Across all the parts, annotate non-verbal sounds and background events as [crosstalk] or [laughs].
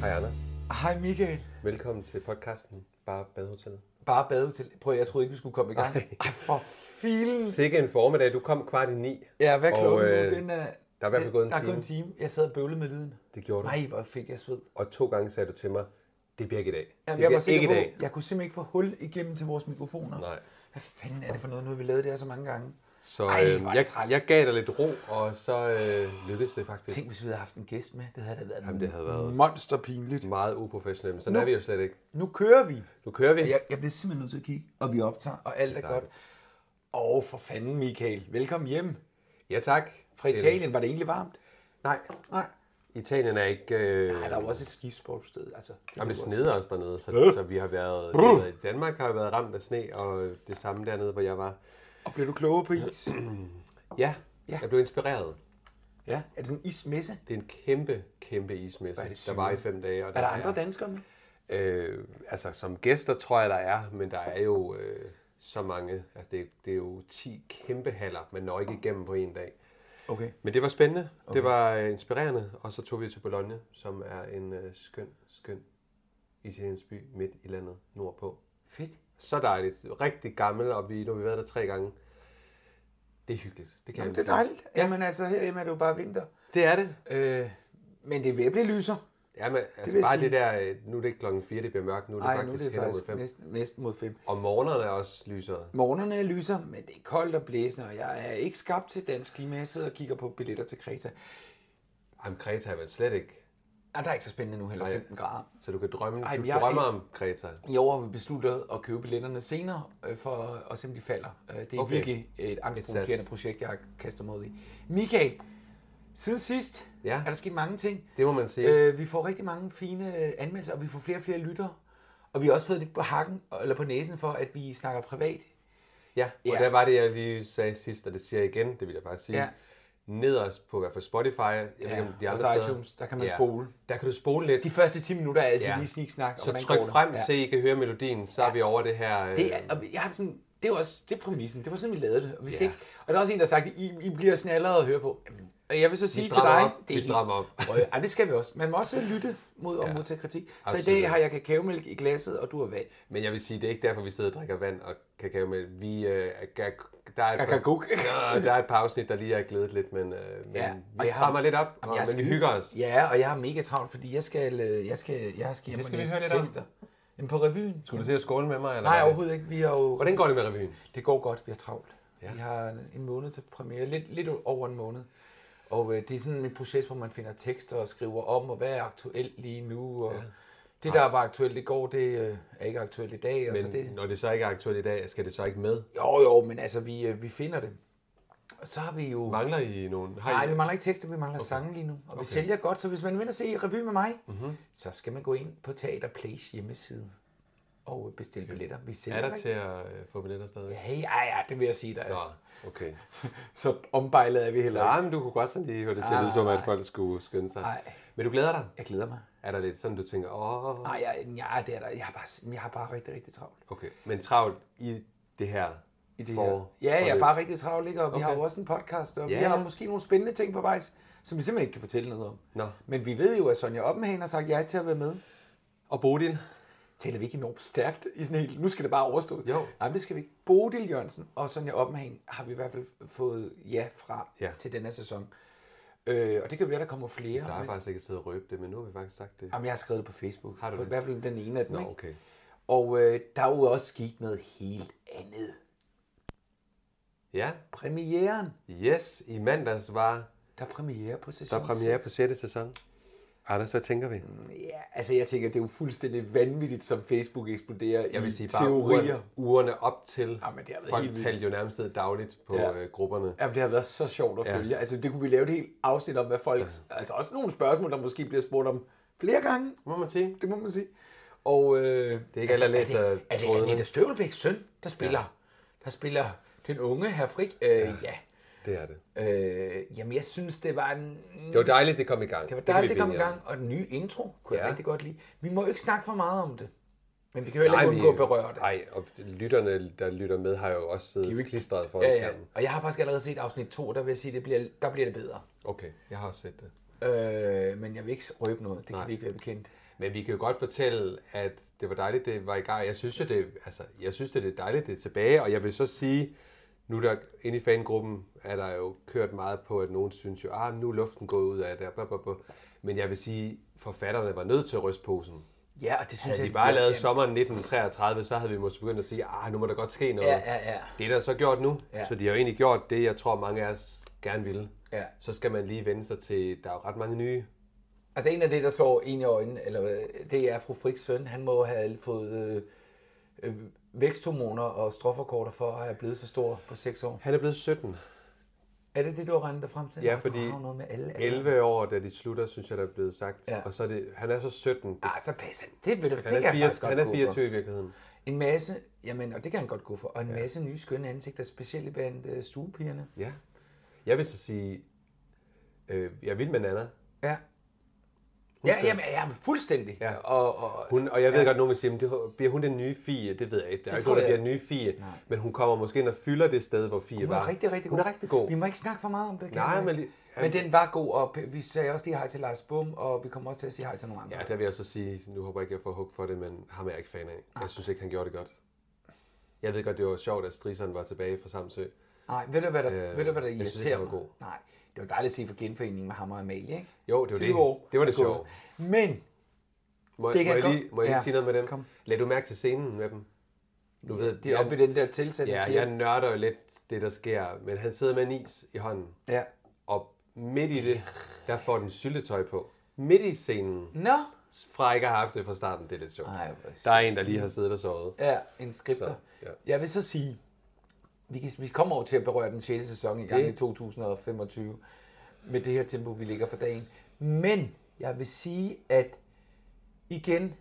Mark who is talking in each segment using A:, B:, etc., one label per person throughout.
A: Hej Anders.
B: Hej Michael.
A: Velkommen til podcasten Bare Badehotellet.
B: Bare badehotel. Prøv, jeg troede ikke, vi skulle komme i gang.
A: Ej.
B: Ej, for filen.
A: Sikke en formiddag. Du kom kvart i ni.
B: Ja, hvad er
A: Og,
B: klokken nu?
A: øh,
B: Den er,
A: der er i hvert fald
B: den-
A: gået en
B: der er
A: time.
B: gået en time. Jeg sad og bøvlede med lyden.
A: Det gjorde du.
B: Nej, hvor fik jeg sved.
A: Og to gange sagde du til mig, det bliver ikke i dag.
B: Jamen, jeg,
A: det
B: var
A: bliver
B: sikker
A: ikke i
B: på,
A: dag.
B: jeg kunne simpelthen ikke få hul igennem til vores mikrofoner.
A: Nej.
B: Hvad fanden er det for noget? Nu har vi lavet det her så mange gange.
A: Så
B: Ej,
A: øh,
B: hvor er det
A: jeg,
B: træls.
A: jeg gav dig lidt ro, og så øh, lykkedes det faktisk.
B: Tænk, hvis vi havde haft en gæst med. Det havde da været,
A: Jamen, det havde været-
B: monsterpinligt.
A: Meget uprofessionelt, men sådan er vi jo slet ikke.
B: Nu kører vi.
A: Nu kører vi.
B: Jeg, jeg bliver simpelthen nødt til at kigge, og vi optager, og alt er godt. Og for fanden, Michael. Velkommen hjem
A: Ja, tak.
B: fra Italien. Var det egentlig varmt?
A: Nej,
B: Nej.
A: Italien er ikke... Øh,
B: Nej, der er jo også et skisportsted. Altså, det
A: Jamen, det
B: kunne
A: sneder os dernede, så, så vi har været... vi har været i Danmark har jo været ramt af sne, og det samme dernede, hvor jeg var.
B: godt. Og bliver du klogere på
A: [clears throat]
B: is?
A: Ja,
B: Ja.
A: jeg blev inspireret.
B: ja. Er det sådan en ismesse?
A: Det er en kæmpe, kæmpe ismesse,
B: er det
A: der
B: sygt.
A: var i fem dage. Og
B: Er der andre danskere med?
A: Øh, altså, som gæster tror jeg, der er, men der er jo øh, så mange. Altså, det, det er jo 10 kæmpe haller, man når ikke igennem på en dag.
B: Okay.
A: Men det var spændende, okay. det var øh, inspirerende, og så tog vi til Bologna, som er en øh, skøn, skøn italiensk by midt i landet nordpå.
B: Fedt.
A: Så dejligt, rigtig gammel, og vi, nu har vi været der tre gange. Det er hyggeligt, det kan
B: Jamen,
A: jeg
B: det er dejligt.
A: Ja.
B: Ja. Jamen altså, herhjemme er det jo bare vinter.
A: Det er det.
B: Øh, men det er ved at blive lyser.
A: Ja, men, altså,
B: vil
A: det
B: jeg
A: bare
B: sige.
A: det der, øh, nu er det ikke klokken 4, det bliver mørkt, nu er det
B: Nej, nu er
A: faktisk
B: det
A: hen over
B: faktisk
A: 5.
B: næsten, næsten mod fem.
A: Og morgenerne er også lysere.
B: Morgenerne er lyser, men det er koldt og blæsende, og jeg er ikke skabt til dansk klima. Jeg sidder og kigger på billetter til Kreta.
A: Jamen, Kreta er vel slet ikke
B: Ah, der er ikke så spændende nu heller,
A: Nej.
B: 15 grader.
A: Så du kan drømme,
B: Ej,
A: Ej, du
B: men jeg-
A: drømmer om Kreta.
B: I år har vi besluttet at købe billetterne senere, øh, for at se om de falder. Øh, det er
A: Okay.
B: okay. virkelig et angstprovokerende
A: sats.
B: projekt, jeg har kastet mig ud i. Michael, siden sidst
A: Ja.
B: er der sket mange ting.
A: Det må man sige. Øh,
B: Øh, vi får rigtig mange fine øh, anmeldelser, og vi får flere og flere lyttere. Og vi har også fået lidt på hakken, eller på næsen for, at vi snakker privat.
A: ja, og
B: ja.
A: der var det, jeg lige sagde sidst, og det siger jeg igen, det vil jeg bare sige. Ja.
B: Ja.
A: Nederst på i hvert fald Spotify, jeg ja,
B: Ja, og så iTunes, der kan man spole.
A: Der kan du spole lidt.
B: De første 10 minutter er altid
A: Ja.
B: ja. lige sniksnak. og
A: Så
B: hvordan
A: tryk
B: går det?
A: frem til, I kan høre melodien, så er vi over det her. Øh,
B: Det er, og jeg har det sådan, det var også det er præmissen. Det var sådan, vi lavede det. Og, vi skal ikke, og der er også en, der har sagt, I, I bliver snallere at høre på. Og jeg vil så sige til
A: strammer
B: dig...
A: op. Vi strammer op.
B: Prøv, Ej, det skal vi også. Man må også lytte mod og modtage kritik. Så i
A: absolut.
B: dag har jeg kakaomælk i glasset, og du har vand.
A: Men jeg vil sige, det er ikke derfor, vi sidder og drikker vand og kakao med. Vi, øh, gag- der, er et
B: Kakaguk.
A: Ja, der er et par afsnit, der lige er glædet lidt, men, øh, men
B: Ja,
A: ja,
B: og
A: vi
B: jeg har-
A: strammer lidt op, og,
B: Jamen, jeg
A: men vi
B: skide-
A: hygger os.
B: Ja, og jeg har mega travlt, fordi jeg skal, øh, jeg skal, jeg skal hjem
A: Det skal
B: og
A: vi
B: læse
A: høre lidt om.
B: tekster. Jamen på revyen.
A: Skulle du til at skåle med mig? Eller
B: Nej,
A: hvad?
B: overhovedet ikke. Vi har jo...
A: Hvordan går det med revyen?
B: Det går godt, vi har travlt. Ja. Vi har en måned til premiere, lidt, lidt over en måned. Og øh, det er sådan en proces, hvor man finder tekster og skriver om, og hvad er aktuelt lige nu. Og ja. Det, der var aktuelt i går, det øh, er ikke aktuelt i dag. Og så
A: Men
B: det,
A: når det så ikke er aktuelt i dag, skal det så ikke med?
B: jo, jo, men altså, vi, øh, vi finder det. Og så har vi jo...
A: Mangler I nogen? Har I,
B: Nej, vi mangler ikke tekster, vi mangler okay. sange lige nu. Og okay. vi sælger godt, så hvis man vil se revy med mig,
A: Mhm.
B: mm-hmm. så skal man gå ind på Teater Plays hjemmeside og øh, bestille billetter. Vi sælger
A: er der
B: rigtig-
A: til at øh, få billetter stadig?
B: Hey, ej, ej, det vil jeg sige dig.
A: Nå, okay.
B: [laughs] Så ombejlet er vi heller ikke. Ah,
A: Ja, men du kunne godt sådan lige høre det til, det som at folk skulle skynde sig.
B: Ej.
A: Men du glæder dig?
B: Jeg glæder mig.
A: Er der lidt sådan, du tænker, åh...
B: Nej, jeg, ja, det er der. Jeg har bare, jeg har bare rigtig, rigtig travlt.
A: Okay, men travlt i det her
B: I det
A: forår-
B: her. Ja, jeg er
A: forløb.
B: bare rigtig travlt, ikke? Og vi har
A: Okay.
B: jo også en podcast, og
A: Ja,
B: vi har
A: ja.
B: måske nogle spændende ting på vej, som vi simpelthen ikke kan fortælle noget om.
A: Nå.
B: Men vi ved jo, at Sonja Oppenhagen har sagt ja til at være med.
A: Og Bodil?
B: Taler vi ikke enormt stærkt i sådan helt, nu skal det bare overstås?
A: Jo.
B: Nej, men det skal vi ikke. Bodil Jørgensen og Sonja Oppenhagen har vi i hvert fald fået ja fra
A: Ja.
B: til denne sæson. Øh, og det kan være, der kommer flere.
A: Der er
B: men,
A: faktisk ikke siddet og røbe det, men nu har vi faktisk sagt det.
B: jamen, jeg har skrevet det på Facebook.
A: Har du
B: på,
A: det?
B: I hvert fald den ene af dem.
A: Nå,
B: ikke?
A: okay.
B: Og øh, der er jo også sket noget helt andet.
A: Ja,
B: Premieren.
A: yes. I mandags var
B: Der er premiere på sæson
A: der premiere på
B: seks.
A: 6. sæson. Anders, hvad tænker vi?
B: Ja, altså jeg tænker, det er jo fuldstændig vanvittigt, som Facebook eksploderer
A: Jeg vil
B: i
A: sige bare
B: teorier.
A: Ugerne, ugerne op til.
B: Jamen, det har været
A: Folk
B: helt vildt.
A: talte jo nærmest dagligt på
B: Ja.
A: ja. øh, grupperne.
B: Jamen, det har været så sjovt at
A: Ja.
B: følge. Altså, det kunne vi lave et helt afsnit om, hvad folk... Ja. Altså, også nogle spørgsmål, der måske bliver spurgt om flere gange.
A: Må man sige?
B: Det må man sige. Og... Øh, det er
A: ikke alle, der læser
B: Er det, er det
A: trådene.
B: Anette Støvelbæks søn, der spiller... Ja. Der spiller den unge herr Frik? Øh, ja. ja.
A: Det er det.
B: Øh, jamen, jeg synes, det var en...
A: Det var dejligt, det kom i gang.
B: Det var
A: kan vi
B: dejligt, det
A: blive
B: kom i
A: enige om.
B: gang, og den nye intro kunne ja. jeg
A: Ja.
B: rigtig godt lide. Vi må jo ikke snakke for meget om det, men vi kan jo heller ikke undgå at berøre det.
A: Nej, og lytterne, der lytter med, har jo også siddet
B: jo
A: jo
B: ikke-
A: klistret foran
B: Ja,
A: ja,
B: ja.
A: skærmen.
B: Og jeg har faktisk allerede set afsnit 2, der vil jeg sige, det bliver, der bliver det bedre.
A: Okay, jeg har også set det.
B: Øh, men jeg vil ikke røbe noget, det Nej. kan vi ikke være bekendt.
A: Men vi kan jo godt fortælle, at det var dejligt, det var i gang. Jeg synes jo, det, altså, jeg synes, det er dejligt, det er tilbage. Og jeg vil så sige, nu der inde i fangruppen er der jo kørt meget på, at nogen synes jo, ah, nu er luften gået ud af det. Blah, blah, blah. Men jeg vil sige, forfatterne var nødt til at ryste posen.
B: Ja, og det synes
A: Havde
B: jeg...
A: de bare
B: det-
A: lavet sommeren 1933, så havde vi måske begyndt at sige, ah, nu må der godt ske noget.
B: Ja, ja, ja.
A: Det er der så gjort nu,
B: Ja.
A: ja. så de har jo egentlig gjort det, jeg tror mange af os gerne ville.
B: Ja.
A: Så skal man lige vende sig til, der er jo ret mange nye.
B: Altså en af det, der slår en i øjnene, eller øh, det er fru Friks søn, han må have fået øh, øh, væksthormoner og strofferkorter for at have blevet så stor på 6 år.
A: Han er blevet 17.
B: Er det det, du har regnet dig frem til?
A: Ja,
B: Nå, du
A: fordi
B: har jo noget med alle, alle.
A: 11 år, da de slutter, synes jeg, der er blevet sagt.
B: Ja.
A: Ja. Og så er det, han er så 17. Det,
B: Ah, så passer det. Det, ved du,
A: han,
B: det
A: er
B: kan jeg faktisk
A: 4,
B: godt
A: han
B: gå
A: er
B: for.
A: 24 i virkeligheden.
B: En masse, jamen, og det kan han godt gå for, og en masse nye skønne ansigter, specielt blandt øh, stuepigerne.
A: Ja. Jeg vil så sige, øh, jeg vil med Nana.
B: Ja. Ja, jamen, ja, jamen, fuldstændig.
A: Ja.
B: Og, og,
A: Hun, og jeg ved ja. godt, nogen vil sige, "Men det, bliver hun den nye Fie? Det ved jeg ikke. Der er ikke
B: tror
A: nogen, der
B: jeg.
A: bliver den nye Fie. Nej. Men hun kommer måske ind og fylder det sted, hvor Fie
B: hun
A: var.
B: var rigtig, rigtig god.
A: Hun er rigtig god.
B: Vi må ikke snakke for meget om det, kan
A: Nej,
B: jeg
A: men
B: ikke?
A: li-
B: men den var god, og vi sagde også lige hej til Lars Bum, og vi kommer også til at sige hej til nogle andre.
A: Ja, der vil jeg så sige, nu håber jeg ikke, jeg får hug for det, men ham er jeg ikke fan af. Jeg synes ikke, han gjorde det godt. Jeg ved godt, det var sjovt, at Strisseren var tilbage fra Samsø.
B: Nej, ved du, hvad der, øh,
A: Øh,
B: ved du, hvad der
A: jeg synes ikke,
B: irriterer
A: han var
B: mig?
A: god.
B: Nej, det var dejligt at se for genforeningen med ham og Amalie, ikke?
A: Jo, det var
B: 20
A: det.
B: år
A: Det var det
B: er gået.
A: sjove.
B: Men
A: Må,
B: Det
A: det
B: kan
A: må, jeg
B: godt-
A: lige, må jeg lige
B: Ja.
A: sige noget med dem?
B: Kom.
A: Kom. Lad du mærke til scenen med dem? Du ved,
B: det er
A: jeg-
B: oppe i den der tilsætning.
A: Ja,
B: kirke.
A: jeg nørder jo lidt det, der sker, men han sidder med en is i hånden,
B: ja.
A: og midt i det, der får den syltetøj på. Midt i scenen,
B: Nå.
A: fra ikke at have haft det fra starten, det er lidt sjovt.
B: Ej, hvor
A: Der er en, der lige har siddet og sovet.
B: Ja, en skrifter.
A: Så,
B: ja.
A: ja.
B: Jeg vil så sige, vi, kan, vi kommer over til at berøre den 6. sæson i gang i 2025 med det her tempo, vi ligger for dagen. Men jeg vil sige, at igen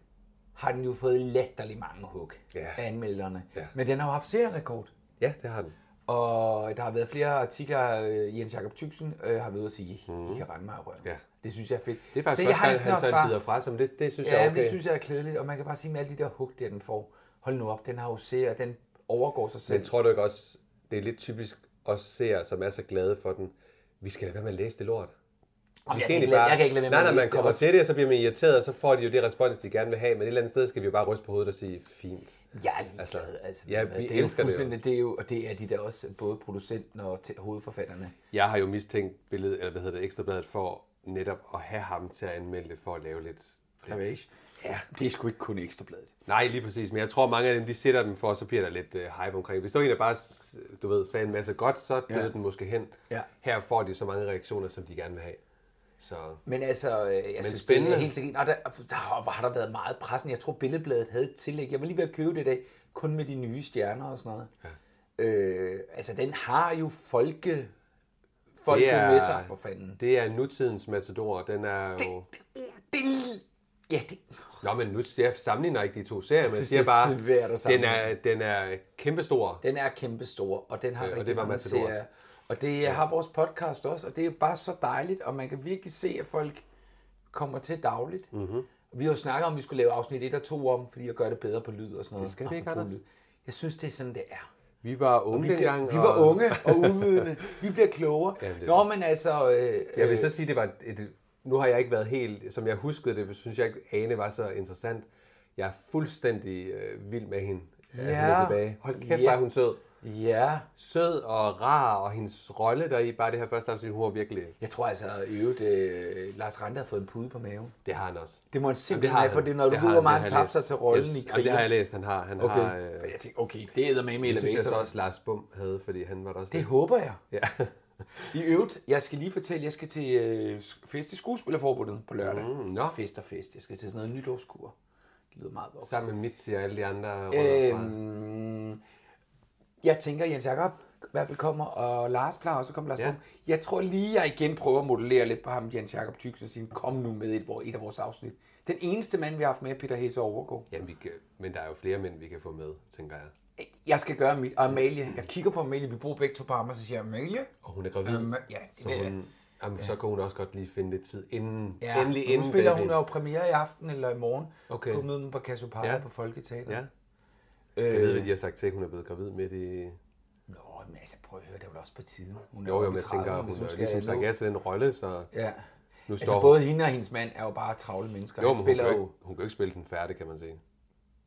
B: har den jo fået latterlig mange hug
A: Ja.
B: af anmelderne.
A: Ja.
B: Men den har jo haft serierekord.
A: Ja, det har den.
B: Og der har været flere artikler, øh, Jens Jakob Tyksen øh, har været ude at sige, I kan rende mig i røven.
A: Ja.
B: Det synes jeg er fedt.
A: Det Mhm. er faktisk
B: så jeg har det
A: også,
B: sådan
A: at han
B: også
A: sådan
B: bare,
A: bider fra sig, men det, det synes jeg
B: Ja,
A: er
B: okay.
A: okay.
B: det synes jeg er kedeligt, og man kan bare sige med alle de der hug, der den får. Hold nu op, den har jo ser, den overgår sig
A: Men
B: selv.
A: tror du ikke også, det er lidt typisk os seere, som er så glade for den, vi skal lade være med at læse det lort.
B: Jamen, jeg,
A: Vi skal
B: kan ikke,
A: egentlig
B: lade-
A: bare...
B: jeg kan ikke lade være med
A: nej, nej,
B: at
A: man
B: læse det
A: kommer
B: også.
A: til det, og så bliver man irriteret, og så får de jo det respons, de gerne vil have. Men et eller andet sted skal vi jo bare ryste på hovedet og sige, fint.
B: Jeg er ligeglad.
A: Altså,
B: Altså, altså,
A: ja,
B: men
A: vi
B: det er jo
A: elsker det jo.
B: fuldstændig, det er jo, og det er de der også, både producenten og til, hovedforfatterne.
A: Jeg har jo mistænkt billedet, eller hvad hedder det, Ekstrabladet for netop at have ham til at anmelde det for at lave lidt...
B: Clavage. Ja, det er sgu ikke kun ekstrabladet.
A: Nej, lige præcis, men jeg tror mange af dem, de sætter dem for, så bliver der lidt øh, hype omkring. Hvis du ikke bare, s- du ved, sagde en masse godt, så gled
B: Ja.
A: den måske hen.
B: Ja.
A: Her får de så mange reaktioner, som de gerne vil have. Så
B: Men altså, øh, jeg Men synes, det
A: spændende.
B: er helt sikkert. Og der, der har har der været meget pressen. Jeg tror, Billedbladet havde et tillæg. Jeg var lige ved at købe det i dag, kun med de nye stjerner og sådan noget. Ja. Øh, altså, den har jo folke, folket
A: det er,
B: med sig, for fanden.
A: det er nutidens matador, den er jo...
B: Det, ja, det,
A: Nå, men nu jeg sammenligner ikke de to serier, men jeg
B: synes,
A: siger
B: det
A: bare,
B: er svært at
A: den
B: sammenligne.
A: er, den er kæmpestor.
B: den er kæmpestor, og den har
A: Øh, og
B: øh,
A: det
B: rigtig
A: var
B: mange
A: Matadors.
B: serier. Og det ja. har vores podcast også, og det er bare så dejligt, og man kan virkelig se, at folk kommer til dagligt.
A: Mhm.
B: Mm-hmm. Vi har jo snakket om, at vi skulle lave afsnit 1 og 2 om, fordi jeg gør det bedre på lyd og sådan noget. Det
A: skal vi ikke, Anders.
B: Jeg synes, det er sådan, det er.
A: Vi var unge
B: Vi,
A: dengang.
B: bliver, vi var
A: og-
B: unge og uvidende.
A: [laughs]
B: Vi bliver klogere.
A: Jamen, det er
B: Nå, men altså... Øh,
A: Jeg vil
B: øh,
A: så sige, det var et, nu har jeg ikke været helt, som jeg huskede det, synes jeg ikke, Ane var så interessant. Jeg er fuldstændig øh, vild med hende. Ja. Hun er
B: Ja.
A: tilbage. Hold kæft,
B: Ja.
A: hvor er hun sød.
B: Ja,
A: Sød og rar, og hendes rolle der i bare det her første afsnit, hun var virkelig,
B: jeg tror altså, at øvrigt, øh, Lars Rante har fået en pude på maven.
A: det har han også.
B: Det må han simpelthen have,
A: han.
B: for det, er, når du
A: Det
B: ved, hvor
A: har han,
B: meget
A: det
B: han
A: har jeg
B: tabte sig
A: læst.
B: til rollen
A: Yes,
B: yes. i
A: jamen, Det
B: krigen.
A: har jeg læst, han har. Han okay. har øh,
B: For jeg tænkte, okay, det æder med med
A: det synes jeg så
B: elevator.
A: også, Lars Bum havde, fordi han var der også
B: Det
A: lidt-
B: håber jeg.
A: Ja.
B: I øvrigt, jeg skal lige fortælle, jeg skal til øh, fest i Skuespillerforbundet på lørdag. Mm,
A: nå.
B: Fest og fest. Jeg skal til sådan noget nytårskur. Det lyder meget voksen.
A: Sammen med Mitzi og alle de andre. Øh,
B: Øhm, jeg tænker, Jens Jakob i hvert fald kommer, og Lars plejer også at komme. Lars
A: Ja.
B: ja. Jeg tror lige, jeg igen prøver at modellere lidt på ham, Jens Jakob Tyksen, og sige, kom nu med et, hvor- et af vores afsnit. Den eneste mand, vi har haft med, er Peter Hesse Overgaard.
A: Jamen, vi kan, men der er jo flere mænd, vi kan få med, tænker jeg.
B: Jeg skal gøre mit. Og Amalie, jeg kigger på Amalie, vi bor begge to på ham, og så siger jeg, Amalie?
A: Og hun er gravid.
B: Øhm, ja, det
A: så,
B: ved jeg.
A: hun, jamen, så kunne hun også godt lige finde lidt tid inden.
B: Ja,
A: endelig
B: nu
A: inden.
B: spiller
A: baby.
B: hun jo premiere i aften eller i morgen.
A: Okay.
B: Okay. På møde på Casopara
A: Ja.
B: ja. på Folketeateret.
A: Ja.
B: øh,
A: Jeg ved, hvad de har sagt til, at hun er blevet gravid midt i...
B: Nå, men altså, prøv at høre, det er vel også på tide. Hun er
A: Jo, jo,
B: oppe i
A: men jeg tænker,
B: 30'erne,
A: hun
B: hvis
A: har
B: skal
A: ligesom
B: nå-
A: sagt ja til den rolle, så...
B: Ja.
A: Nu
B: Altså,
A: står hun-
B: både hende og hendes mand er jo bare travle mennesker.
A: Jo,
B: Jo,
A: men
B: Han
A: hun kan,
B: spiller
A: jo ikke,
B: jo
A: hun kan jo ikke spille den færdig, kan man sige.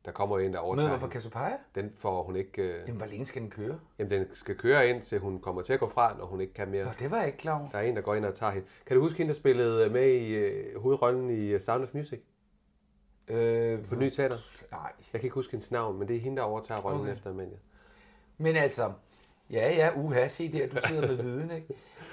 A: Der kommer jo en, der overtager
B: møder på
A: hende.
B: Casopara.
A: Den får hun ikke... Øh,
B: Jamen, hvor længe skal den køre?
A: jamen, den skal køre ind, til hun kommer til at gå fra, når hun ikke kan mere.
B: Nå, det var jeg ikke klar over.
A: Der er en, der går ind og tager hende. Kan du huske hende, der spillede med i øh, hovedrollen i øh, Sound of Music?
B: Øh,
A: På Ny Teater?
B: nej.
A: Jeg kan ikke huske hendes navn, men det er hende, der overtager rollen okay. efter Amalie.
B: Men altså, ja, ja, uha, se der, du sidder med viden, ikke?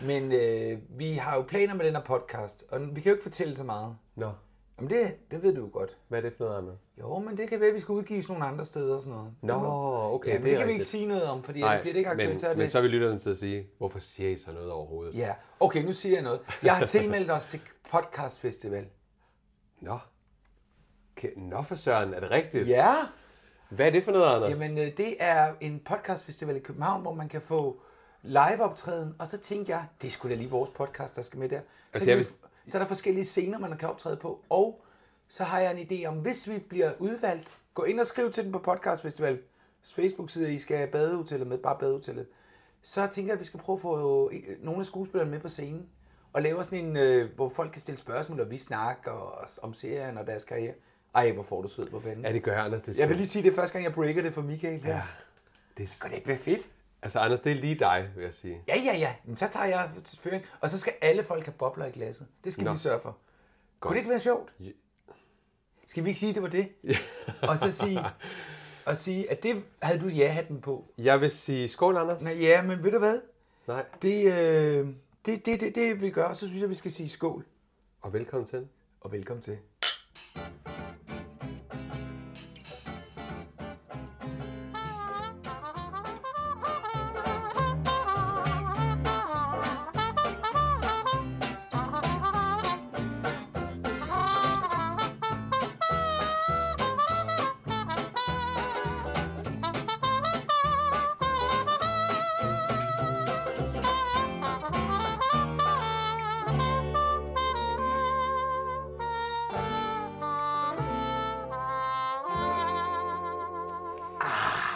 B: Men øh, vi har jo planer med den her podcast, og vi kan jo ikke fortælle så meget.
A: Nå,
B: Jamen, det, det ved du jo godt.
A: hvad er det for noget, Anders?
B: Jo, men det kan være, at vi skal udgives nogle andre steder og sådan noget.
A: Nå, okay,
B: ja, men
A: det
B: det, kan vi
A: er rigtigt.
B: ikke sige noget om, fordi
A: Nej,
B: det bliver det ikke aktuelt.
A: men,
B: så er det...
A: men så vil lytterne til at sige, hvorfor siger I så noget overhovedet?
B: Ja, okay, nu siger jeg noget. Jeg har tilmeldt os til podcastfestival.
A: Nå. Ke- Nå for søren, er det rigtigt?
B: Ja,
A: Hvad er det for noget, Anders?
B: jamen øh, det er en podcastfestival i København, hvor man kan få liveoptræden, og så tænkte jeg, det skulle da lige vores podcast, der skal med der. Så,
A: Altså,
B: kan
A: jeg
B: vi,
A: vil-
B: så er der forskellige scener, man kan optræde på, og så har jeg en idé om, hvis vi bliver udvalgt, gå ind og skriv til den på podcastfestival, Facebook-side, I skal have badehotellet med, bare badehotellet, så tænker jeg, at vi skal prøve at få øh, nogle af skuespillerne med på scenen, og lave sådan en, øh, hvor folk kan stille spørgsmål, og vi snakker og- om serien og deres karriere. Ej, hvor får du sved på panden.
A: Ja, det gør Anders, det
B: Jeg vil lige sige, det er første gang, jeg breaker det for Michael her. Ja.
A: Det...
B: Kan det ikke være fedt?
A: Altså, Anders, det er lige dig, vil jeg sige.
B: Ja, ja, ja. Men så tager jeg føring. Og så skal alle folk have bobler i glasset. Det skal
A: Nå.
B: Nå. vi sørge for. Godt.
A: Godt.
B: Kunne det ikke være sjovt?
A: Ja.
B: Skal vi ikke sige, det var det? Ja. og så sige, og sige, at det havde du ja-hatten på.
A: Jeg vil sige skål, Anders.
B: Nej, ja, men ved du hvad?
A: Nej.
B: Det, øh, det, det, det, det vi gør, og så synes jeg, vi skal sige skål.
A: Og velkommen til.
B: Og velkommen til.
C: Thank you.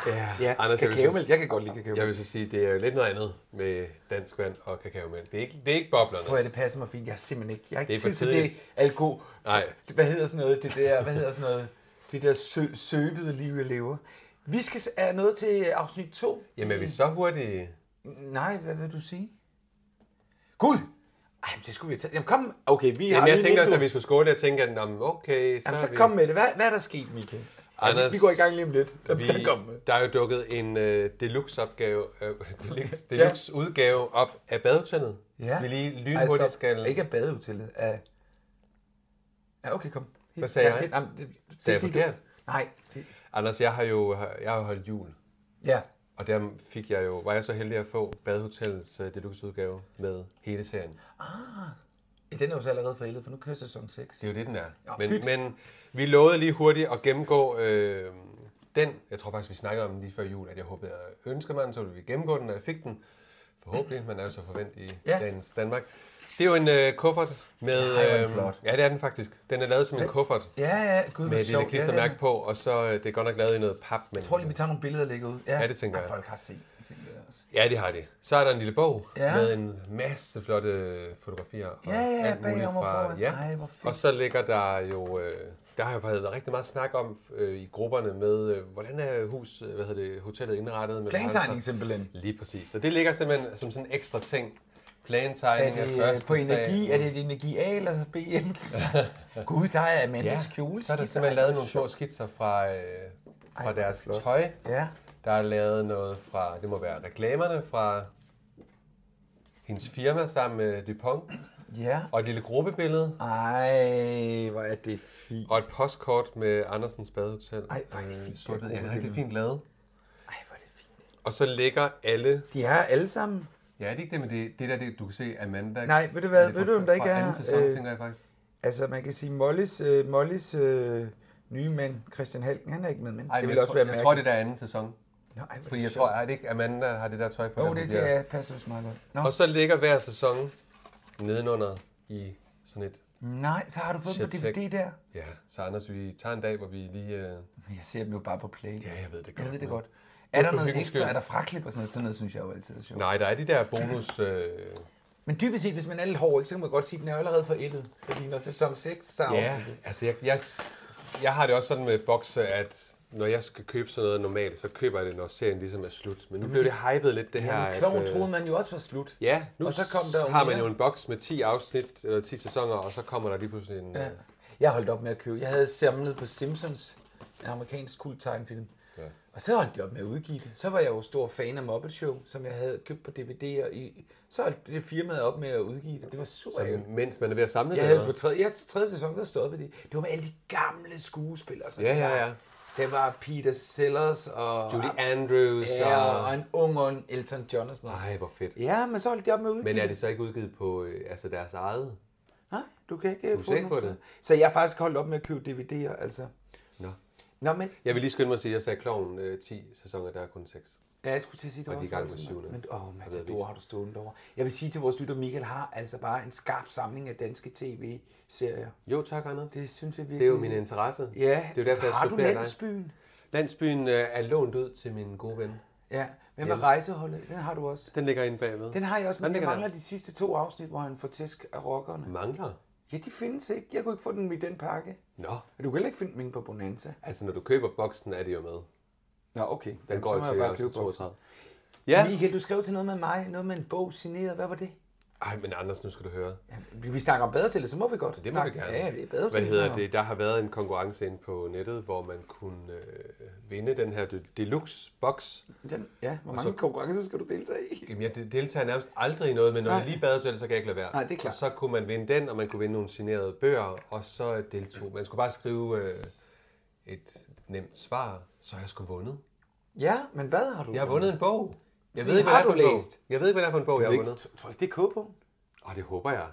A: Ja,
B: Ja,
A: Anders, jeg vil så-
B: kakaomælk. Jeg kan godt lide kakaomælk.
A: Jeg vil så sige, det er lidt noget andet med dansk vand og kakaomælk. Det er ikke, det er ikke boblerne.
B: Prøv at det passer mig fint. Jeg har simpelthen ikke. Jeg har ikke
A: Det er for
B: tid til det
A: tidligt.
B: alko.
A: Nej.
B: Hvad hedder sådan noget? Det der, hvad hedder sådan noget? Det der sø, søbede liv, jeg lever. Vi skal s- er noget til afsnit 2.
A: Jamen, er vi så hurtige?
B: Nej, hvad vil du sige? Gud! Ej, men det skulle vi have taget. Jamen kom, okay, vi har
A: Jamen, jeg
B: lige en
A: tænkte også,
B: intro.
A: da vi skulle skåle, jeg tænkte, at om, okay, så,
B: Jamen,
A: er
B: så
A: vi...
B: kom med det. Hvad, hvad er der sket, Michael? Anders, ja,
A: Anders,
B: vi, vi går i gang lige om lidt.
A: Vi,
B: [laughs] Kom med.
A: der er jo dukket en øh, deluxe-opgave, øh, [laughs] deluxe, deluxe udgave op af badehotellet. Vi lige
B: Ej, stop.
A: lynhurtigt skal...
B: Altså, Ikke af badehotellet, af... Ja, okay, kom.
A: Hvad sagde
B: ja,
A: jeg?
B: Det, nej, det, det,
A: Sagde jeg
B: det-
A: forkert?
B: Nej. Det,
A: Anders, jeg har jo jeg har jo holdt jul,
B: ja,
A: og der fik jeg jo, var jeg så heldig at få badehotellets øh, deluxe udgave med hele serien.
B: Ja, den er jo så allerede forældet, for nu kører sæson 6.
A: Det er jo det, den er.
B: Ja,
A: men,
B: pyt.
A: men vi lovede lige hurtigt at gennemgå øh, den. Jeg tror faktisk, vi snakkede om den lige før jul, at jeg håbede, at jeg ønskede mig den, så ville vi gennemgå den, og jeg fik den. Forhåbentlig, man er jo så forvent i
B: Ja.
A: ja. dagens Danmark. Det er jo en øh, kuffert med... øh,
B: Ej, hvor er den flot.
A: ja, det er den faktisk. Den er lavet som en kuffert
B: Ja, ja, gud,
A: med
B: hvor
A: et lille
B: sjovt. Ja, den-
A: klistermærke på, og så øh, det er godt nok lavet i noget pap. Men,
B: Jeg tror lige, vi tager nogle billeder og lægger ud.
A: Ja, det tænker
B: Ej,
A: jeg.
B: Folk har set, tænker jeg også.
A: Ja, det har det. Så er der en lille bog
B: Ja.
A: ja. med en masse flotte øh, fotografier. Og
B: Ja, ja,
A: alt muligt
B: bagom og
A: fra,
B: foran. Ej, hvor fedt.
A: Og så ligger der jo... Øh, der har jo faktisk været rigtig meget snak om øh, i grupperne med, øh, hvordan er hus, øh, hvad hedder det, hotellet indrettet. Med
B: Plantegning
A: værelser.
B: simpelthen.
A: Lige præcis. Så det ligger simpelthen som sådan en ekstra ting. Plantegning
B: Er
A: af
B: det øh,
A: første
B: på energi?
A: sal.
B: Er det et energi A eller B?
A: [laughs]
B: Gud, der er
A: Ja,
B: Amandas kjole.
A: så er der simpelthen lavet nogle små skitser fra, øh, fra
B: hvor
A: deres
B: flot.
A: tøj.
B: Ja.
A: Der er lavet noget fra, det må være reklamerne fra hendes firma sammen med DuPont.
B: Ja.
A: Og et lille gruppebillede.
B: Ej, hvor er det fint.
A: Og et postkort med Andersens Badehotel.
B: Ej, hvor er det
A: Øh,
B: fint,
A: sort-
B: det
A: Ja,
B: er
A: det er
B: gruppebillede.
A: rigtig fint lavet.
B: Ej, hvor er det fint.
A: Og så ligger alle...
B: De er alle sammen.
A: Ja, det er ikke det, men det, det der, det, du kan se Amanda...
B: Nej, ved du hvad,
A: er det
B: ved
A: fra-
B: du, hvem der ikke
A: fra
B: er
A: anden
B: her?
A: sæson,
B: Øh,
A: tænker jeg faktisk.
B: Altså, man kan sige, Mollys, øh, Mollys øh, nye mand, Christian Halken, han er ikke med, men
A: Ej,
B: det
A: men
B: vil
A: jeg
B: også
A: tror,
B: være
A: Jeg tror, det der er anden sæson.
B: Nå, ej, hvor er
A: Fordi jeg
B: sjovt.
A: tror, er det ikke Amanda har det der tøj på?
B: Jo,
A: der, hun
B: det,
A: bliver-
B: det er, passer vist meget godt. Nå,
A: Og så ligger hver sæson nedenunder i sådan et...
B: nej, så har du fået den på
A: Shit,
B: DVD der.
A: Ja, så Anders, vi tager en dag, hvor vi lige... Øh,
B: Jeg ser dem jo bare på play.
A: ja, jeg ved det godt.
B: Jeg ved det
A: men-
B: godt. Er der
A: for
B: noget
A: hyggens
B: ekstra?
A: skyld.
B: Er der fraklip og sådan noget? Sådan noget synes jeg jo altid er sjovt.
A: Nej, der er de der bonus... Øh,
B: [clears throat] Men dybest set, hvis man er lidt hård, ikke, så kan man godt sige, at den er jo allerede forældet. Fordi når sæson 6, så er
A: Ja,
B: afsluttet.
A: altså jeg, jeg, jeg har det også sådan med bokse, at når jeg skal købe sådan noget normalt, så køber jeg det, når serien ligesom er slut. Men nu blev det hypet lidt, det her.
B: Men
A: at,
B: Kloven
A: øh,
B: troede man jo også var slut.
A: Ja, nu
B: Og så kom der jo
A: har man
B: mere.
A: jo en boks med 10 afsnit, eller 10 sæsoner, og så kommer der lige pludselig en... Ja.
B: Jeg holdt op med at købe. Jeg havde samlet på Simpsons, en amerikansk kult tegnfilm. Ja. Og så holdt jeg op med at udgive det. Så var jeg jo stor fan af Muppet Show, som jeg havde købt på DVD. Og i, så holdt det firmaet op med at udgive det. Det var super ærgerligt.
A: Mens man er ved at samle
B: Jeg
A: det.
B: havde
A: eller
B: på tredje, jeg, tredje sæson, der stod ved det. Det var med alle de gamle skuespillere. Så
A: Ja, ja, ja.
B: Der var Peter Sellers og...
A: hvad? Julie Andrews
B: Ja,
A: og...
B: og en ung, ung Elton John og sådan noget.
A: Ej, hvor fedt.
B: Ja, men så holdt de op med at udgive
A: Men er det så ikke udgivet på øh, altså deres eget?
B: Nej, du kan ikke du
A: kan ikke
B: få
A: få
B: det.
A: det.
B: Så jeg har faktisk holdt op med at købe DVD'er, altså.
A: Nå.
B: Nå, men
A: Jeg vil lige skynde mig at sige, at jeg sagde kloven øh, 10 sæsoner, der er kun 6.
B: Ja, jeg skulle til at sige, det
A: Og
B: var
A: de er i gang med
B: voldsomt.
A: syvende.
B: Men åh, Matador
A: vist.
B: har du stående over. Jeg vil sige til vores lytter, Michael har altså bare en skarp samling af danske tv-serier.
A: Jo, tak, Anders. Det,
B: Det synes jeg virkelig...
A: det er jo min interesse.
B: Ja,
A: det er jo derfor, jeg
B: har du
A: supplerer dig.
B: landsbyen?
A: Landsbyen øh, er lånt ud til min gode ven.
B: Ja, hvem er rejseholdet? Den har du også.
A: Den ligger inde bagved.
B: Den har jeg også, men jeg
A: Hvad ligger der?
B: mangler de sidste to afsnit, hvor han får tæsk af rockerne.
A: Mangler?
B: Ja, de findes ikke. Jeg kunne ikke få dem i den pakke.
A: Nå.
B: Og du kan heller ikke finde mine på Bonanza.
A: Altså, når du køber boksen, er det jo med.
B: Nå, okay.
A: Den
B: Jamen,
A: går
B: så
A: jo
B: må
A: til
B: jeg bare
A: også
B: købe på.
A: 32. Ja.
B: Michael, du skrev til noget med mig. Noget med en bog signeret. Hvad var det?
A: Ej, men Anders, nu skal du høre.
B: Vi vi snakker om badehotellet, så må vi godt
A: Det må vi
B: snakke.
A: gerne.
B: Ja, det er badehotellet.
A: Hvad
B: vi snakker
A: hedder
B: om.
A: det? Der har været en konkurrence inde på nettet, hvor man kunne øh, vinde den her de- deluxe box.
B: Den, ja, hvor mange så... konkurrencer skal du deltage i?
A: Jamen, jeg de- deltager nærmest aldrig i noget, men når
B: Nej.
A: jeg lige bader til det, så kan jeg ikke lade være.
B: Nej, det er klart.
A: Og så kunne man vinde den, og man kunne vinde nogle signerede bøger, og så deltog. Man skulle bare skrive øh, et nemt svar, så har jeg skulle vundet.
B: Ja, men hvad har du?
A: Jeg har vundet en bog. Jeg
B: Se,
A: ved ikke, hvad
B: har
A: det er for
B: du
A: en bog.
B: læst?
A: Jeg ved ikke, hvad det er for en bog, jeg har vundet.
B: Tror ikke, det er kogepunkt?
A: Og det håber jeg.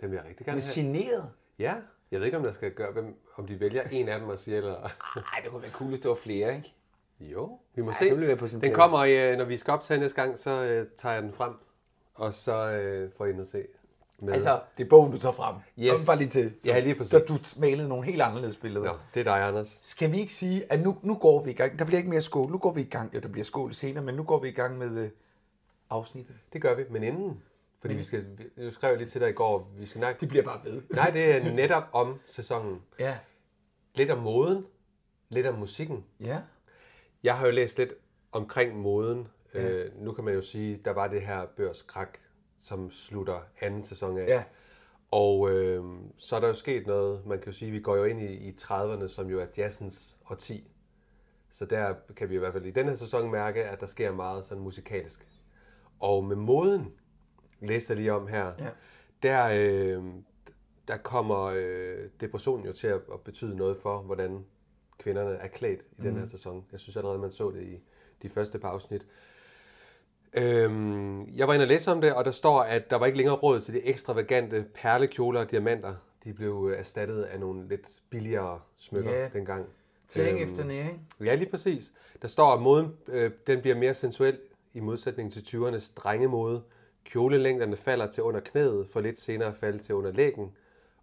A: Den vil jeg rigtig gerne
B: Men
A: have.
B: signeret?
A: Ja, jeg ved ikke, om der skal gøre, hvem, om de vælger en af dem og siger, eller...
B: Nej, det kunne være cool, hvis det var flere, ikke?
A: Jo, vi må
B: Ej,
A: se.
B: det vil være på sin
A: den
B: plads.
A: kommer, øh, når vi skal optage næste gang, så øh, tager jeg den frem, og så øh, får I den at se. med.
B: Altså, det er bogen, du tager frem. Kom
A: Yes.
B: bare lige til.
A: Ja, lige præcis.
B: Da du malede nogle helt anderledes billeder.
A: Nå, det er dig, Anders.
B: Skal vi ikke sige, at nu, nu går vi i gang? Der bliver ikke mere skål. Nu går vi i gang. Jo, der bliver skål senere, men nu går vi i gang med øh, afsnittet.
A: Det gør vi, men inden. Fordi vi skal, vi- jeg skrev lige til dig i går, vi skal nok...
B: Det Mm. bliver bare ved.
A: Nej, det er netop om sæsonen.
B: Ja.
A: Lidt om moden, lidt om musikken.
B: Ja.
A: Jeg har jo læst lidt omkring moden. Ja. Øh, nu kan man jo sige, der var det her børskrak, som slutter anden sæson af.
B: Ja.
A: Og øh, så er der jo sket noget. Man kan jo sige, vi går jo ind i, i 30'erne, som jo er jazzens årti. Så der kan vi i hvert fald i den her sæson mærke, at der sker meget sådan musikalsk. Og med moden, læste jeg lige om her,
B: Ja.
A: der, øh, der kommer øh, depressionen jo til at, at betyde noget for, hvordan kvinderne er klædt i mm. den her sæson. Jeg synes allerede, man så det i de første par afsnit. Øhm, jeg var inde og læse om det, og der står, at der var ikke længere råd til de ekstravagante perlekjoler og diamanter. De blev øh, erstattet af nogle lidt billigere smykker
B: Ja.
A: yeah. dengang. Øhm,
B: Tænk efter næring.
A: Ja, lige præcis. Der står, at moden øh, den bliver mere sensuel i modsætning til 20'ernes drengemode. Kjolelængderne falder til under knæet, for lidt senere at falde til under lægen,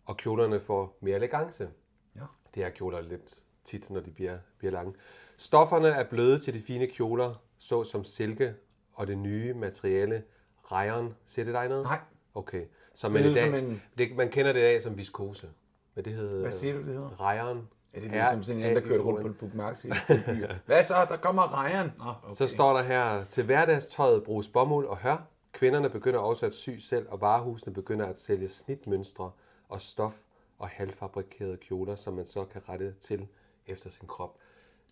A: og kjolerne får mere elegance.
B: Ja.
A: Det er kjoler lidt tit, når de bliver, bliver lange. Stofferne er bløde til de fine kjoler, såsom silke og det nye materiale rejeren. Siger det dig noget?
B: Nej.
A: Okay. Så man, i
B: lyder
A: dag,
B: som en-
A: det, man kender det i dag som viskose. Men det hedder
B: Hvad siger du, det hedder?
A: Rejeren.
B: Ja, det lyder som sådan en, der kørte rundt på en bookmarks i
A: [laughs]
B: en by. Hvad så? Der kommer Ryan. Nå, okay.
A: Så står der her, til hverdagstøjet bruges bomuld og hør. Kvinderne begynder også at sy selv, og varehusene begynder at sælge snitmønstre og stof og halvfabrikerede kjoler, som man så kan rette til efter sin krop.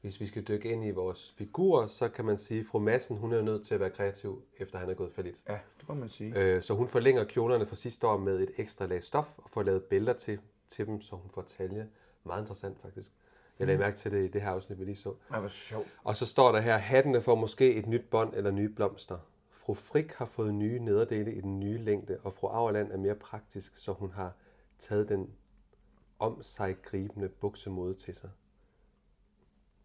A: Hvis vi skal dykke ind i vores figurer, så kan man sige, at fru Madsen hun er nødt til at være kreativ, efter han er gået for lidt.
B: Ja, det må man sige.
A: Øh, så hun forlænger kjolerne fra sidste år med et ekstra lag stof og får lavet bælter til, til dem, så hun får talje. Meget interessant faktisk. Jeg
B: Mm.
A: lagde mærke til det i det her afsnit, vi lige så.
B: Ej, hvor sjovt.
A: Og så står der her, hattene får måske et nyt bånd eller nye blomster. Fru Frik har fået nye nederdele i den nye længde, og fru Auerland er mere praktisk, så hun har taget den om sig gribende buksemode til sig.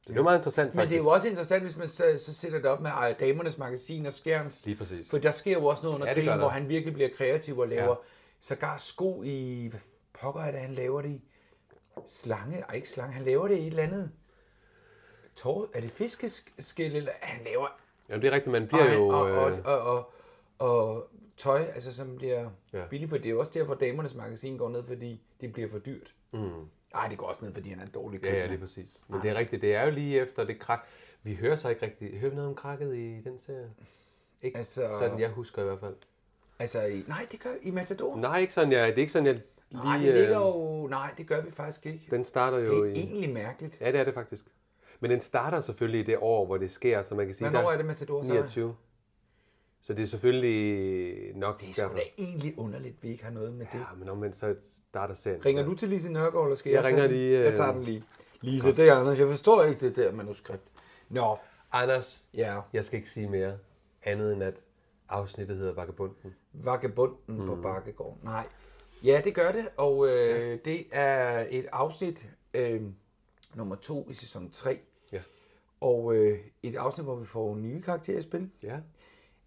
A: Det er jo meget interessant,
B: Men
A: faktisk.
B: det er jo også interessant, hvis man så, så sætter det op med ej, damernes magasin og skærms.
A: Lige præcis.
B: For der sker jo også noget under
A: Ja,
B: ja,
A: det gør
B: krigen,
A: der.
B: hvor han virkelig bliver kreativ og laver
A: Ja.
B: ja. sågar sko i... Hvad pokker er det, han laver det i? Slange? Ej, ikke slange. Han laver det i et eller andet... Tår, er det fiskeskæl, eller han laver...
A: Jamen, det er rigtigt, man
B: Og,
A: bliver jo...
B: og, og,
A: øh,
B: og, og, og, tøj, altså, som bliver
A: Ja.
B: ja. billigt, for det er jo også derfor, damernes magasin går ned, fordi det bliver for dyrt. Mm. Ej, det går også ned, fordi han er en dårlig
A: Ja,
B: købmand.
A: ja, lige præcis. Men det er rigtigt, det er jo lige efter det krak. Vi hører så ikke rigtigt. Hører vi noget om krakket i den serie? Ikke altså...
B: Altså-
A: sådan, jeg husker i hvert fald.
B: Altså, i, nej, det gør i Matador.
A: Nej, ikke sådan, jeg, det er ikke sådan, jeg lige...
B: Nej, det ligger
A: øh,
B: jo... Nej, det gør vi faktisk ikke.
A: Den starter
B: Det er
A: jo i...
B: egentlig mærkeligt.
A: Ja, det er det faktisk. Men den starter selvfølgelig i det år, hvor det sker, så man kan sige,
B: Hvornår
A: der-
B: er det, Matador så er?
A: 29. Så det er selvfølgelig nok
B: Det er sgu da egentlig underligt, vi ikke har noget med det.
A: Ja, men omvendt så starter serien.
B: Ringer du til Lise Nørgaard, eller skal jeg,
A: Jeg ringer
B: tage den?
A: lige, øh,
B: Jeg tager den lige. Lise, det er Anders. Jeg forstår ikke det der manuskript. Nå,
A: Anders,
B: ja.
A: jeg skal ikke sige mere andet end, at afsnittet hedder Hmm. Vagabunden.
B: Vagabunden mm. på Bakkegården. Nej. Ja, det gør det, og øh, det er et afsnit øh, nummer to i sæson 3.
A: Ja.
B: Og øh, et afsnit, hvor vi får nye karakterer i spil.
A: Ja, en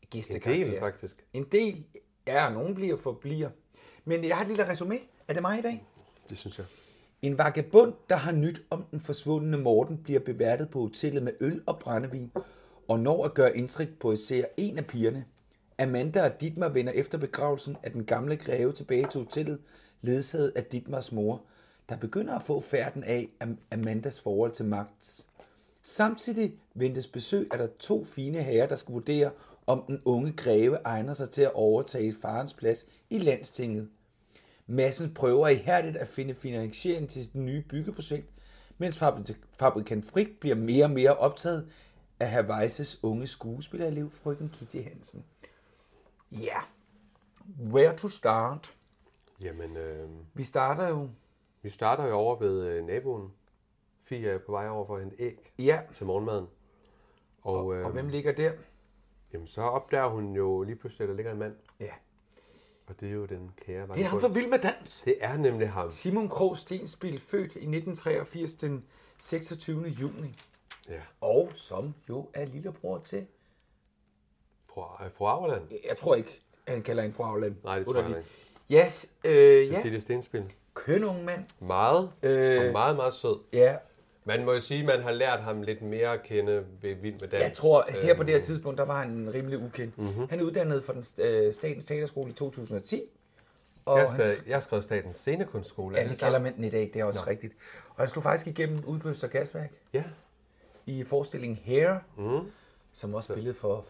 B: Gæstekarakterer.
A: del faktisk.
B: En del er, og nogen bliver og forbliver. Men jeg har et lille resume. Er det mig i dag?
A: Det synes jeg.
B: En vagabond, der har nyt om den forsvundne Morten, bliver beværtet på hotellet med øl og brændevin, og når at gøre indtryk på især en af pigerne. Amanda og Ditmar vender efter begravelsen af den gamle greve tilbage til hotellet, ledsaget af Ditmars mor, der begynder at få færden af Am- Amandas forhold til magt. Samtidig ventes besøg af der to fine herrer, der skal vurdere, om den unge greve egner sig til at overtage farens plads i landstinget. Massen prøver ihærdigt at finde finansiering til det nye byggeprojekt, mens fabrik- fabrikant Frik bliver mere og mere optaget af Havaises unge skuespillerelev, frøken Kitty Hansen. Ja, yeah. where to start?
A: Jamen, øh,
B: Vi starter jo...
A: vi starter jo over ved øh, naboen. Fie er på vej over for at hente æg
B: Ja,
A: til morgenmaden. Og, øh,
B: og hvem ligger der?
A: jamen, så opdager hun jo lige pludselig, at der ligger en mand.
B: Ja,
A: Og det er jo den kære
B: det er ham
A: vagabond.
B: fra Vild med Dans.
A: Det er nemlig ham.
B: Simon Krog Stensbil, født i 1983 den 26. juni.
A: Ja.
B: Og som jo er lillebror til...
A: Fru, øh, fru Auerland.
B: Jeg tror ikke, han kalder hende fra Afland.
A: Nej, det tror jeg
B: Underligt.
A: ikke.
B: Yes, øh, ja.
A: Cecilie Stenspil.
B: Køn unge mand.
A: Meget, øh...
B: Øh.
A: og meget, meget sød.
B: Ja,
A: Man må jo sige, at man har lært ham lidt mere at kende ved Vild med Dans. Øhm,
B: jeg tror, her på
A: Øh.
B: det her tidspunkt, der var han rimelig ukendt.
A: Mhm.
B: Mm-hmm. Han er uddannet fra den, øh, Statens Teaterskole i 2010. Og
A: Jeg,
B: han,
A: har sta- jeg har skrevet Statens Scenekunstskole.
B: ja, det kalder man den i dag, det er også Nå. rigtigt. Og han slog faktisk igennem ude på Øster Gasværk
A: Ja,
B: i forestillingen Hair, mm. som også spillede for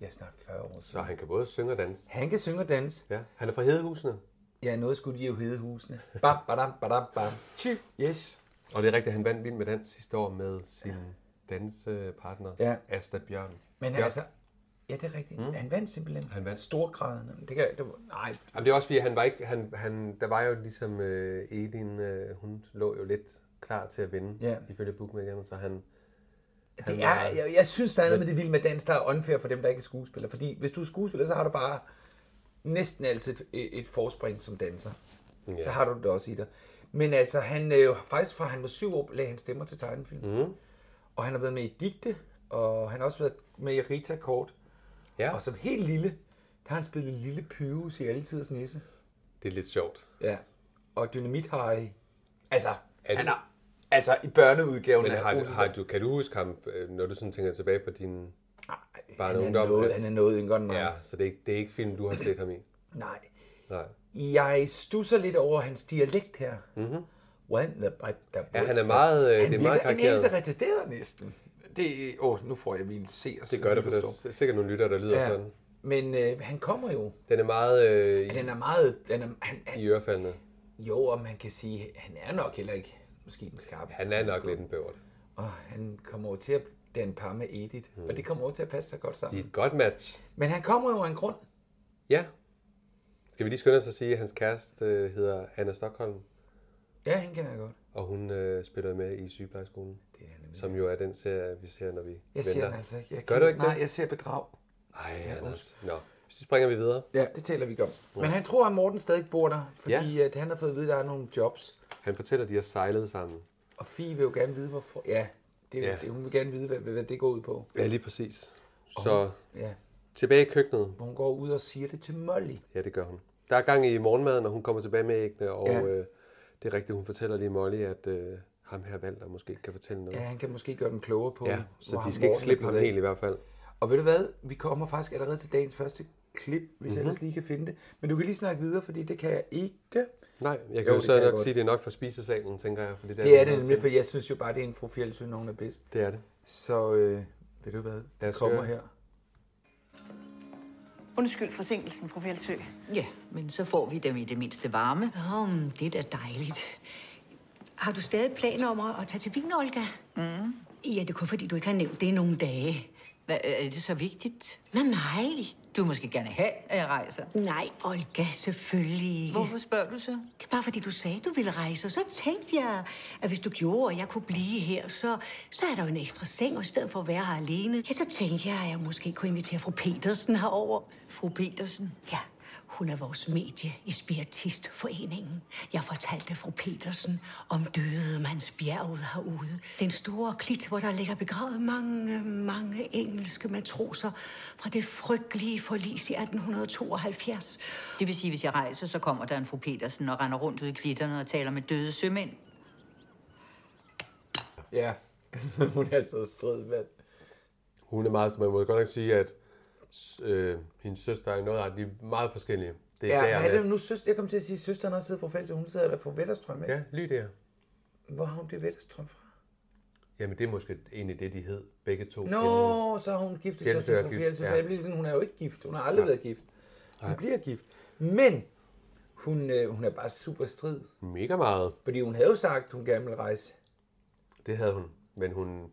B: ja, snart 40 år siden.
A: så han kan både synge og danse.
B: Han kan synge og danse.
A: Ja. Han er fra Hedehusene.
B: Ja, noget skulle de jo hedde husene. Bam, badam, badam, bam. Tjy. Yes.
A: Og det er rigtigt, han vandt Vild med Dans sidste år med sin dansepartner,
B: Ja.
A: Asta Bjørn.
B: Men
A: Ja.
B: ja. altså, ja, det er rigtigt. Mm. Han vandt simpelthen.
A: Han vandt.
B: Storgraden. Det kan, det var, nej,
A: Jamen, det er også fordi, han var ikke, han, han, der var jo ligesom øh, Edin, øh, hun lå jo lidt klar til at vinde,
B: Ja.
A: ifølge bookmakerne, så han... han
B: det er,
A: var-
B: jeg, jeg synes, der er noget med det vilde med dans, der er unfair for dem, der ikke er skuespillere. Fordi hvis du er skuespiller, så har du bare næsten altid et, et forspring som danser. Ja. Så har du det også i dig. Men altså, han øh, faktisk fra han var syv år, lagde han stemmer til tegnefilm.
A: Mhm.
B: Mm. Og han har været med i digte, og han har også været med i Rita Kort.
A: Ja,
B: Og som helt lille, der har han spillet Lille Pyves i alle tiders nisse.
A: det er lidt sjovt.
B: Ja. Og Dynamit har i... Altså,
A: det-
B: han er, altså i børneudgaven
A: Men
B: af
A: har,
B: Olsenbanden.
A: har du, kan du huske ham, øh, når du sådan tænker tilbage på din...
B: Nej,
A: Bare
B: han,
A: en
B: er
A: ungdom,
B: noget,
A: at-
B: han er noget yngre end mig. Ja.
A: Ja, så det er, ikke- det er ikke film, du har set ham i.
B: Nej.
A: Nej.
B: Jeg stusser lidt over hans dialekt her. Mm-hmm. When the, the, the,
A: Ja, han er meget, øh,
B: han
A: det er meget
B: virker en anelse
A: karikeret.
B: retarderet næsten. Det, åh, nu får jeg min C
A: Det gør det, for der er sikkert nogle lytter, der lyder ja.
B: Ja,
A: sådan.
B: men øh, han kommer jo.
A: Den er meget øh, i,
B: Den er meget... Den er, han, han,
A: i ørefaldene.
B: jo, om man kan sige, han er nok heller ikke måske den skarpeste.
A: Han er nok lidt en bøvert.
B: Og han kommer over til at danne par med Edith. Mm. Og det kommer over til at passe sig godt
A: Det
B: sammen.
A: er et godt match.
B: Men han kommer jo af en grund.
A: Ja. Skal vi lige skynde os at sige, at hans kæreste øh, hedder Anna Stockholm,
B: Ja, han kender jeg godt.
A: og hun øh, spiller med i sygeplejeskolen,
B: Det er han nemlig.
A: som jo er den serie, vi ser, når vi
B: Jeg
A: venter.
B: ser den altså ikke. Jeg
A: Gør
B: kan-
A: du ikke
B: Nej,
A: det?
B: jeg ser bedrag.
A: Ej, Anders. Nå, så springer vi videre.
B: Ja, det taler vi ikke om. Men han tror, at Morten stadig bor der, fordi
A: Ja.
B: ja. at han har fået at vide, at der er nogle jobs.
A: Han fortæller, at de har sejlet sammen.
B: Og Fie vil jo gerne vide, hvorfor. Ja, det,
A: Ja.
B: ja. Det, hun vil gerne vide, hvad, hvad det går ud på.
A: Ja, lige præcis. Så
B: Ja.
A: tilbage i køkkenet.
B: Hun går ud og siger det til Molly.
A: Ja, det gør hun. Der er gang i morgenmaden, og hun kommer tilbage med æggene, og ja.
B: Ja.
A: øh, det er rigtigt, hun fortæller lige Molly, at øh, ham her Valder måske kan fortælle noget.
B: Ja,
A: Ja,
B: han kan måske gøre dem klogere på,
A: ja så
B: hvor
A: de
B: ham
A: skal ikke
B: Morten er
A: slippe ham
B: på vej.
A: helt i hvert fald.
B: Og ved du hvad? Vi kommer faktisk allerede til dagens første klip, hvis
A: Mhm.
B: mm-hmm. jeg ellers lige kan finde det. Men du kan lige snakke videre, fordi det kan jeg ikke.
A: Nej, jeg kan
B: Jo,
A: jo, jo
B: det kan
A: så
B: jeg
A: nok
B: godt.
A: sige, at det er nok for spisesalen, tænker jeg. Fordi
B: Det er det
A: noget
B: nemlig,
A: til.
B: for jeg synes jo bare, det er en fru Fjeldsø, hun er bedst.
A: Det er det.
B: Så øh, ved du hvad?
A: Lad
B: Den
A: os
B: kommer
A: høre.
B: her.
C: Undskyld forsinkelsen, fru Fjeldsø.
D: Ja, men så får vi dem i det mindste varme.
E: Åh, oh, det er da dejligt. Har du stadig planer om at- at tage til Wien, Olga? Mm. Ja, det er kun fordi, du ikke har nævnt det i nogle dage.
D: Hva, er det så vigtigt?
E: Nå, nej.
D: Du vil måske gerne have, at jeg rejser.
E: Nej, Olga, selvfølgelig ikke.
D: Hvorfor spørger du så?
E: Det er bare fordi, du sagde, du ville rejse, og så tænkte jeg, at hvis du gjorde, og jeg kunne blive her, så, så er der jo en ekstra seng, og i stedet for at være her alene, ja, så tænkte jeg, at jeg måske kunne invitere fru Petersen herover.
D: Fru Petersen?
E: Ja, hun er vores medie i Spiritistforeningen. Jeg fortalte fru Petersen om døde mands bjerget herude. Den store klit, hvor der ligger begravet mange, mange engelske matroser fra det frygtelige forlis i 1872.
D: Det vil sige, at hvis jeg rejser, så kommer der en fru Petersen og render rundt ude i klitterne og taler med døde sømænd.
B: Ja, [laughs] så hun er så strid, mand.
A: Hun er meget, man må godt nok sige, at s- øh, hendes søster er noget af de er meget forskellige. Det er
B: Ja,
A: der,
B: hvad er det
A: at-
B: nu, søster? Jeg kom til at sige, at søsteren også sidder på feltet. Hun sidder der for Vetterstrøm, ikke?
A: Ja, lige der.
B: Ja. Hvor har hun det Vetterstrøm fra?
A: Jamen, det er måske egentlig det, de hed, begge to.
B: Nå,
A: inden-
B: så har hun giftet
A: Fjeldsted
B: sig til
A: er
B: fru
A: gift,
B: Fjeldsø.
A: ja.
B: Ja. Hun er jo ikke gift. Hun har aldrig ja. været gift. Hun bliver gift. Men hun, øh, hun er bare super strid.
A: Mega meget.
B: Fordi hun havde jo sagt, hun gerne ville rejse.
A: Det havde hun. Men hun,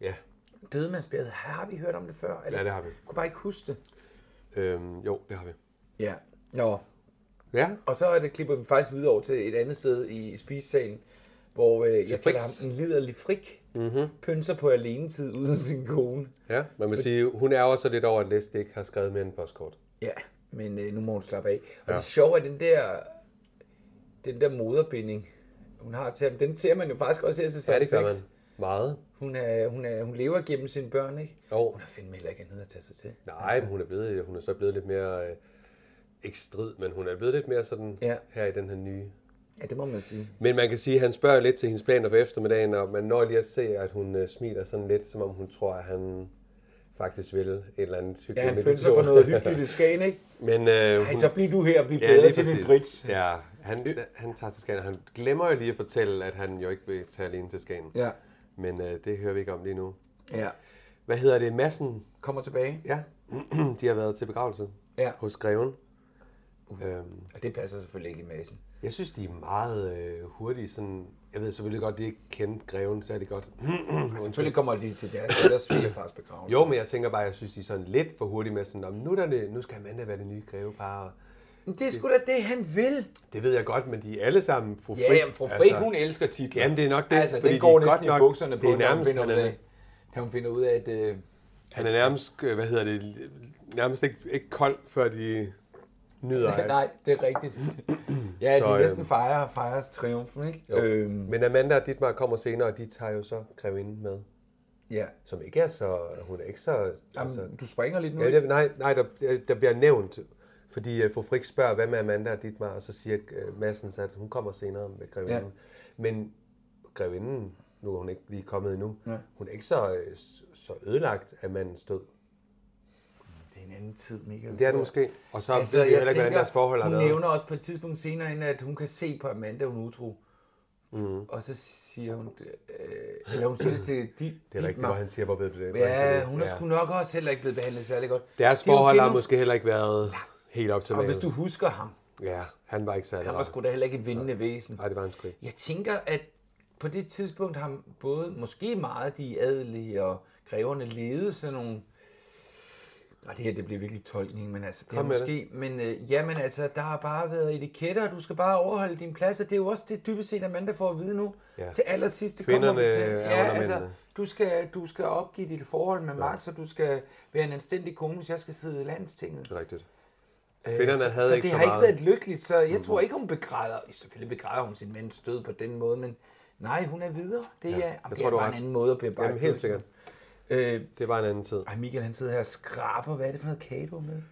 A: ja,
B: Dødemandsbjerget, har vi hørt om det før? Eller?
A: Ja, det har vi.
B: kunne bare ikke huske det.
A: øhm, jo, det har vi.
B: Ja. Nå,
A: Ja,
B: og så er det, klipper vi faktisk videre over til et andet sted i spisesalen, hvor øh, jeg kalder ham
A: Friks.
B: en liderlig frik,
A: Mhm.
B: mm-hmm. pønser på alenetid uden sin kone.
A: ja. Man må sige, hun er også lidt over, at Leslie ikke har skrevet mere end postkort.
B: Ja, men øh, nu må hun slappe af. Og ja. det sjove er den der, den der moderbinding, hun har til ham. Den ser man jo faktisk også her i sæson
A: Ja, det gør
B: 6.
A: man. Meget.
B: Hun, er, hun, er, hun lever gennem sine børn, ikke?
A: Jo.
B: Hun har fandme heller ikke andet at tage sig til. Altså,
A: Nej, men hun er, blevet, hun er så blevet lidt mere øh, ikke strid, men hun er blevet lidt mere sådan
B: Ja.
A: ja. her i den her nye.
B: Ja, det må man
A: [clears throat]
B: sige.
A: Mm. Men man kan sige, at han spørger lidt til hendes planer for eftermiddagen, og man når lige at se, at hun øh, smiler sådan lidt, som om hun tror, at han faktisk vil et eller andet hyggeligt.
B: Ja, han
A: meditation.
B: pynser på
A: [laughs]
B: noget hyggeligt i Skagen, ikke?
A: Men øh,
B: Ej,
A: hun-
B: så bliv du her og bliv bedre
A: lige
B: til din
A: præcis.
B: Brits. Øh.
A: Ja, han, han tager til Skagen. og Han glemmer jo lige at fortælle, at han jo ikke vil tage alene til Skagen.
B: Ja.
A: Men øh, det hører vi ikke om lige nu.
B: Ja.
A: Hvad hedder det? Massen?
B: Kommer tilbage.
A: Ja, [clears throat] de har været til begravelse
B: Ja.
A: hos Greven. Uh. Øhm,
B: Mm-hmm. Og det passer selvfølgelig ikke i massen.
A: jeg synes, de er meget øh, hurtige. Sådan, jeg ved selvfølgelig godt, de ikke kendte Greven særlig godt. [clears throat]
B: Selvfølgelig kommer de til deres, deres svigerfars begravelse.
A: Altså, jo, men jeg tænker bare, jeg synes, de er sådan lidt for hurtige med sådan, "Nå, men nu, er der det, nu skal Amanda være det nye grevepar. og
B: Men det er sgu da det, han vil.
A: Det ved jeg godt, men de er alle sammen fru
B: Ja, jamen, fru Frik, altså, hun elsker titler.
A: Jamen, det er nok det,
B: Altså,
A: fordi
B: den går
A: de er
B: næsten
A: godt
B: i
A: nok-
B: bukserne
A: det
B: på,
A: er
B: når hun
A: nærmest,
B: finder ud
A: han er-
B: af, da hun finder ud af, at... Øh,
A: Han er nærmest, øh, hvad hedder det, nærmest ikke, ikke kold, før de
B: [laughs]
A: nyder af det.
B: nej, det er
A: [clears throat]
B: rigtigt. Ja,
A: Så,
B: de
A: øhm,
B: næsten fejrer, fejrer triumfen, ikke? Jo. Øhm,
A: Men Amanda og Dietmar kommer senere, og de tager jo så grevinden med.
B: ja.
A: Som ikke er så, hun er ikke så... altså,
B: Jamen, du springer lidt nu.
A: ja,
B: ikke?
A: det- nej, nej der, der bliver nævnt, fordi uh, fru Frik spørger, hvad med Amanda og Dietmar, og så siger uh, Massens, at hun kommer senere med grevinden.
B: Ja.
A: Ja. Men grevinden, nu er hun ikke lige kommet endnu,
B: Ja.
A: ja. hun er ikke så, øh, så ødelagt af mandens død.
B: Det er en anden tid, Michael.
A: Det er det måske. Og så altså, ved vi heller ikke, hvordan deres forhold har
B: hun
A: været.
B: nævner også på et tidspunkt senere, inden, at hun kan se på Amanda, hun er utro. Mm. Og så siger hun, det, øh, eller hun siger det til dit,
A: Det er rigtigt, hvor han siger, hvor ved du det? Hvordan kan
B: Ja,
A: du-
B: hun har sgu nok også heller ikke blevet behandlet særlig godt.
A: Deres
B: Det er jo
A: forhold har
B: gennem-
A: måske heller ikke været helt op til
B: Og hvis du husker ham,
A: Ja, han var ikke særlig
B: han var sgu da heller ikke et vindende væsen.
A: Nej, det var han sgu ikke.
B: Jeg tænker, at på det tidspunkt har både måske meget de adelige og greverne levet sådan nogle... Og det her, det bliver virkelig tolkning, men altså, det er
A: Kom med
B: måske... Det. Men øh, jamen altså, der har bare været etiketter, og du skal bare overholde din plads, og det er jo også det dybest set, at man der får at vide nu. Ja.
A: Ja.
B: Til allersidst, det
A: Kvinderne
B: kommer vi til.
A: er
B: Ja,
A: under
B: altså,
A: mændene.
B: du skal, du skal opgive dit forhold med Max, og du skal være en anstændig kone, hvis jeg skal sidde i landstinget. Øh,
A: Det er rigtigt. Kvinderne
B: så,
A: havde
B: så
A: ikke
B: det
A: så
B: har ikke
A: meget. Mhm.
B: været lykkeligt, så jeg tror ikke, hun begræder. Selvfølgelig begræder hun sin mænds død på den måde, men nej, hun er videre. Det er, ja, jamen, det
A: tror,
B: er
A: du har
B: bare en
A: ret.
B: anden måde at bearbejde
A: Jamen, helt
B: følelsen.
A: sikkert.
B: Øh,
A: Det var en anden tid.
B: ej, Michael, han sidder her og skraber. Hvad er det for noget kage, du har med?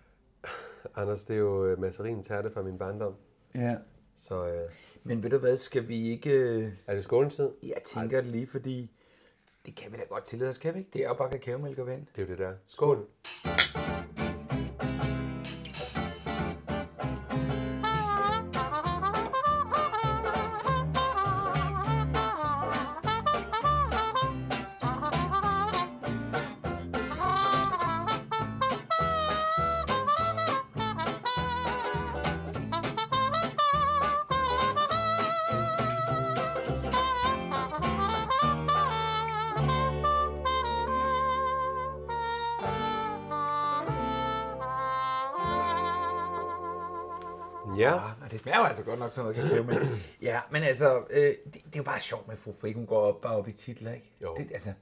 A: Anders, det er jo øh, masserin tærte fra min barndom.
B: Ja.
A: Så øh,
B: Men ved du hvad, skal vi ikke... øh,
A: er det skålentid?
B: Jeg tænker det lige, fordi det kan vi da godt tillade os, kan vi ikke? Det er jo bare kakaomælk og vand.
A: Det er jo det der. Skål. Ja.
B: Ah, og det smager jo altså godt nok sådan noget kakao, men... Ja, men altså, øh, det, det, er jo bare sjovt med fru Frik, hun går op, bare op i titler, ikke?
A: Jo.
B: Det, altså,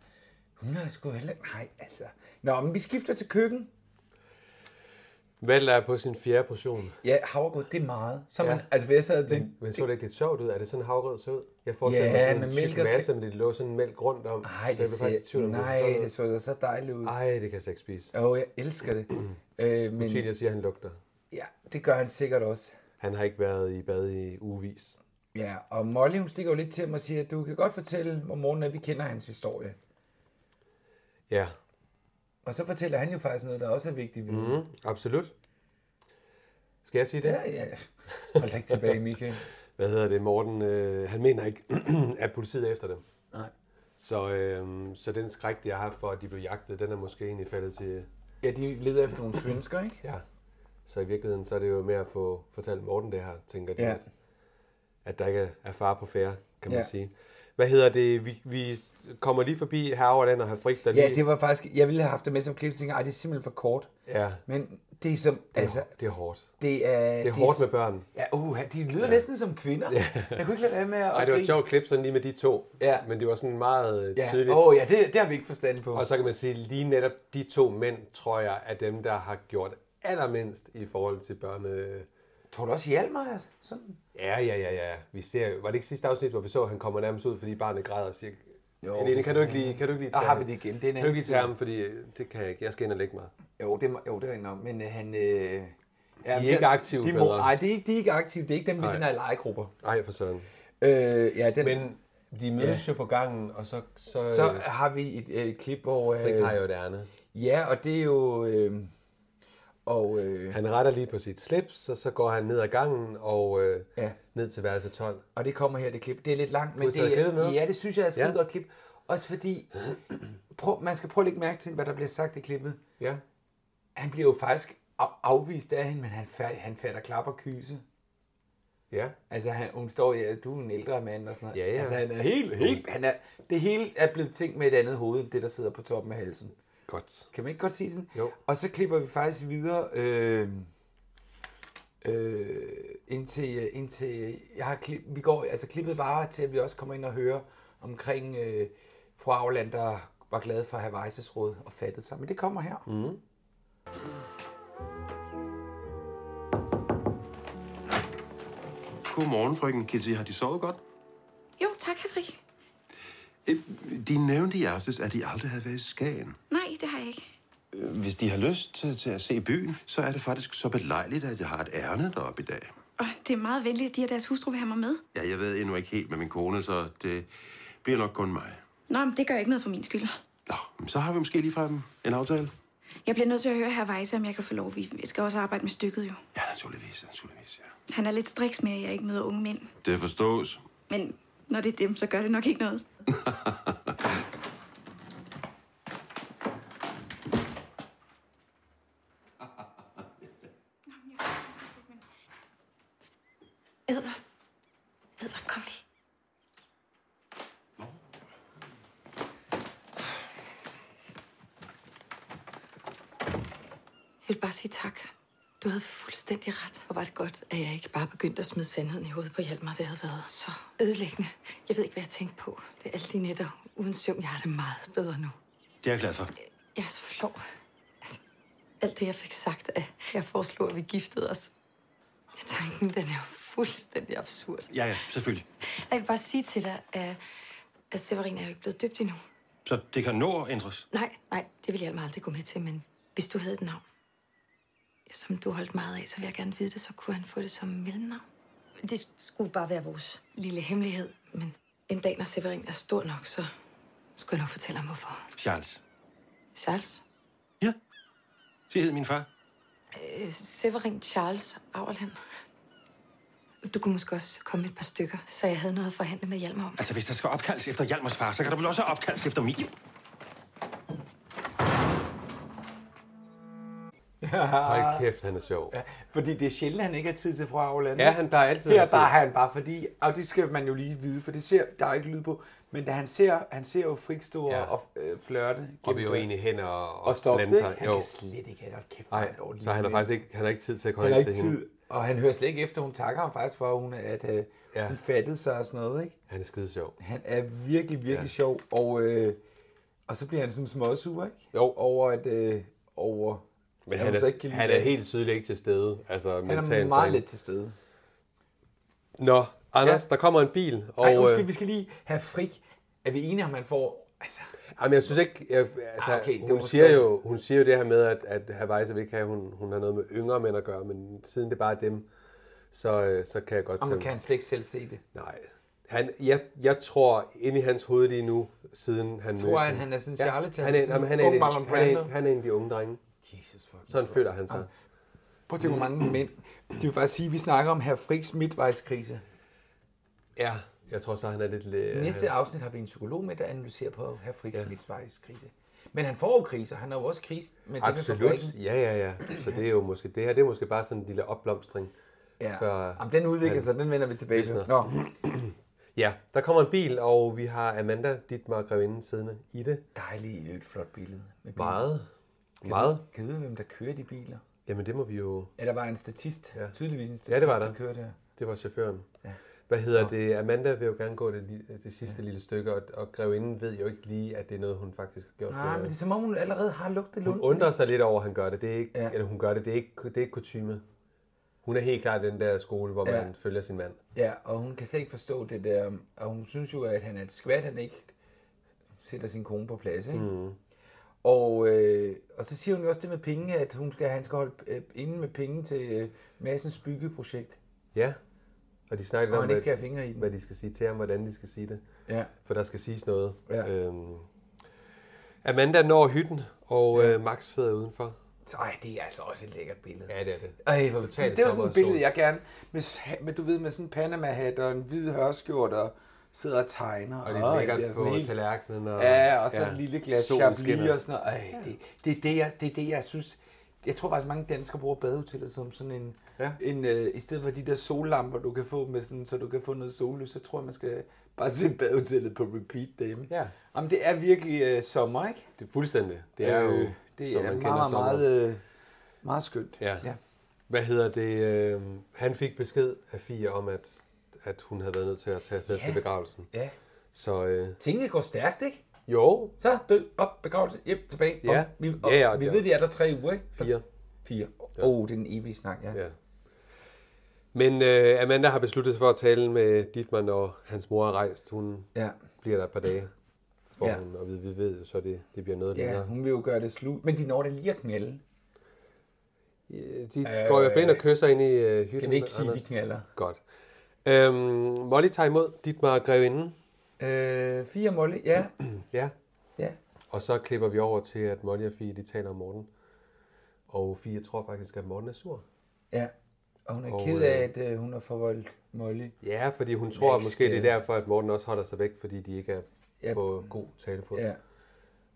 B: hun har sgu heller... Nej, altså... Nå, men vi skifter til køkken.
A: Valg er på sin fjerde portion.
B: Ja, havregrød, det er meget. Så
A: Ja.
B: man, altså, hvis jeg sad og tænkte,
A: Men så det ikke lidt sjovt ud? Er det sådan havrød så ud? Jeg får sådan
B: Ja,
A: en
B: med
A: sådan
B: mælk
A: tyk
B: og
A: masse, men det lå sådan mælk rundt om.
B: nej,
A: så jeg
B: det,
A: blev faktisk i tvivl
B: ser,
A: om, det
B: nej,
A: så sådan ud.
B: det så da så dejligt ud.
A: Ej, det kan jeg slet ikke spise.
B: Åh, oh, jeg elsker
A: [clears throat]
B: det. øh, men
A: Til jeg siger, at han lugter.
B: ja, det gør han sikkert også.
A: Han har ikke været i bad i ugevis.
B: Ja, og Molly, hun stikker jo lidt til mig og siger, at du kan godt fortælle om morgenen, at vi kender hans historie.
A: Ja,
B: Og så fortæller han jo faktisk noget, der også er vigtigt. Mm.
A: mm, absolut. Skal jeg sige det?
B: Ja, ja. Hold da ikke tilbage, Michael.
A: [laughs] hvad hedder det, Morten, øh, han mener ikke, [clears throat] at politiet er efter dem.
B: Nej.
A: Så, øh, så den skræk, de har haft for, at de blev jagtet, den er måske egentlig faldet til,
B: Ja, de leder efter nogle svensker, ikke?
A: ja. Så i virkeligheden, så er det jo mere at få fortalt Morten det her, tænker de,
B: Ja.
A: ja. at, at der ikke er- er far på færre, kan man
B: Ja.
A: ja. sige. Hvad hedder det, vi, vi kommer lige forbi Herreoverland og Havfrik, der lige...
B: Ja, det var faktisk... Jeg ville have haft det med som klip, og tænkte, "Ej, det er simpelthen for kort.
A: ja,
B: Men det er som... Altså,
A: altså, det er hårdt.
B: det er...
A: Det er hårdt med børn.
B: Ja, uh, de lyder ja. næsten som kvinder. Ja. Jeg kunne ikke lade være med at
A: Ej, det var et
B: grine.
A: sjovt klip, sådan lige med de to.
B: Ja.
A: Men det var sådan meget øh, tydeligt.
B: Ja. Åh, oh, ja, det, det har vi ikke forstand på.
A: Og så kan man sige, lige netop de to mænd, tror jeg, er dem, der har gjort allermindst i forhold til børne...
B: tror du også, I mig? Altså? Sådan.
A: Ja, ja, ja, ja. Vi ser, var det ikke sidste afsnit, hvor vi så, at han kommer nærmest ud, fordi barnet græder og siger,
B: Jo,
A: jo, Helene,
B: det
A: kan du ikke lige, kan du ikke lige
B: Der
A: tage
B: har
A: ham?
B: vi det igen. Det er en
A: Kan du
B: anden
A: ikke lige tage ham, fordi øh, det kan jeg ikke. Jeg skal ind og lægge mig.
B: Jo, det, må- jo, det er nok. Men øh, han... Øh, Ja,
A: de er ikke aktive,
B: De må,
A: fædre.
B: nej, de er, ikke, de er ikke aktive. Det er ikke dem, vi
A: Nej.
B: sender i legegrupper.
A: Nej, for søren.
B: Øh, ja, den,
A: Men de mødes ja. jo på gangen, og så, så,
B: så har vi et øh, klip, hvor...
A: Frik har
B: Øh,
A: jo et ærne.
B: ja, og det er jo... Øh, og øh,
A: Han retter lige på sit slips, og så går han ned ad gangen og øh,
B: Ja.
A: ja. ned til værelse 12.
B: Og det kommer her, det klip. Det er lidt langt, men
A: Kunne vi tage
B: det
A: klippet
B: er,
A: med?
B: ja, det synes jeg er et skide
A: Ja.
B: godt klip. Også fordi, prøv, man skal prøve at lægge mærke til, hvad der bliver sagt i klippet.
A: Ja.
B: Han bliver jo faktisk af- afvist af hende, men han, fa- han fatter klap og kyse.
A: Ja.
B: Altså, han, hun står, ja, du er en ældre mand og sådan noget.
A: Ja, ja.
B: Altså, han er helt, helt, han er, det hele er blevet ting med et andet hoved, end det, der sidder på toppen af halsen.
A: Godt.
B: Kan man ikke godt sige sådan?
A: Jo.
B: Og så klipper vi faktisk videre øh, øh, indtil, indtil jeg har klip, vi går, altså klippet varer til, at vi også kommer ind og hører omkring øh, fru Auland, der var glad for at have Weisses råd og fattede sig. Men det kommer her. Mm.
F: Godmorgen, frøken Kitty. Har de sovet godt?
G: Jo, tak, herr Frik.
F: Øh, De nævnte i aftes, at de aldrig havde været i Skagen.
G: Nej, det har jeg ikke.
F: Øh, Hvis de har lyst til, til at se byen, så er det faktisk så belejligt, at jeg har et ærne deroppe i dag.
G: Og det er meget venligt, at de og deres hustru vil have mig med.
F: Ja, jeg ved endnu ikke helt med min kone, så det bliver nok kun mig.
G: Nå, men det gør ikke noget for min skyld.
F: Nå, men så har vi måske ligefrem en aftale.
G: Jeg bliver nødt til at høre herr Weisse, om jeg kan få lov. Vi vi skal også arbejde med stykket jo.
F: Ja, naturligvis, naturligvis, ja.
G: Han er lidt striks med, at jeg ikke møder unge mænd.
F: Det forstås.
G: Men når det er dem, så gør det nok ikke noget. Edvard. Edvard, kom lige.
H: Jeg vil bare sige tak. Du havde fuldstændig ret. Og var det godt, at jeg ikke bare begyndte at smide sandheden i hovedet på Hjalmar. Det havde været så ødelæggende. Jeg ved ikke, hvad jeg tænkte på. Det er alle de nætter uden søvn. Jeg har det meget bedre nu.
F: Det er jeg glad for.
H: Jeg er så flov. Altså, alt det, jeg fik sagt, at jeg foreslog, at vi giftede os. Ja, tanken, den er jo fuldstændig absurd.
F: Ja, ja, selvfølgelig.
H: Jeg vil bare sige til dig, at, at Severin er jo ikke blevet døbt endnu.
F: Så det kan nå at ændres.
H: Nej, nej, det ville Hjalmar aldrig gå med til, men hvis du havde et navn, som du holdt meget af, så vil jeg gerne vide det, så kunne han få det som mellemnavn.
I: Det skulle bare være vores.
H: lille hemmelighed, men en dag, når Severin er stor nok, så skulle jeg nok fortælle ham, hvorfor.
F: Charles.
H: Charles?
F: Ja. Det hed min far.
H: Øh, Severin Charles Auerland. Du kunne måske også komme med et par stykker, så jeg havde noget at forhandle med Hjalmar om.
F: Altså, hvis der skal opkaldes efter Hjalmars far, så kan der vel også opkaldes efter min.
A: [laughs] Hold kæft, han er sjov. Ja,
B: Fordi det er sjældent, han ikke har tid til fru Auland.
A: ja han plejer altid at
B: Her
A: have
B: der
A: tid.
B: er han bare, fordi, og det skal man jo lige vide, for det ser, der er ikke lyd på, men da han ser, han ser jo Frik stå ja.
A: Ja.
B: og øh, flørte.
A: Og
B: gennem
A: vi er jo
B: døren.
A: egentlig hen og, og,
B: og stoppe
A: blande
B: det. ikke?
A: sig.
B: Han
A: Jo.
B: kan slet ikke have det. Hold Kæft, hvor
A: Nej,
B: et ordentligt
A: så han har
B: menneske.
A: faktisk ikke, han har ikke tid til at
B: han
A: komme
B: har
A: ind til
B: ikke
A: hende.
B: tid. Og han hører slet ikke efter, hun takker ham faktisk for, at hun, at, øh, ja.
A: Ja.
B: hun fattede sig og sådan noget. Ikke?
A: Han er skide sjov.
B: Han er virkelig, virkelig ja. sjov. Og, øh, og så bliver han sådan småsur, ikke?
A: Jo.
B: Over at... Øh, over,
A: Men
B: at
A: han
B: hun så ikke
A: er,
B: kan lide
A: han er
B: det.
A: helt tydeligt ikke til stede. Altså,
B: han
A: mentalt
B: er meget
A: derinde.
B: lidt til stede.
A: Nå, Anders,
B: Ja.
A: ja. der kommer en bil. Og,
B: Og, Ej, undskyld,
A: øh,
B: vi skal lige have frik. Er vi enige om, han får... Altså,
A: Jamen, jeg synes ikke... Jeg, altså,
B: Ah, okay, det
A: okay,
B: var
A: hun,
B: måske-
A: siger jo, hun siger jo det her med, at, at herr Weisse vil ikke have, at hun, hun har noget med yngre mænd at gøre, men siden det bare er dem, så, øh, så kan jeg godt
B: om
A: se...
B: man kan han slet ikke selv se det.
A: Nej. Han, jeg, jeg tror, inde i hans hoved lige nu, siden han
B: Tror
A: mødte
B: han,
A: hende-
B: han er sådan en charlatan,
A: Han er,
B: sådan
A: jamen, han, er,
B: ung
A: en-
B: Marlon
A: han, er, en-
B: Brando?
A: han er en af de unge drenge.
B: Jesus fucking
A: Sådan føler han sig.
B: Prøv at tænke, hvor
A: Mm.
B: mange mænd. Det vil faktisk sige, at vi snakker om herr Friks midtvejskrise.
A: Ja. Jeg tror så, han er lidt... øh,
B: Næste afsnit har vi en psykolog med, der analyserer på herr Friks ja. midtvejskrise. Men han får jo kriser. Han har jo også kris med det med
A: Absolut.
B: fabrikken.
A: Ja, ja, ja. Så det er jo måske... Det her det er måske bare sådan en lille opblomstring.
B: Ja.
A: Før-
B: Jamen, den udvikler sig, den vender vi tilbage til.
A: Visner.
B: Nå,
A: [clears throat] Ja, der kommer en bil, og vi har Amanda, Dietmar Grevinde, siddende i det.
B: dejligt et flot billede. Med biler.
A: Meget. Meget.
B: Kan du vide, hvem der kører de biler?
A: Jamen, det må vi jo...
B: Ja, der var en statist. Ja. Tydeligvis en statist,
A: Ja, det var
B: der.
A: der.
B: kørte her.
A: Det var chaufføren. Ja. Hvad hedder det? Amanda vil jo gerne gå det, li- det sidste ja. lille stykke, og, og grevinden ved jo ikke lige, at det er noget, hun faktisk har gjort.
B: Nej, men det er som om, hun allerede har lugtet
A: hun
B: lunden.
A: undrer sig lidt over, at han gør det. det er ikke,
B: Ja.
A: ja. Eller hun gør det. Det er ikke, det er ikke kutume. Hun er helt klart den der skole, hvor
B: Ja.
A: ja. man følger sin mand.
B: Ja, og hun kan slet ikke forstå det der, og hun synes jo, at han er et skvat, han ikke sætter sin kone på plads, ikke? Mm. Og, øh, og så siger hun jo også det med penge, at hun skal, han skal holde øh, inde med penge til øh, Massens byggeprojekt.
A: Ja. Og de snakker
B: Og
A: om,
B: han ikke
A: hvad,
B: skal have fingre i den.
A: hvad de skal sige til ham, hvordan de skal sige det.
B: Ja.
A: For der skal siges noget.
B: Ja.
A: Øhm, Amanda når hytten, og ja. øh, Max sidder udenfor.
B: Så, ej, det er altså også et lækkert billede.
A: Ja, det er det.
B: Ej, hvor, så,
A: Totalt
B: det var sådan et
A: sommersol.
B: billede, jeg gerne... Med, s- med, du ved, med sådan en Panama-hat og en hvid hørskjorte og sidder og tegner.
A: Og det
B: Åh,
A: er
B: bliver
A: lækkert
B: sådan
A: på
B: helt-
A: tallerkenen. Og,
B: Ja, og så ja. et lille glas
A: Solen
B: Chablis
A: skinner.
B: og sådan noget. Ej, det, det, er det, jeg, det er det, jeg synes... Jeg tror faktisk, mange danskere bruger badehotellet som sådan en...
A: Ja.
B: en øh, I stedet for de der sollamper, du kan få med sådan, så du kan få noget sollys, så tror jeg, man skal bare se badehotellet på repeat derhjemme.
A: Ja.
B: Jamen, det er virkelig øh, sommer, ikke?
A: Det er fuldstændig. Det er jo,
B: Øh, det
A: som
B: er
A: man
B: meget,
A: kender
B: meget,
A: sommeren.
B: meget, øh, meget skønt.
A: Ja.
B: ja.
A: ja. Hvad hedder det? Øh, han fik besked af Fie om, at, at hun havde været nødt til at tage afsted
B: Ja.
A: til begravelsen.
B: Ja.
A: Så øh,
B: Tingene går stærkt, ikke?
A: jo,
B: Så død, op, begravelse, hjem, tilbage.
A: Ja.
B: Op. Vi, op.
A: Ja, ja,
B: vi
A: det-
B: ved, de er der tre uger, ikke?
A: fire.
B: Fire. Åh, oh, det er den evige snak, ja.
A: Ja. Men øh, Amanda har besluttet sig for at tale med Dietmann, når hans mor er rejst. Hun
B: Ja.
A: bliver der et par dage, for
B: Ja.
A: ja. hun, og vi, vi ved jo så, det, det bliver noget
B: ja,
A: længere.
B: hun vil jo gøre det slut. Men de når det lige at knælde.
A: Ja, de Øh, går jo ind og kysser ind i øh, hytten.
B: Skal vi ikke sige, at de
A: Anders?
B: knalder?
A: Godt. Øhm, Molly tager imod Dietmar og grevinden.
B: Øh, fire Molly, ja.
A: [clears throat] Ja.
B: ja.
A: Og så klipper vi over til, at Molly og Fie, de taler om Morten. Og Fie tror faktisk, at Morten er sur.
B: Ja. Og hun er
A: Og,
B: ked
A: øh,
B: af, at øh, hun har forvoldt Molly.
A: Ja, fordi hun tror
B: ikke
A: måske, det er
B: skal-
A: derfor, at Morten også holder sig væk, fordi de ikke er
B: Ja.
A: på god talefod.
B: Ja.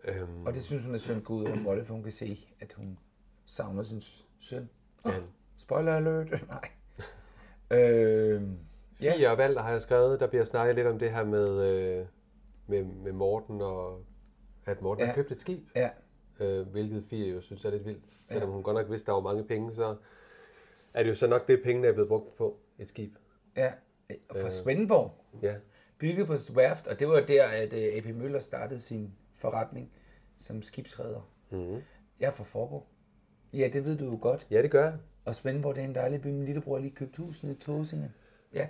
A: Øhm,
B: Og det synes hun er synd gået over Molly, for hun kan se, at hun savner sin s- søn.
A: ja.
B: Spoiler alert. [laughs] Nej. øh, ja.
A: Fie og Valter har jeg skrevet, der bliver snakket lidt om det her med, øh, med, med Morten, og at Morten ja.
B: Ja.
A: har købt et skib.
B: ja.
A: øh, hvilket Fie jo synes er lidt vildt. Selvom ja. hun godt nok vidste, der var mange penge, så er det jo så nok det, pengene er blevet brugt på et skib.
B: Ja. Og Fra Svendborg.
A: Øh, Ja,
B: Bygget på Swerft, og det var jo der, at øh, AP Møller startede sin forretning som skibsredder. Mm-hmm. Jeg er fra Forborg. Ja, det ved du jo godt.
A: Mhm. ja det gør jeg.
B: Og Svendborg, det er en dejlig by. Min lillebror har lige købt hus nede i Tåsinge. Ja.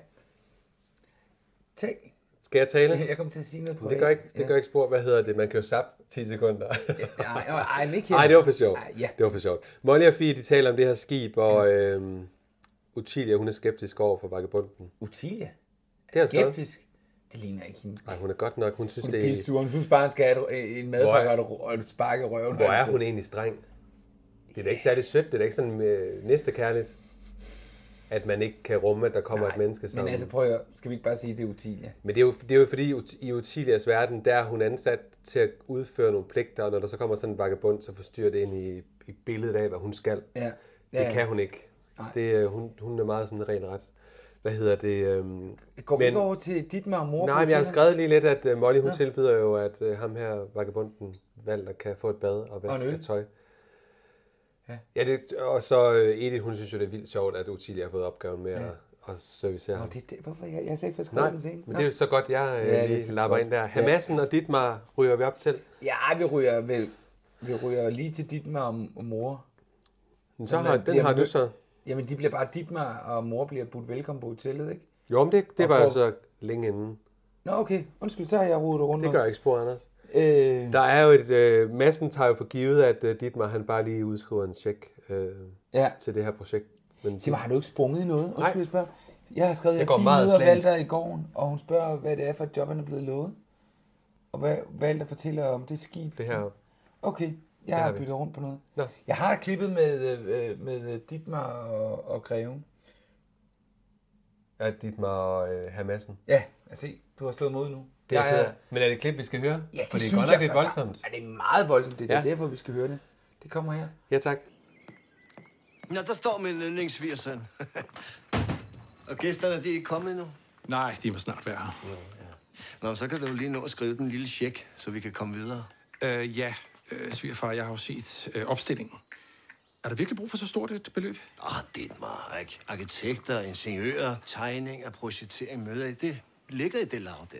B: Tænk.
A: Skal jeg tale?
B: Jeg kommer til at sige noget privat.
A: Det gør ikke, det
B: Ja.
A: gør ikke spor. Hvad hedder det? Man kan jo zap 10 sekunder.
B: Ej, ej, ej, men ikke her.
A: Nej, det var for sjovt.
B: Ej, ja.
A: Det var for sjovt. Molly og Fie, de taler om det her skib, og øhm, Utilia, hun er skeptisk over for vagabunden.
B: Utilia.
A: Det er skeptisk.
B: Skeptisk. Det ligner ikke hende.
A: Nej, hun er godt nok. Hun synes,
B: Hun er
A: det er...
B: pissur. Hun synes bare, han skal have et- øh, en madpakke
A: Hvor er-
B: og et- og et spark i røven. Altså,
A: Hvor er hun egentlig streng? Det er da ikke særlig sødt. Det er da ikke sådan øh, næstekærligt, at man ikke kan rumme, at der kommer et menneske som...
B: Men altså prøv at høre. skal vi ikke bare sige, at det er Utilia?
A: Men det er jo, det er jo fordi, ut- i Utilias verden, der er hun ansat til at udføre nogle pligter, og når der så kommer sådan en vagabond, så forstyrrer det ind i, i billedet af, hvad hun skal.
B: Ja.
A: Det kan hun ikke. Det, øh, hun, hun er meget sådan ren ret. Hvad hedder det? Øhm,
B: Går vi
A: men-
B: ikke over til dit med og mor?
A: Nej, men jeg har
B: Utilia?
A: skrevet lige lidt, at øh, Molly hun ja. tilbyder jo, at øh, ham her vagabunden Valder kan få et bad og
B: Og en
A: vaske
B: øl.
A: og tøj. Ja. ja det, og så øh, Edith, hun synes jo, det er vildt sjovt, at Utilia har fået opgaven med ja. at, at servicere
B: Nå,
A: ham.
B: det er det. Hvorfor? Jeg, jeg sagde først
A: Nej,
B: skrevet den scene.
A: men det er jo så godt, jeg
B: Ja, det er
A: ja, lige
B: så
A: lapper
B: godt.
A: ind der.
B: Ja.
A: Hamassen og Ditmar ryger vi op til.
B: Ja, vi ryger vel. Vi ryger lige til dit med og og mor.
A: Men så
B: Men
A: har,
B: man
A: den
B: bliver
A: har du
B: mødt-
A: så.
B: Jamen, de bliver bare dit med og mor bliver budt velkommen på hotellet, ikke?
A: Jo, men det, det var
B: får-
A: altså længe inden.
B: Nå, okay. Undskyld, så har jeg rodet rundt.
A: Det gør ikke spor, Anders.
B: Øh,
A: Der er jo et... Øh, massen tager jo for givet, at øh, Ditmar han bare lige udskriver en check øh,
B: ja.
A: til det her projekt. Men
B: Sig mig, har du ikke sprunget i noget?
A: Nej.
B: Undskyld, jeg spørger. Jeg har skrevet, at jeg
A: går
B: fik
A: meget
B: møder
A: slavisk.
B: Valter i gården, og hun spørger, hvad det er for et job, han er blevet lovet. Og hvad Valter fortæller om det skib.
A: det her...
B: Okay, jeg har,
A: har
B: har
A: vi.
B: byttet rundt på noget.
A: Nå.
B: Jeg har klippet med, øh, øh, med øh, Dietmar og, og Greven.
A: At Ditmar og øh, Hamassen.
B: Ja, lad os se. Du har slået mod nu.
A: Det er
B: Jeg
A: jeg, Men er det et klip, vi skal høre?
B: Ja, det,
A: For det er
B: synes
A: godt
B: jeg
A: nok lidt
B: faktisk-
A: voldsomt.
B: Ja, det er meget voldsomt. Det er
A: Ja.
B: derfor, vi skal høre det. Det kommer her.
A: Ja, tak.
J: Nå, der står min yndlingsvirsøn. [laughs] og gæsterne, de er ikke kommet endnu.
K: Nej, de må snart være her.
J: Mm, Nå, så kan du jo lige nå at skrive den lille check, så vi kan komme videre.
K: Øh, ja, øh, svigerfar, jeg har jo set øh, opstillingen. Er der virkelig brug for så stort et beløb?
J: Ah, det er meget, ikke? Arkitekter, ingeniører, tegning og projektering møder i det. Ligger i det lav der.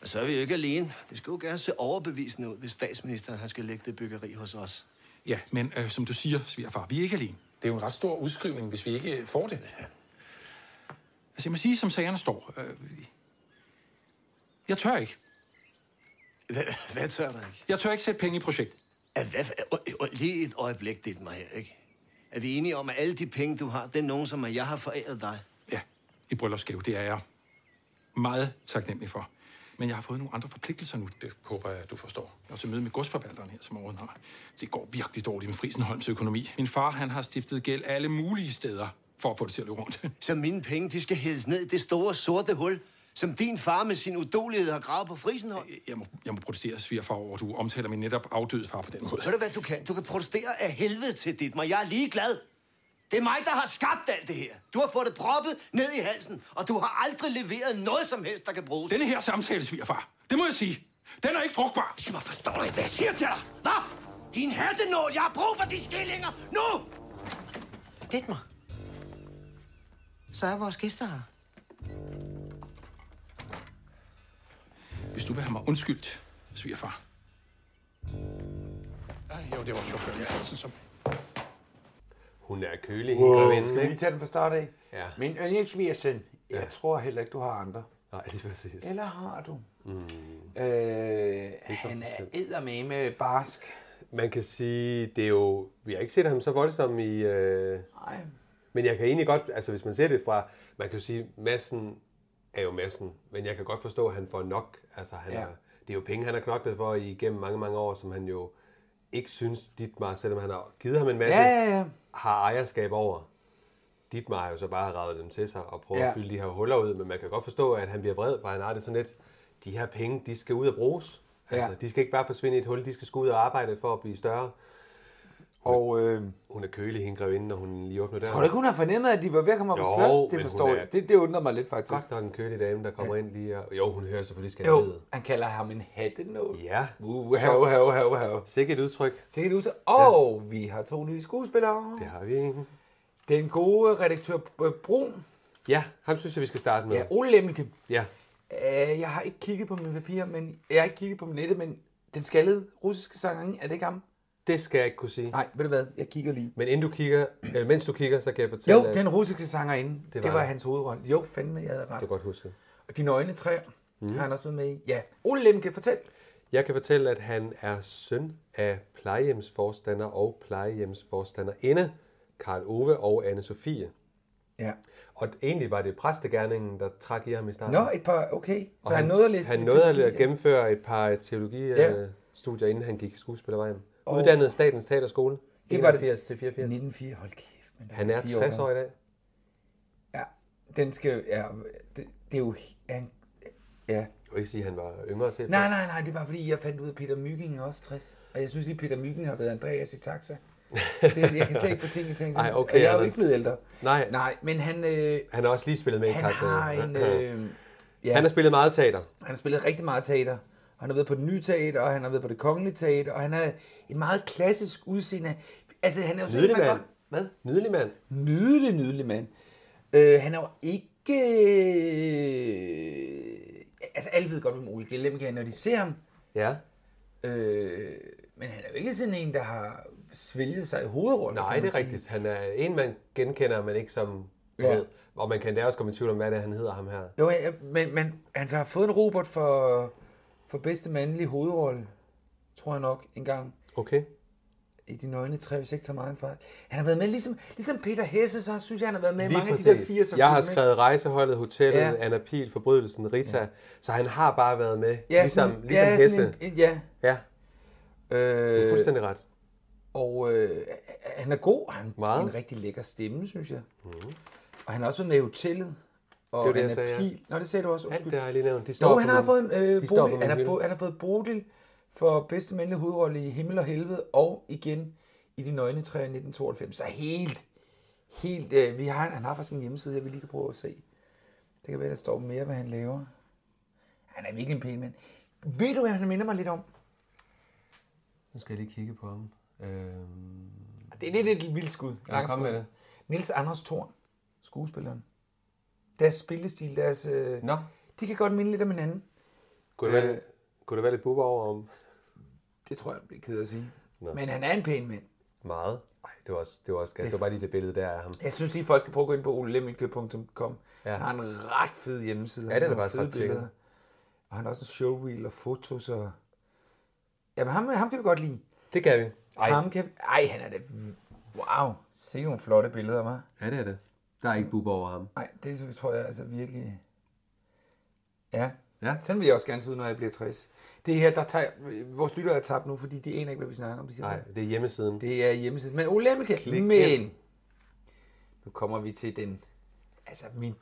J: Og så er vi jo ikke alene. Det skulle jo gerne se overbevisende ud, hvis statsministeren han skal lægge det byggeri hos os.
K: Ja, men øh, som du siger, svigerfar, vi er ikke alene. Det er jo en ret stor udskrivning, hvis vi ikke øh, får det. Altså, jeg må sige, som sagerne står. Øh, jeg tør ikke.
J: Hvad, hvad tør der ikke?
K: Jeg tør ikke sætte penge i projekt.
J: At, hvad, og- og- lige et øjeblik, det mig her, ikke? Er vi enige om, at alle de penge, du har, det er nogen, som jeg har foræret dig?
K: Ja, i bryllupsgave, det er jeg meget taknemmelig for. Men jeg har fået nogle andre forpligtelser nu, det håber jeg, du forstår. Jeg er til møde med godsforvalteren her, som overhovedet har. Det går virkelig dårligt med Frisenholms økonomi. Min far, han har stiftet gæld alle mulige steder for at få det til at løbe rundt.
J: Så mine penge, de skal hældes ned i det store sorte hul, som din far med sin udolighed har gravet på Frisenholm.
K: Jeg må, jeg må protestere, svigerfar, over at du omtaler min netop afdøde far på den måde.
J: Ved du hvad du kan? Du kan protestere af helvede til dit mig. Jeg er ligeglad. Det er mig, der har skabt alt det her. Du har fået det proppet ned i halsen, og du har aldrig leveret noget som helst, der kan bruges.
K: Denne her samtale, svigerfar, det må jeg sige, den er ikke frugtbar.
J: Sig mig, forstår du ikke, hvad jeg siger til dig? Hvad? Din hattenål, jeg har brug for de skillinger, nu!
L: Dittmar. Så er vores gæster her.
K: Hvis du vil have mig undskyldt, svigerfar. Ah, jo, det var chaufføren, jeg havde som...
A: Hun er kølig, hende grevinden,
B: Skal vi
A: ikke?
B: lige tage den fra start af?
A: Ja.
B: Min yndlingsvirsen, jeg tror heller ikke, du har andre.
A: Nej, lige præcis.
B: Eller har du?
A: Mm.
B: Øh, han er eddermame barsk.
A: Man kan sige, det er jo... Vi har ikke set ham så voldsom i... Øh...
B: Nej.
A: Men jeg kan egentlig godt... Altså, hvis man ser det fra... Man kan jo sige, massen er jo massen. Men jeg kan godt forstå, at han får nok. Altså, han
B: Ja.
A: ja. er, det er jo penge, han har knoklet for igennem mange, mange år, som han jo ikke synes, Ditmar, selvom han har givet ham en masse,
B: Ja, ja, ja.
A: har ejerskab over. Ditmar har jo så bare ravet dem til sig og prøvet ja.
B: Ja.
A: at fylde de her huller ud, men man kan godt forstå, at han bliver vred, for han har det sådan lidt, de her penge, de skal ud og bruges. Altså,
B: Ja.
A: de skal ikke bare forsvinde i et hul, de skal skulle ud og arbejde for at blive større.
B: Og øh,
A: hun er kølig, hende grevinde, når hun lige åbner døren.
B: Tror du ikke, hun har fornemmet, at de var ved at komme op og
A: Jo,
B: slås?
A: men
B: Det forstår
A: hun er-
B: jeg. Det, det undrer mig lidt, faktisk.
A: Godt nok en kølig dame, der kommer ind lige og... Jo, hun hører selvfølgelig skal
B: Jo, han kalder ham en hattenål.
A: Ja.
B: Uha, uha, uha, uha.
A: Sikke et udtryk.
B: Sikke et udtryk. Og ja. vi har to nye skuespillere.
A: Det har vi.
B: Den gode redaktør øh, Brun.
A: Ja, ham synes jeg, vi skal starte med.
B: Ja, Ole Lemke.
A: Ja.
B: Øh, jeg har ikke kigget på mine papirer, men jeg har ikke kigget på nettet, men den skaldede russiske sangerinde, er det ikke ham?
A: Det skal jeg ikke kunne sige.
B: Nej, ved du hvad, jeg kigger lige.
A: Men inden du kigger, øh, mens du kigger, så kan jeg fortælle...
B: Jo, den russiske sangerinde, det var, det var
A: det.
B: hans hovedrolle. Jo, fandme, jeg havde ret.
A: Du godt huske.
B: Og de nøgne træer
A: Mm.
B: mm. har han også været med i. Ja, Ole Lemke, fortæl.
A: Jeg kan fortælle, at han er søn af plejehjemsforstander og plejehjemsforstanderinde, Karl Ove og anne Sofie.
B: Ja.
A: Og egentlig var det præstegærningen, der trak i ham i starten.
B: Nå, et par, okay. Så
A: Og
B: han, han nåede at læse
A: Han
B: lidt
A: nåede at
B: teologi,
A: læ- gennemføre et par teologistudier,
B: Ja.
A: ja. studier, inden han gik i skuespillervejen.
B: Og-
A: Og... Uddannet Statens Teaterskole.
B: Det var det.
A: 81 til 84.
B: 1904, hold kæft. Men der
A: Han er
B: fire
A: 60 år i dag.
B: Ja, den skal ja, det, det er jo... Han, ja.
A: Du kan ikke sige, at han var yngre at se på.
B: nej, nej, nej, det er bare fordi, jeg fandt ud af, at Peter Mygind er også 60. Og jeg synes lige, Peter Mygind har været Andreas i
A: [laughs]
B: taxa. Det, jeg kan slet ikke få ting i ting.
A: Ej, okay,
B: og jeg er jo
A: Anders.
B: ikke blevet ældre.
A: Nej.
B: Nej, men han... Øh,
A: Han har også lige spillet med i
B: Han
A: Taxa.
B: har en, øh, ja.
A: ja. Han har spillet meget teater.
B: Han har spillet rigtig meget teater. Han har været på det nye teater, og han har været på det kongelige teater, og han har et meget klassisk udseende. Altså, han er jo sådan,
A: Nydelig
B: en, man
A: mand.
B: godt- Hvad?
A: Nydelig mand.
B: Nydelig, nydelig mand. Øh, han er jo ikke... Øh, altså, alle ved godt, hvem Ole Gjellemke er, når de ser ham.
A: Ja.
B: Øh, men han er jo ikke sådan en, der har svælget sig i hovedrollen.
A: Nej,
B: kan man
A: det er
B: sige.
A: rigtigt. Han er en, man genkender, men ikke som
B: Ja.
A: ja. ved. Og man kan da også komme i tvivl om, hvad det er, han hedder ham her.
B: Jo, ja, ja, men, men han har fået en Robert for, for bedste mandlige hovedrolle, tror jeg nok, en gang.
A: Okay.
B: I de nøgne træ, hvis jeg ikke tager meget fejl. Han har været med, ligesom, ligesom Peter Hesse, så synes jeg, han har været med i mange af de der 80'er
A: Jeg har
B: film, ikke?
A: skrevet Rejseholdet, Hotellet,
B: Ja.
A: ja. Anna Pil, Forbrydelsen, Rita. Ja. Så han har bare været med.
B: Ja,
A: ligesom,
B: sådan-
A: ligesom
B: ja,
A: Hesse.
B: sådan en- en- ja.
A: ja.
B: Øh,
A: Du er fuldstændig ret.
B: Og øh, han er god, og han har
A: Meget.
B: en rigtig lækker stemme, synes jeg. Mm. Og han har også været med i hotellet. Og
A: Det var det, jeg
B: Anna
A: sagde, ja.
B: Pihl. Nå, det sagde du også.
A: Alt
B: undskyld.
A: det har jeg lige nævnt. De står
B: jo,
A: på
B: han har
A: min-
B: fået, en, øh,
A: de står på
B: Bodil,
A: min
B: han, har,
A: hylde.
B: bo- han har fået Bodil for bedste mandlige hovedrolle i Himmel og Helvede, og igen i De Nøgne Træer i 1992. Så helt, helt, øh, vi har, han har faktisk en hjemmeside, jeg vil lige kan prøve at se. Det kan være, der står mere, hvad han laver. Han er virkelig en pæn mand. Ved du, hvad han minder mig lidt om?
A: Nu skal jeg lige kigge på ham. Øhm...
B: Det er lidt et vildt skud.
A: Ja,
B: Langt
A: kom
B: skud.
A: med det.
B: Niels Anders Thorn, skuespilleren. Deres spillestil, deres... Øh,
A: Nå.
B: De kan godt minde lidt om hinanden.
A: Kunne, det være, kunne det være lidt bubber over om?
B: Det tror jeg, jeg bliver ked af at sige.
A: Nå.
B: Men han er en pæn mand.
A: Meget. Ej, det var også, det var også
B: Det-
A: det... det var bare lige det billede der af ham.
B: Jeg synes lige, folk skal prøve at gå ind på olelemmike.com. Ja.
A: Ja.
B: Han har en ret fed hjemmeside.
A: Ja, den er
B: Han har
A: faktisk
B: fede
A: ret tjekket.
B: billeder. Og han har også en showreel og fotos. Og... Jamen, ham, ham kan vi godt lide.
A: Det kan vi.
B: Ej. Ham kan... Ej, han er det. Wow. Se nogle flotte billeder, hva'?
A: Ja, det er det. Der er ikke buber over ham.
B: Nej, det tror jeg altså virkelig... Ja.
A: ja.
B: Sådan vil jeg også gerne se ud, når jeg bliver 60. Det her, der tager... Vores lyttere er tabt nu, fordi de aner ikke, hvad vi snakker om. De siger,
A: Nej, det er hjemmesiden.
B: Det er hjemmesiden. Men Ole Lemke,
A: Klik
B: men...
A: ind.
B: Nu kommer vi til den... Altså, min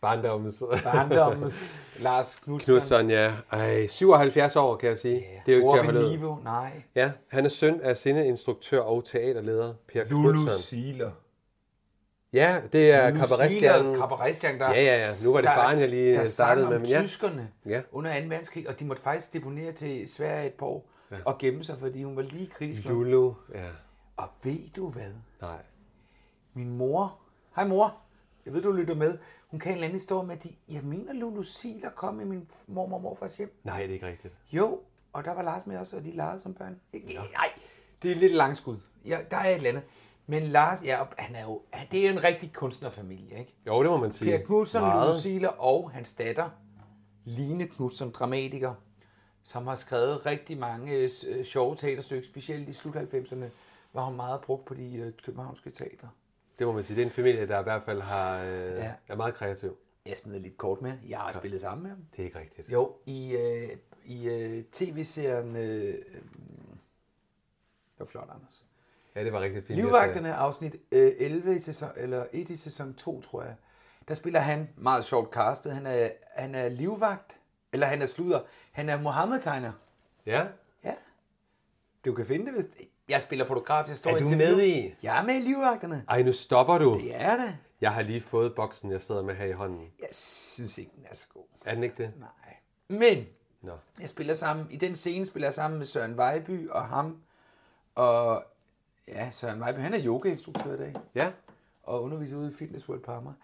A: Barndommens.
B: barndommens [laughs] Lars Knudsen.
A: Knudsen, ja. Ej, 77 år, kan jeg sige. Yeah. Det er jo ikke til at holde ud.
B: Niveau, nej.
A: Ja, han er søn af sindeinstruktør og teaterleder Per
B: Lulu
A: Knudsen.
B: Siler.
A: Ja, det er
B: Lulu
A: kabaretstjernen.
B: Siler, Kabaretstjernen, der...
A: Ja, ja, ja. Nu var det
B: der-
A: faren, jeg lige øh,
B: der
A: startede
B: sang
A: med,
B: om
A: men ja.
B: tyskerne
A: Ja.
B: under 2. verdenskrig, og de måtte faktisk deponere til Sverige et par år
A: Ja.
B: og gemme sig, fordi hun var lige kritisk. nok.
A: Lulu, ja.
B: Og ved du hvad?
A: Nej.
B: Min mor, hej mor, jeg ved, du lytter med, hun kan en eller anden historie med, at de, jeg mener, Lulu Siler kom i min mormor og morfars hjem.
A: Nej, det er ikke rigtigt.
B: Jo, og der var Lars med også, og de legede som børn. Nej, det er lidt langskud. Ja, der er et eller andet. Men Lars, ja, og han er jo, han, det er jo en rigtig kunstnerfamilie, ikke?
A: Jo, det må man sige.
B: Per Knudsen,
A: Meget.
B: Lucille og hans datter, Line Knudsen, dramatiker, som har skrevet rigtig mange øh, sjove teaterstykker, specielt i slut 90'erne, var hun meget brugt på de øh, københavnske teatre.
A: Det må man sige. Det er en familie, der i hvert fald har, øh,
B: Ja.
A: ja. er meget kreativ.
B: Jeg smider lidt kort med. Jeg har spillet sammen med ham.
A: Det er ikke rigtigt.
B: Jo, i, øh, i øh, tv-serien... Øh, øh, det var flot, Anders.
A: Ja, det var rigtig fint.
B: Livvagterne afsnit øh, 11 i sæson, eller 1 i sæson 2, tror jeg. Der spiller han meget sjovt castet. Han er, han er livvagt, eller han er sluder. Han er Mohammed-tegner.
A: Ja.
B: Ja. Du kan finde det, hvis... Jeg spiller fotograf, jeg står
A: Er du
B: interview.
A: med i?
B: Jeg er med i livvagterne.
A: Ej, nu stopper du.
B: Det er det.
A: Jeg har lige fået boksen, jeg sidder med her i hånden.
B: Jeg synes ikke, den er så god.
A: Er den ikke det?
B: Nej. Men
A: Nå.
B: Jeg spiller sammen, i den scene spiller jeg sammen med Søren Vejby og ham. Og ja, Søren Vejby, han er yogainstruktør i dag.
A: Ja.
B: Og underviser ude i Fitness World på Amager.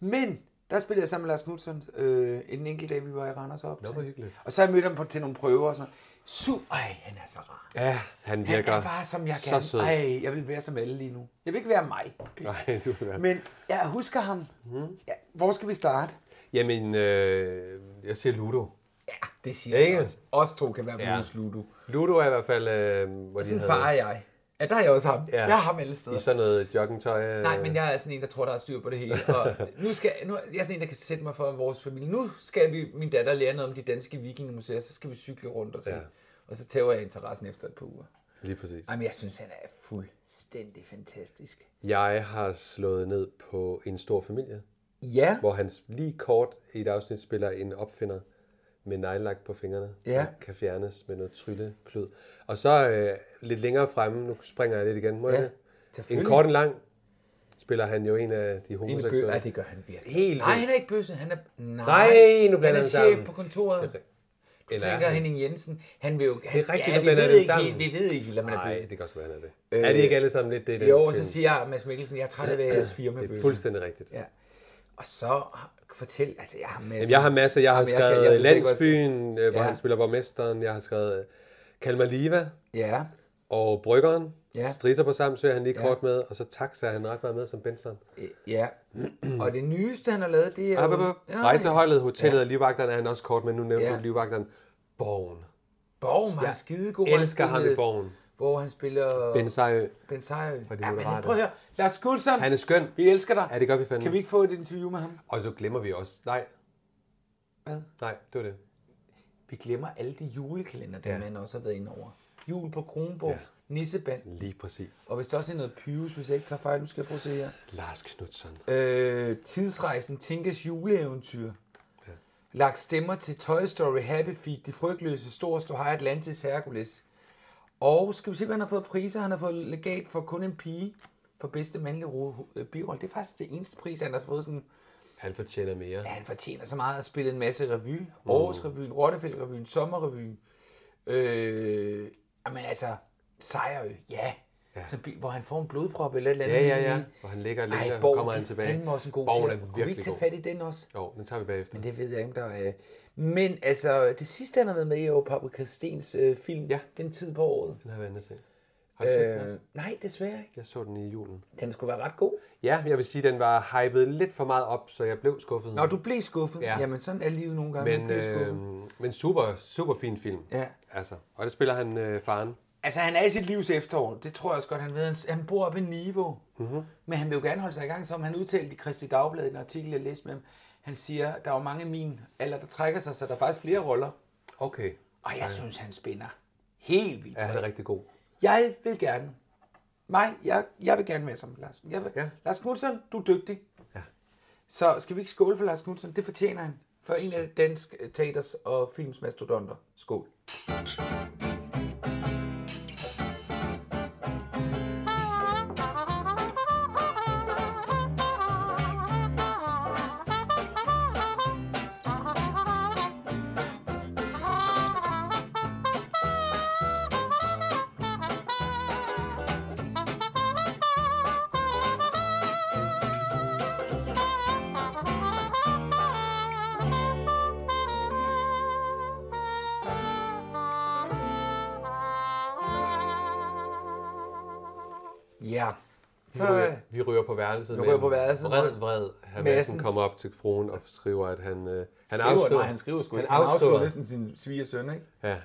B: Men der spillede jeg sammen med Lars Knudsen øh, en enkelt dag, vi var i Randers op.
A: Nå, hvor hyggeligt.
B: Og så har jeg mødt ham på, til nogle prøver og sådan noget. Su- Ej, han er så rar.
A: Ja, han virker
B: han er bare, som jeg
A: så
B: kan.
A: sød.
B: Ej, jeg vil være som alle lige nu. Jeg vil ikke være mig.
A: Nej, du er...
B: Men jeg husker ham.
A: Mhm.
B: Ja, hvor skal vi starte?
A: Jamen, øh, jeg siger Ludo.
B: Ja, det siger
A: Ikke?
B: jeg også. Os to kan være på
A: Ja.
B: ja. Ludo.
A: Ludo er i hvert fald... Øh, hvor
B: Og
A: de
B: sådan
A: havde-
B: far er jeg. Ja, der er jeg også ham. Ja. Jeg har ham alle steder.
A: I sådan noget joggingtøj. øh,
B: Nej, men jeg er sådan en, der tror, der er styr på det hele.
A: [laughs]
B: Og nu skal, nu, jeg er sådan en, der kan sætte mig for vores familie. Nu skal vi, min datter lære noget om de danske vikingemuseer, så skal vi cykle rundt og så. Ja.
A: Ja.
B: Og så tæver jeg interessen efter et par uger.
A: Lige præcis.
B: Jamen, jeg synes, han er fuldstændig fantastisk.
A: Jeg har slået ned på en stor familie.
B: Ja.
A: Hvor han lige kort i et afsnit spiller en opfinder med neglelak på fingrene.
B: Ja.
A: der Kan fjernes med noget trylleklud. Og så øh, lidt længere fremme, nu springer jeg lidt igen, må
B: Ja,
A: jeg det? En
B: selvfølgelig.
A: kort en lang spiller han jo en af de
B: En bø-
A: homoseksuelle.
B: ja, det gør han virkelig.
A: Helt
B: Nej,
A: vildt.
B: han er ikke bøsse. Han er... Nej,
A: Nej, nu blander
B: han er
A: han
B: chef
A: sammen.
B: på kontoret.
A: Det er
B: Du
A: Eller er
B: tænker
A: han?
B: Henning Jensen. Han vil jo... Han,
A: Det er rigtigt,
B: ja,
A: nu
B: vi ved
A: blander jeg det
B: ikke
A: sammen.
B: helt- Vi ved ikke, helt, om han er
A: Nej,
B: bøsse.
A: det kan også være, han er det.
B: Øh,
A: Øh, er det ikke alle sammen lidt det? i den
B: Jo, og så
A: film?
B: siger jeg, Mads Mikkelsen, jeg er træt af at være jeres firma.
A: Det
B: bøsse."
A: er fuldstændig rigtigt.
B: Ja. Og så fortæl, altså jeg har masser.
A: Jamen, jeg har masser. Jeg har
B: Jamen,
A: skrevet
B: kan-
A: jeg
B: ved sikkert-
A: Landsbyen, øh, hvor
B: Ja.
A: han spiller borgmesteren. Jeg har skrevet øh, Kalmar Liva
B: Ja,
A: og Bryggeren.
B: Ja.
A: Ja. Strisser på Samsø er han lige
B: Ja. Øh,
A: ja. kort med. Og så Taxa er han ret meget med som Benson.
B: ja. Og det nyeste, han har lavet, det er...
A: Ab, ab,
B: jo-
A: ab.
B: Ja,
A: Rejseholdet, Hotellet ja. og Livvagterne er han også kort med. Nu nævnte
B: Ja.
A: ja. du Livvagteren. Borgen.
B: Borg var ja. skidegod. hvor
A: Jeg elsker ham
B: spillede-
A: i Borgen.
B: Hvor han spiller...
A: Ben Sejø.
B: Ben Sejø.
A: Fra De
B: Ja, men
A: Moderate.
B: prøv at høre. Lars Guldsson,
A: Han er skøn.
B: vi elsker dig.
A: Ja, det gør vi fandme.
B: Kan vi ikke få et interview med ham?
A: Og så glemmer vi også. Nej,
B: Hvad?
A: nej, det var det.
B: Vi glemmer alle de julekalender, der ja.
A: Ja.
B: man også har været inde over. Jul på Kronborg, ja.
A: Ja.
B: Nisseband.
A: Lige præcis.
B: Og hvis der også er noget Pyrus, hvis jeg ikke tager fejl, nu skal jeg prøve at se her.
A: Lars Knudsen.
B: Øh, tidsrejsen Tinkes juleeventyr. Ja. Lagt stemmer til Toy Story, Happy Feet, De Frygtløse, Stor Stå Hej, Atlantis, Hercules. Og skal vi se, hvad han har fået priser? Han har fået legat for kun en pige for bedste mandlige ro- øh, birolle. Det er faktisk det eneste pris, han har fået. Sådan,
A: Han fortjener mere. Mm.
B: ja, han fortjener så meget at spille en masse revy. Aarhus Revyen, Rottefeld Revyen, Sommerrevyen. Øh, jamen altså, Sejrø, ja. ja. Så, bi- hvor han får en blodprop eller et eller andet.
A: Ja, ja,
B: midt i.
A: ja. Og han ligger og ligger,
B: Ej,
A: og
B: Borg,
A: kommer han
B: det er
A: tilbage.
B: fandme også en god
A: Borgen
B: serie.
A: er
B: Kunne vi
A: virkelig
B: ikke tage
A: god.
B: fat i den også?
A: Jo, den tager vi bagefter.
B: Men det ved jeg ikke, om der er... Men altså, det sidste, han har været med i, er jo Paprika Stens øh, film, ja. Den tid på året.
A: Den har jeg vandet til. Har du set den også?
B: Øh, nej, desværre ikke.
A: Jeg så den i julen.
B: Den skulle være ret god.
A: Ja, jeg vil sige, den var hypet lidt for meget op, så jeg blev skuffet.
B: Øh, Nå, du blev skuffet. Ja.
A: Ja.
B: Jamen, sådan er livet nogle gange. Man
A: men,
B: bliver skuffet.
A: øh, men super, super fin film.
B: Ja.
A: Altså. Og der spiller han øh, faren.
B: Altså, han er i sit livs efterår. Det tror jeg også godt, han ved. Han, han bor oppe i Niveau.
A: Mm-hmm.
B: Men han vil jo gerne holde sig i gang, som han udtalte i Kristi Dagblad i en artikel, jeg læste med ham. Han siger, der er jo mange af min alder, der trækker sig, så der er faktisk flere roller.
A: Okay.
B: Og jeg ja. synes, han spænder helt vildt.
A: Ja, han er rigtig god.
B: Jeg vil gerne. Mig, jeg, jeg vil gerne være som Lars. Jeg vil, ja. Lars Knudsen, du er dygtig.
A: Ja.
B: Så skal vi ikke skåle for Lars Knudsen? Det fortjener han. For en af dansk teaters og films mastodonter. Skål. Ja.
A: Så, vi, ryger, vi ryger på værelset.
B: Vi
A: med
B: ryger
A: en
B: på værelset.
A: Vred, vred. Herr Madsen
B: Madsen.
A: kommer op til fruen og skriver, at han... Øh, han
B: Skriver, nej, han skriver sgu
A: han
B: ikke. Han afskriver
A: afskriver.
B: næsten sin sviger søn, ikke?
A: Ja,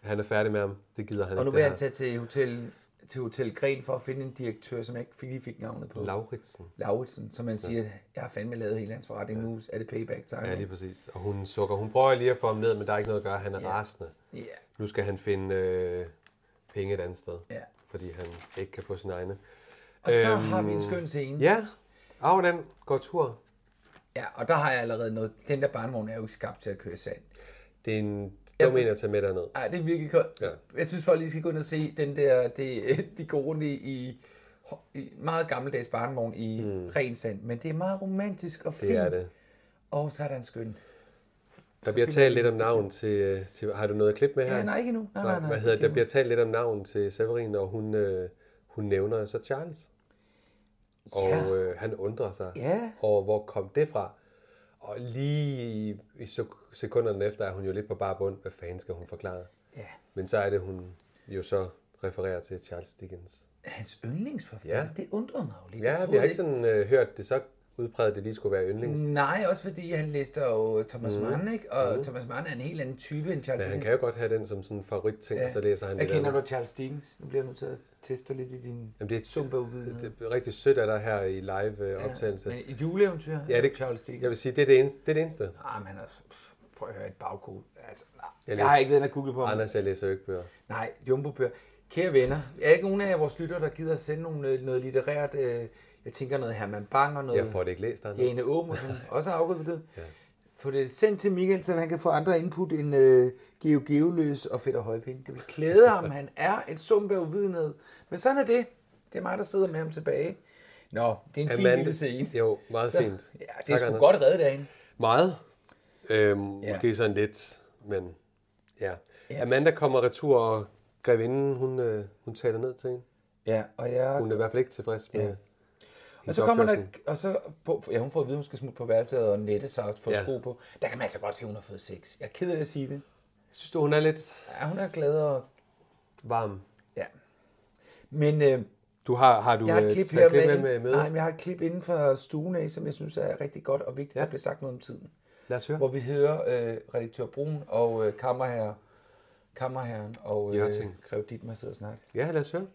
A: han er færdig med ham. Det gider han
B: Og nu
A: ikke.
B: vil han
A: det her.
B: tage til Hotel, til Hotel Gren for at finde en direktør, som jeg ikke fik- lige fik navnet på.
A: Lauritsen.
B: Lauritsen, som man
A: Ja.
B: siger, jeg har fandme lavet hele hans forretning nu, er det payback time.
A: Ja,
B: ikke?
A: lige præcis. Og hun sukker. Hun prøver lige at få ham ned, men der er ikke noget at gøre. Han er ja. rasende.
B: Ja.
A: Nu skal han finde øh, penge et andet sted.
B: Ja.
A: Fordi han ikke kan få sin egne.
B: Og så har vi en skøn scene.
A: Øhm, Ja. Auland går tur.
B: Ja, og der har jeg allerede noget. Den der barnvogn er jo ikke skabt til at køre sand.
A: Det er en
B: Ja,
A: dum
B: for-
A: en at tage med derned.
B: Ej, det er virkelig koldt.
A: Ja.
B: Jeg synes, folk lige skal gå ind og se den der, det, [laughs] de gående i, i meget gammeldags barnvogn i mm. ren sand. Men det er meget romantisk og fint.
A: Hmm. Det er det.
B: Og så er der en skøn.
A: Der bliver
B: fik
A: talt
B: vi
A: lidt om
B: næste
A: navn til, øh, til... Har du noget klip med her?
B: Ja, nej, ikke endnu. Nej, nej, nej,
A: Hvad hedder,
B: det
A: der
B: må-
A: bliver talt lidt om navn til Severin, og hun, øh, hun nævner så Charles. Og øh, han undrer sig
B: Ja.
A: over, hvor kom det fra? Og lige i, i sek- sekunderne efter er hun jo lidt på bar bund. Hvad fanden skal hun forklare?
B: Ja.
A: Men så er det, hun jo så refererer til Charles Dickens.
B: Hans yndlingsforfatter,
A: Ja.
B: ja. det undrede mig jo lidt. Jeg
A: Ja,
B: troede
A: vi har ikke sådan øh, hørt det så udpræget, at det lige skulle være yndlings.
B: Nej, også fordi han læste jo Thomas
A: Mm.
B: mm. Mann, ikke? Og
A: Mm.
B: mm. Thomas Mann er en helt anden type end Charles
A: Men han
B: Dickens.
A: kan jo godt have den som sådan en favoritting, ja. og så læser han
B: Hvad
A: det der.
B: kender du Charles Dickens? Nu bliver jeg nødt til at teste lidt i din...
A: Jamen, det er super det, det er rigtig sødt af dig her i live øh,
B: Ja,
A: optagelse.
B: men et juleeventyr
A: Ja, det,
B: Charles Dickens.
A: Jeg vil sige, det er det eneste. Det er det eneste.
B: Ah, men han er... pff, Prøv at høre et bagkode. Altså, nej.
A: Jeg
B: Jeg,
A: læser-
B: jeg har ikke været at google på ham.
A: Anders, jeg læser jo ikke bøger.
B: Nej, jumbo Kære venner, er ikke nogen af jer vores lytter, der gider at sende nogle, øh, noget litterært... Øh, jeg tænker noget Herman Bang og noget...
A: Jeg får det ikke læst, Anders.
B: Jane Åben,
A: [laughs]
B: som også har afgået for det.
A: Ja.
B: Få det sendt til Michael, så han kan få andre input end øh, Geo Geoløs og Fedt og Højpind. Det vil klæde ham. Han er et sumpe af uvidenhed. Men sådan er det. Det er mig, der sidder med ham tilbage. Nå, det er en fin lille scene.
A: Jo, meget
B: Så-
A: fint.
B: Ja, det er
A: Tak,
B: sgu
A: Anders.
B: godt reddet derinde.
A: Meget. Øhm, ja.
B: Ja.
A: Måske sådan lidt, men ja. ja.
B: Ja.
A: Amanda kommer retur, og grevinden, hun, øh, hun taler ned til hende.
B: Ja, og jeg...
A: Hun er i hvert fald ikke tilfreds med ja.
B: Og så kommer der, og så på, ja, hun får at vide, hun skal smutte på værelset og nette sig på
A: Ja.
B: ja. sko på. Der kan man altså godt se, at hun har fået sex. Jeg er ked af at sige det.
A: Synes du, hun er lidt...
B: Ja, hun er glad og...
A: Varm.
B: Ja. Men øh,
A: Du har, har du
B: jeg har
A: øh,
B: et klip
A: taget
B: her
A: klip
B: med,
A: med, med,
B: Nej, men jeg har et klip inden for stuen af, som jeg synes er rigtig godt og vigtigt, ja. der bliver sagt noget om tiden.
A: Lad os høre.
B: Hvor vi hører øh, redaktør Brun og øh, kammerherre, kammerherren og øh,
A: Jørting.
B: Grev Dietmar sidder og snakker.
A: Ja, lad os høre.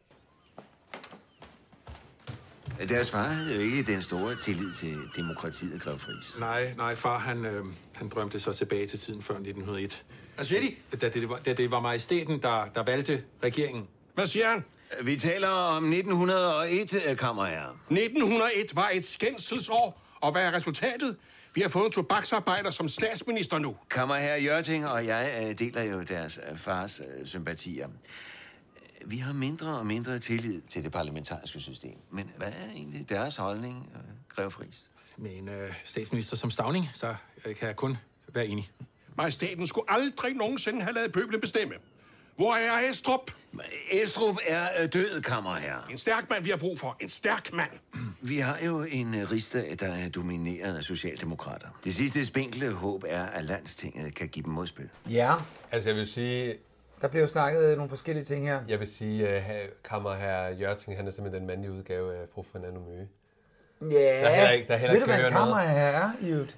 M: Deres far havde jo ikke den store tillid til demokratiet, Grev Friis.
K: Nej, nej, far han, øh, han drømte sig tilbage til tiden før 1901.
M: Hvad siger de?
K: Da det var, da det var majestæten, der, der valgte regeringen.
M: Hvad siger han? Vi taler om 1901, kammerherre.
N: 1901 var et skændselsår, og hvad er resultatet? Vi har fået en tobaksarbejder som statsminister nu.
M: Kammerherre Jørting og jeg øh, deler jo deres øh, fars øh, sympatier. Øh, Vi har mindre og mindre tillid til det parlamentariske system. Men hvad er egentlig deres holdning, øh, Grev Friis?
K: Med en øh, statsminister som Stavning, så øh, kan jeg kun være enig.
N: Majestaten skulle aldrig nogensinde have lavet pøblen bestemme. Hvor er Estrup?
M: Estrup er øh, død, kammerherre.
N: En stærk mand, vi har brug for. En stærk mand.
M: Vi har jo en øh, rigsdag, der er domineret af socialdemokrater. Det sidste spinkle håb er, at landstinget kan give dem modspil.
B: Ja.
A: Altså, jeg vil sige...
B: Der bliver jo snakket øh, nogle forskellige ting her.
A: Jeg vil sige, at uh, kammerherr Jørting, han er simpelthen den mandlige udgave af fru Fernando Møge.
B: Ja,
A: Der er heller ikke- der er heller
B: ved
A: ikke
B: du, hvad
A: kan
B: en
A: høre noget.
B: kammerherre er, Jut?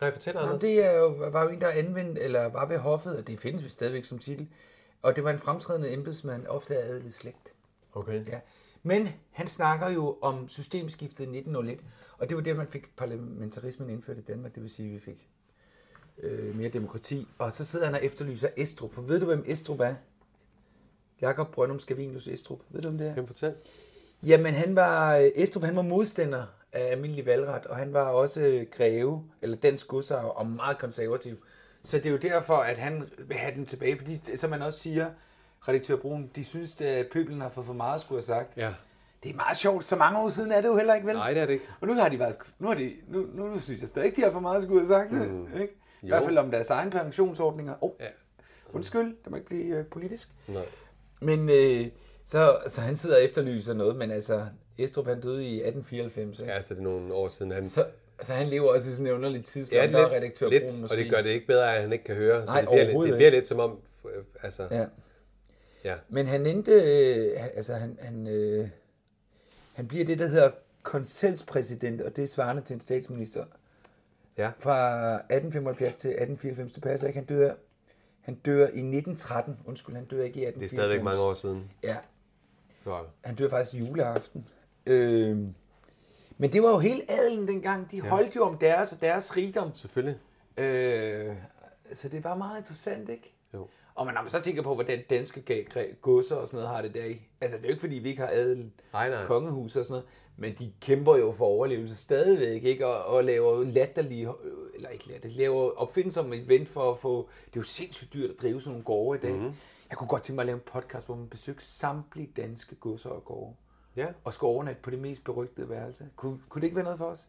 A: Nej, fortæl,
B: Nå,
A: Anders.
B: det er jo, var jo en, der anvendt, eller var ved hoffet, og det findes vist stadigvæk som titel, Og det var en fremtrædende embedsmand, ofte af adelig slægt.
A: Okay.
B: Ja. Men han snakker jo om systemskiftet i 1901, og det var der, man fik parlamentarismen indført i Danmark, det vil sige, at vi fik øh, mere demokrati. Og så sidder han og efterlyser Estrup, for ved du, hvem Estrup er? Jakob Brøndum Scavenius Estrup. Ved du, om det er?
A: Kan du fortælle?
B: Jamen, han var, Estrup han var modstander af almindelig valgret, og han var også øh, greve, eller dansk godsarv, og meget konservativ. Så det er jo derfor, at han vil have den tilbage, fordi, som man også siger, redaktør Brun, de synes, at pøblen har fået for meget at skulle have sagt.
A: Ja.
B: Det er meget sjovt, så mange år siden er det jo heller ikke, vel?
A: Nej, det er det ikke.
B: Og nu har de faktisk, nu, har de, nu, nu, nu synes jeg stadig, de har for meget at skulle have sagt, mm. ikke? I
A: Jo.
B: hvert fald om deres egen pensionsordninger. Åh, oh, ja. undskyld, det må ikke blive øh, politisk.
A: Nej.
B: Men øh, så, så han sidder og efterlyser noget, men altså, Estrup han døde i 1894, ikke?
A: Ja, altså det er nogle år siden. Han...
B: Så, så han lever også i sådan en underlig
A: Ja,
B: tidslam, der er
A: lidt,
B: redaktør Bruun
A: lidt,
B: måske.
A: og det gør det ikke bedre, at han ikke kan høre.
B: Nej,
A: det bliver, lidt,
B: overhovedet
A: det bliver
B: ikke.
A: lidt som om, øh, altså,
B: Ja.
A: ja.
B: Men han endte, øh, han- altså han, han, øh, han bliver det, der hedder konselspræsident, og det er svarende til en statsminister.
A: Ja.
B: Fra 1875 til 1894, det passer ikke, han dør, han dør i 1913, undskyld, han dør ikke i 1894.
A: Det er stadigvæk mange år siden.
B: Ja,
A: Så,
B: han dør faktisk juleaften. Øh, men det var jo hele adelen dengang, de
A: Ja.
B: holdt jo om deres og deres rigdom.
A: selvfølgelig.
B: Øh, så det er bare meget interessant, ikke?
A: Jo.
B: Og man, når man så tænker på, hvordan danske ga- gre- godser og sådan noget har det der i. Altså, det er jo ikke, fordi vi ikke har adel,
A: Nej, nej.
B: kongehus og sådan noget, men de kæmper jo for overlevelse stadigvæk, ikke? Og, og laver latterlige, øh, eller ikke latterlige, laver opfindsomme event for at få... Det er jo sindssygt dyrt at drive sådan nogle gårde i dag.
A: Mhm.
B: Mm-hmm. Jeg kunne godt tænke mig at lave en podcast, hvor man besøgte samtlige danske godser og gårde.
A: Ja,
B: Og skulle overnatte på det mest berygtede værelse. Kunne, kunne det ikke være noget for os?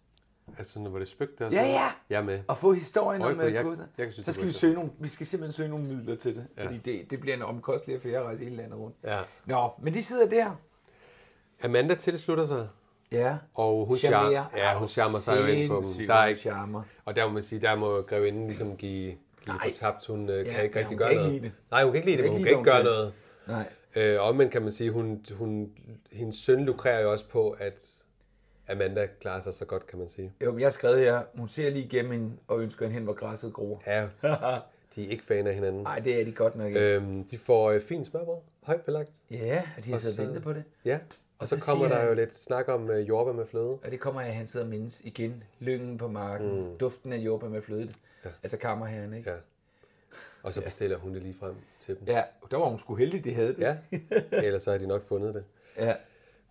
A: altså når var det spøgt der.
B: Ja, ja.
A: Jeg er med.
B: Og få historien
A: Øj,
B: om
A: for jeg-
B: øh, godser.
A: jeg kan synes,
B: Så
A: det
B: skal
A: kunne
B: vi
A: være
B: søge nogle, vi skal simpelthen søge nogle midler til det,
A: Ja.
B: fordi det, det bliver en omkostelig affære at rejse hele landet rundt.
A: Ja.
B: Nå, men de sidder der.
A: Amanda tilslutter sig,
B: Ja.
A: og hun,
B: Charmerer.
A: charmer, ja, hun charmer sig jo ind på dem.
B: Sindssygt,
A: Der er
B: hun
A: ikke,
B: charmer.
A: og der må man sige, der må grevinden ligesom give, give for tabt. Hun øh,
B: Ja, men
A: kan ikke rigtig
B: hun
A: gøre
B: kan ikke
A: noget.
B: lide det.
A: Nej, hun kan ikke lide det, men hun kan ikke gøre noget.
B: Nej.
A: Øh, og omvendt kan man sige, hun, hun, hendes søn lukrerer jo også på, at Amanda klarer sig så godt, kan man sige.
B: Jo, men jeg har skrevet her, hun ser lige igennem hende og ønsker hende hen, hvor græsset gror. [laughs]
A: Ja, de er ikke fan af hinanden.
B: Nej, det er de godt nok ikke. Øh.
A: Øhm, de får øh, fint smørbrød, højt belagt.
B: Ja, og de har
A: Og
B: siddet
A: så-
B: og ventet på det.
A: Ja, og, og så,
B: så
A: kommer
B: siger
A: der jo
B: han-
A: lidt snak om øh, jordbær med fløde.
B: Og det kommer af, at han sidder og mindes igen. Lyngen på marken, mm. duften af jordbær med flødet. Ja. Altså kammerherren, ikke?
A: Ja. Og så bestiller hun det lige frem til dem.
B: Ja, der var hun sgu heldig, de havde det.
A: Ja, ellers så har de nok fundet det.
B: ja.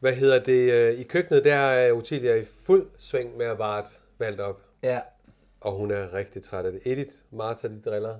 A: Hvad hedder det? øh, I køkkenet, der er Utilia i fuld sving med at varte valgt op.
B: ja.
A: Og hun er rigtig træt af det. Edith, Martha, de driller.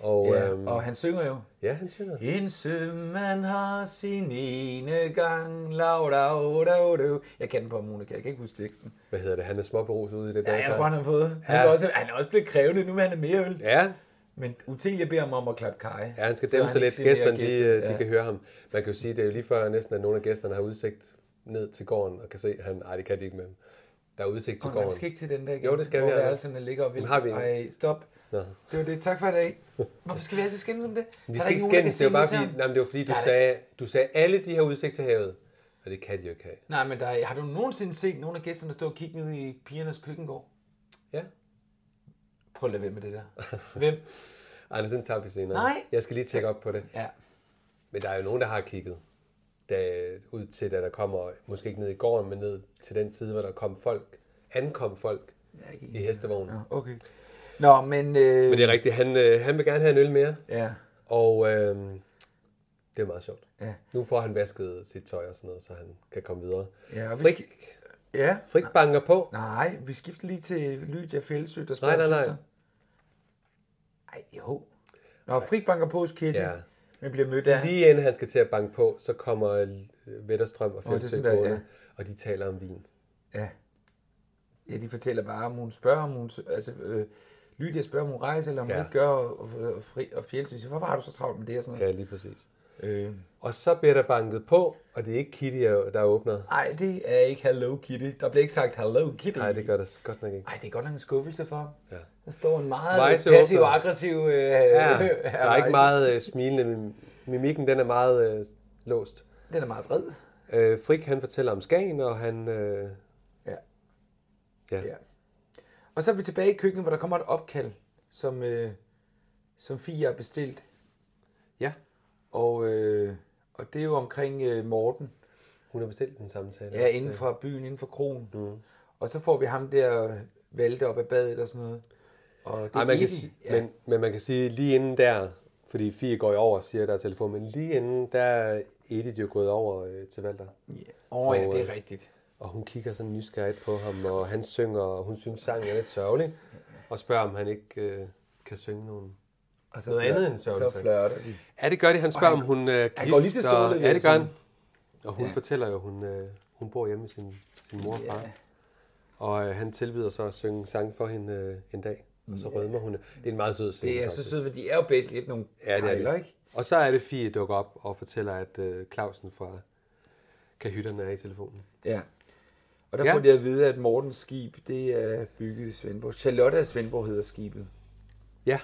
A: Og,
B: ja.
A: øhm,
B: Og han synger jo.
A: ja, han synger.
B: En sømand har sin ene gang, lav, lav, lav, lav. Jeg kan den på Monika, jeg kan ikke huske teksten.
A: Hvad hedder det? Han er småberuset ude i
B: Ja,
A: det badekar.
B: jeg tror, han har fået. Han,
A: Ja.
B: ja. er også, han er også blevet krævende, nu er han er mere øl.
A: Ja,
B: Men Utelia beder ham om at klappe kaj.
A: Ja, han skal
B: Så
A: dæmpe sig
B: ikke
A: lidt.
B: generer
A: Gæsterne, de, øh, de
B: ja.
A: kan høre ham. Man kan jo sige, det er jo lige før næsten, at nogle af gæsterne har udsigt ned til gården og kan se, han, nej, det kan de ikke med ham. Der er udsigt til
B: Åh, nej, vi
A: gården.
B: skal ikke til den der igen,
A: Jo, det skal
B: hvor
A: vi, ja.
B: værelserne ligger og vil.
A: Men har vi en?
B: Ej, stop.
A: Nå.
B: Det var det. Tak for i dag. Hvorfor skal vi altid skændes om det?
A: Vi skal ikke skændes, det er jo bare fordi, nej, men det var fordi, du,
B: Nej.
A: sagde, du sagde, alle de har udsigt til havet. Og det kan de jo ikke have.
B: Nej, men der, er- har du nogensinde set nogle af gæsterne stå og kigge ned i pigernes køkkengård?
A: Ja.
B: Prøv at lade være med det der. Hvem?
A: [laughs] Anders, den tager vi senere.
B: Nej.
A: Jeg skal lige tjekke op på det.
B: Ja.
A: Men der er jo nogen, der har kigget da, ud til, da der kommer, måske ikke ned i gården, men ned til den side, hvor der kom folk, ankom folk i hestevognen.
B: Nå, Okay. Nå, men... Øh,
A: Men det er rigtigt, han, øh, han vil gerne have en øl mere.
B: Ja.
A: Og øh, det er meget sjovt.
B: Ja.
A: Nu får han vasket sit tøj og sådan noget, så han kan komme videre.
B: Ja, og vi
A: Frik,
B: skal- Ja.
A: Frik banker på.
B: Nej, vi skifter lige til Lydia Fældsø, der
A: Nej,
B: spørger
A: nej, nej.
B: søster. Ej, jo. Nå, Frik banker på hos Kitty,
A: Ja.
B: ja. men bliver mødt af...
A: Lige inden han skal til at banke på, så kommer øh, Vetterstrøm og
B: Åh, det er
A: Fældsø
B: sådan der,
A: gående,
B: ja.
A: og de taler om vin.
B: Ja. Ja, de fortæller bare, om hun spørger, om hun... Altså, øh, Lydia spørger, om hun rejser, eller om ja.
A: Ja.
B: hun ikke gør, og, og, og, fri, og Fjeldsø siger, hvorfor har du så travlt med det og sådan
A: Ja,
B: noget?
A: lige præcis.
B: Øh.
A: Og så bliver der banket på, og det er ikke Kitty, der der åbner.
B: Ej, det er ikke Hello Kitty. Der bliver ikke sagt Hello Kitty.
A: Nej, det gør der godt nok ikke.
B: Ej, det er godt nok en skuffelse for ham.
A: Ja.
B: Der står en meget
A: Vejse åbner.
B: passiv-aggressiv... Øh,
A: Ja,
B: [laughs] ja,
A: der er ikke meget øh, smilende. Mim- Mimikken, den er meget øh, låst.
B: Den er meget vred.
A: Øh, Frik, han fortæller om Skagen, og han... Øh,
B: Ja.
A: ja.
B: Ja. Og så er vi tilbage i køkkenet, hvor der kommer et opkald, som, øh, som Fia har bestilt.
A: ja.
B: Og, øh, og det er jo omkring øh, Morten.
A: Hun har bestilt en samtale.
B: Ja, inden for byen, inden for kronen. Mm. Og så får vi ham der vælte op ad badet og sådan noget. Og det
A: Ej, man kan,
B: evigt-
A: sige- men, men man kan sige lige inden der, fordi Fie går jo over og siger, der er telefon, men lige inden, der er Edith jo gået over øh, til Valter. Yeah.
B: Åh, ja, det er rigtigt.
A: øh, Og hun kigger sådan nysgerrigt på ham, og han synger, og hun synes, sangen er lidt sørgelig, og spørger, om han ikke øh, kan synge nogen.
B: Og så
A: noget
B: flør-
A: andet end sørgelig
B: så
A: sang.
B: flørter de.
A: Ja, det gør de. Han
B: Og
A: spørger,
B: han-
A: om hun øh,
B: han
A: gift,
B: går lige til
A: og-
B: stålet, vil
A: Ja,
B: jeg
A: det gør han.
B: sige.
A: Og hun
B: Ja.
A: ja. fortæller jo, hun, øh, hun bor hjemme med sin, sin mor og far.
B: Ja.
A: Og øh, han tilbyder så at synge sang for hende øh, en dag. Og så rødmer hun. Det er en meget sød scene.
B: Det er så
A: faktisk.
B: sødt, for de er jo begge lidt nogle
A: Ja, det er
B: kejler,
A: det.
B: ikke?
A: Og så er det Fie dukker op og fortæller, at øh, Clausen fra Kahytterne er i telefonen.
B: Ja. Og der
A: Ja.
B: ja. får de at vide, at Mortens skib, det er bygget i Svendborg. Charlotte af Svendborg hedder skibet.
A: Ja.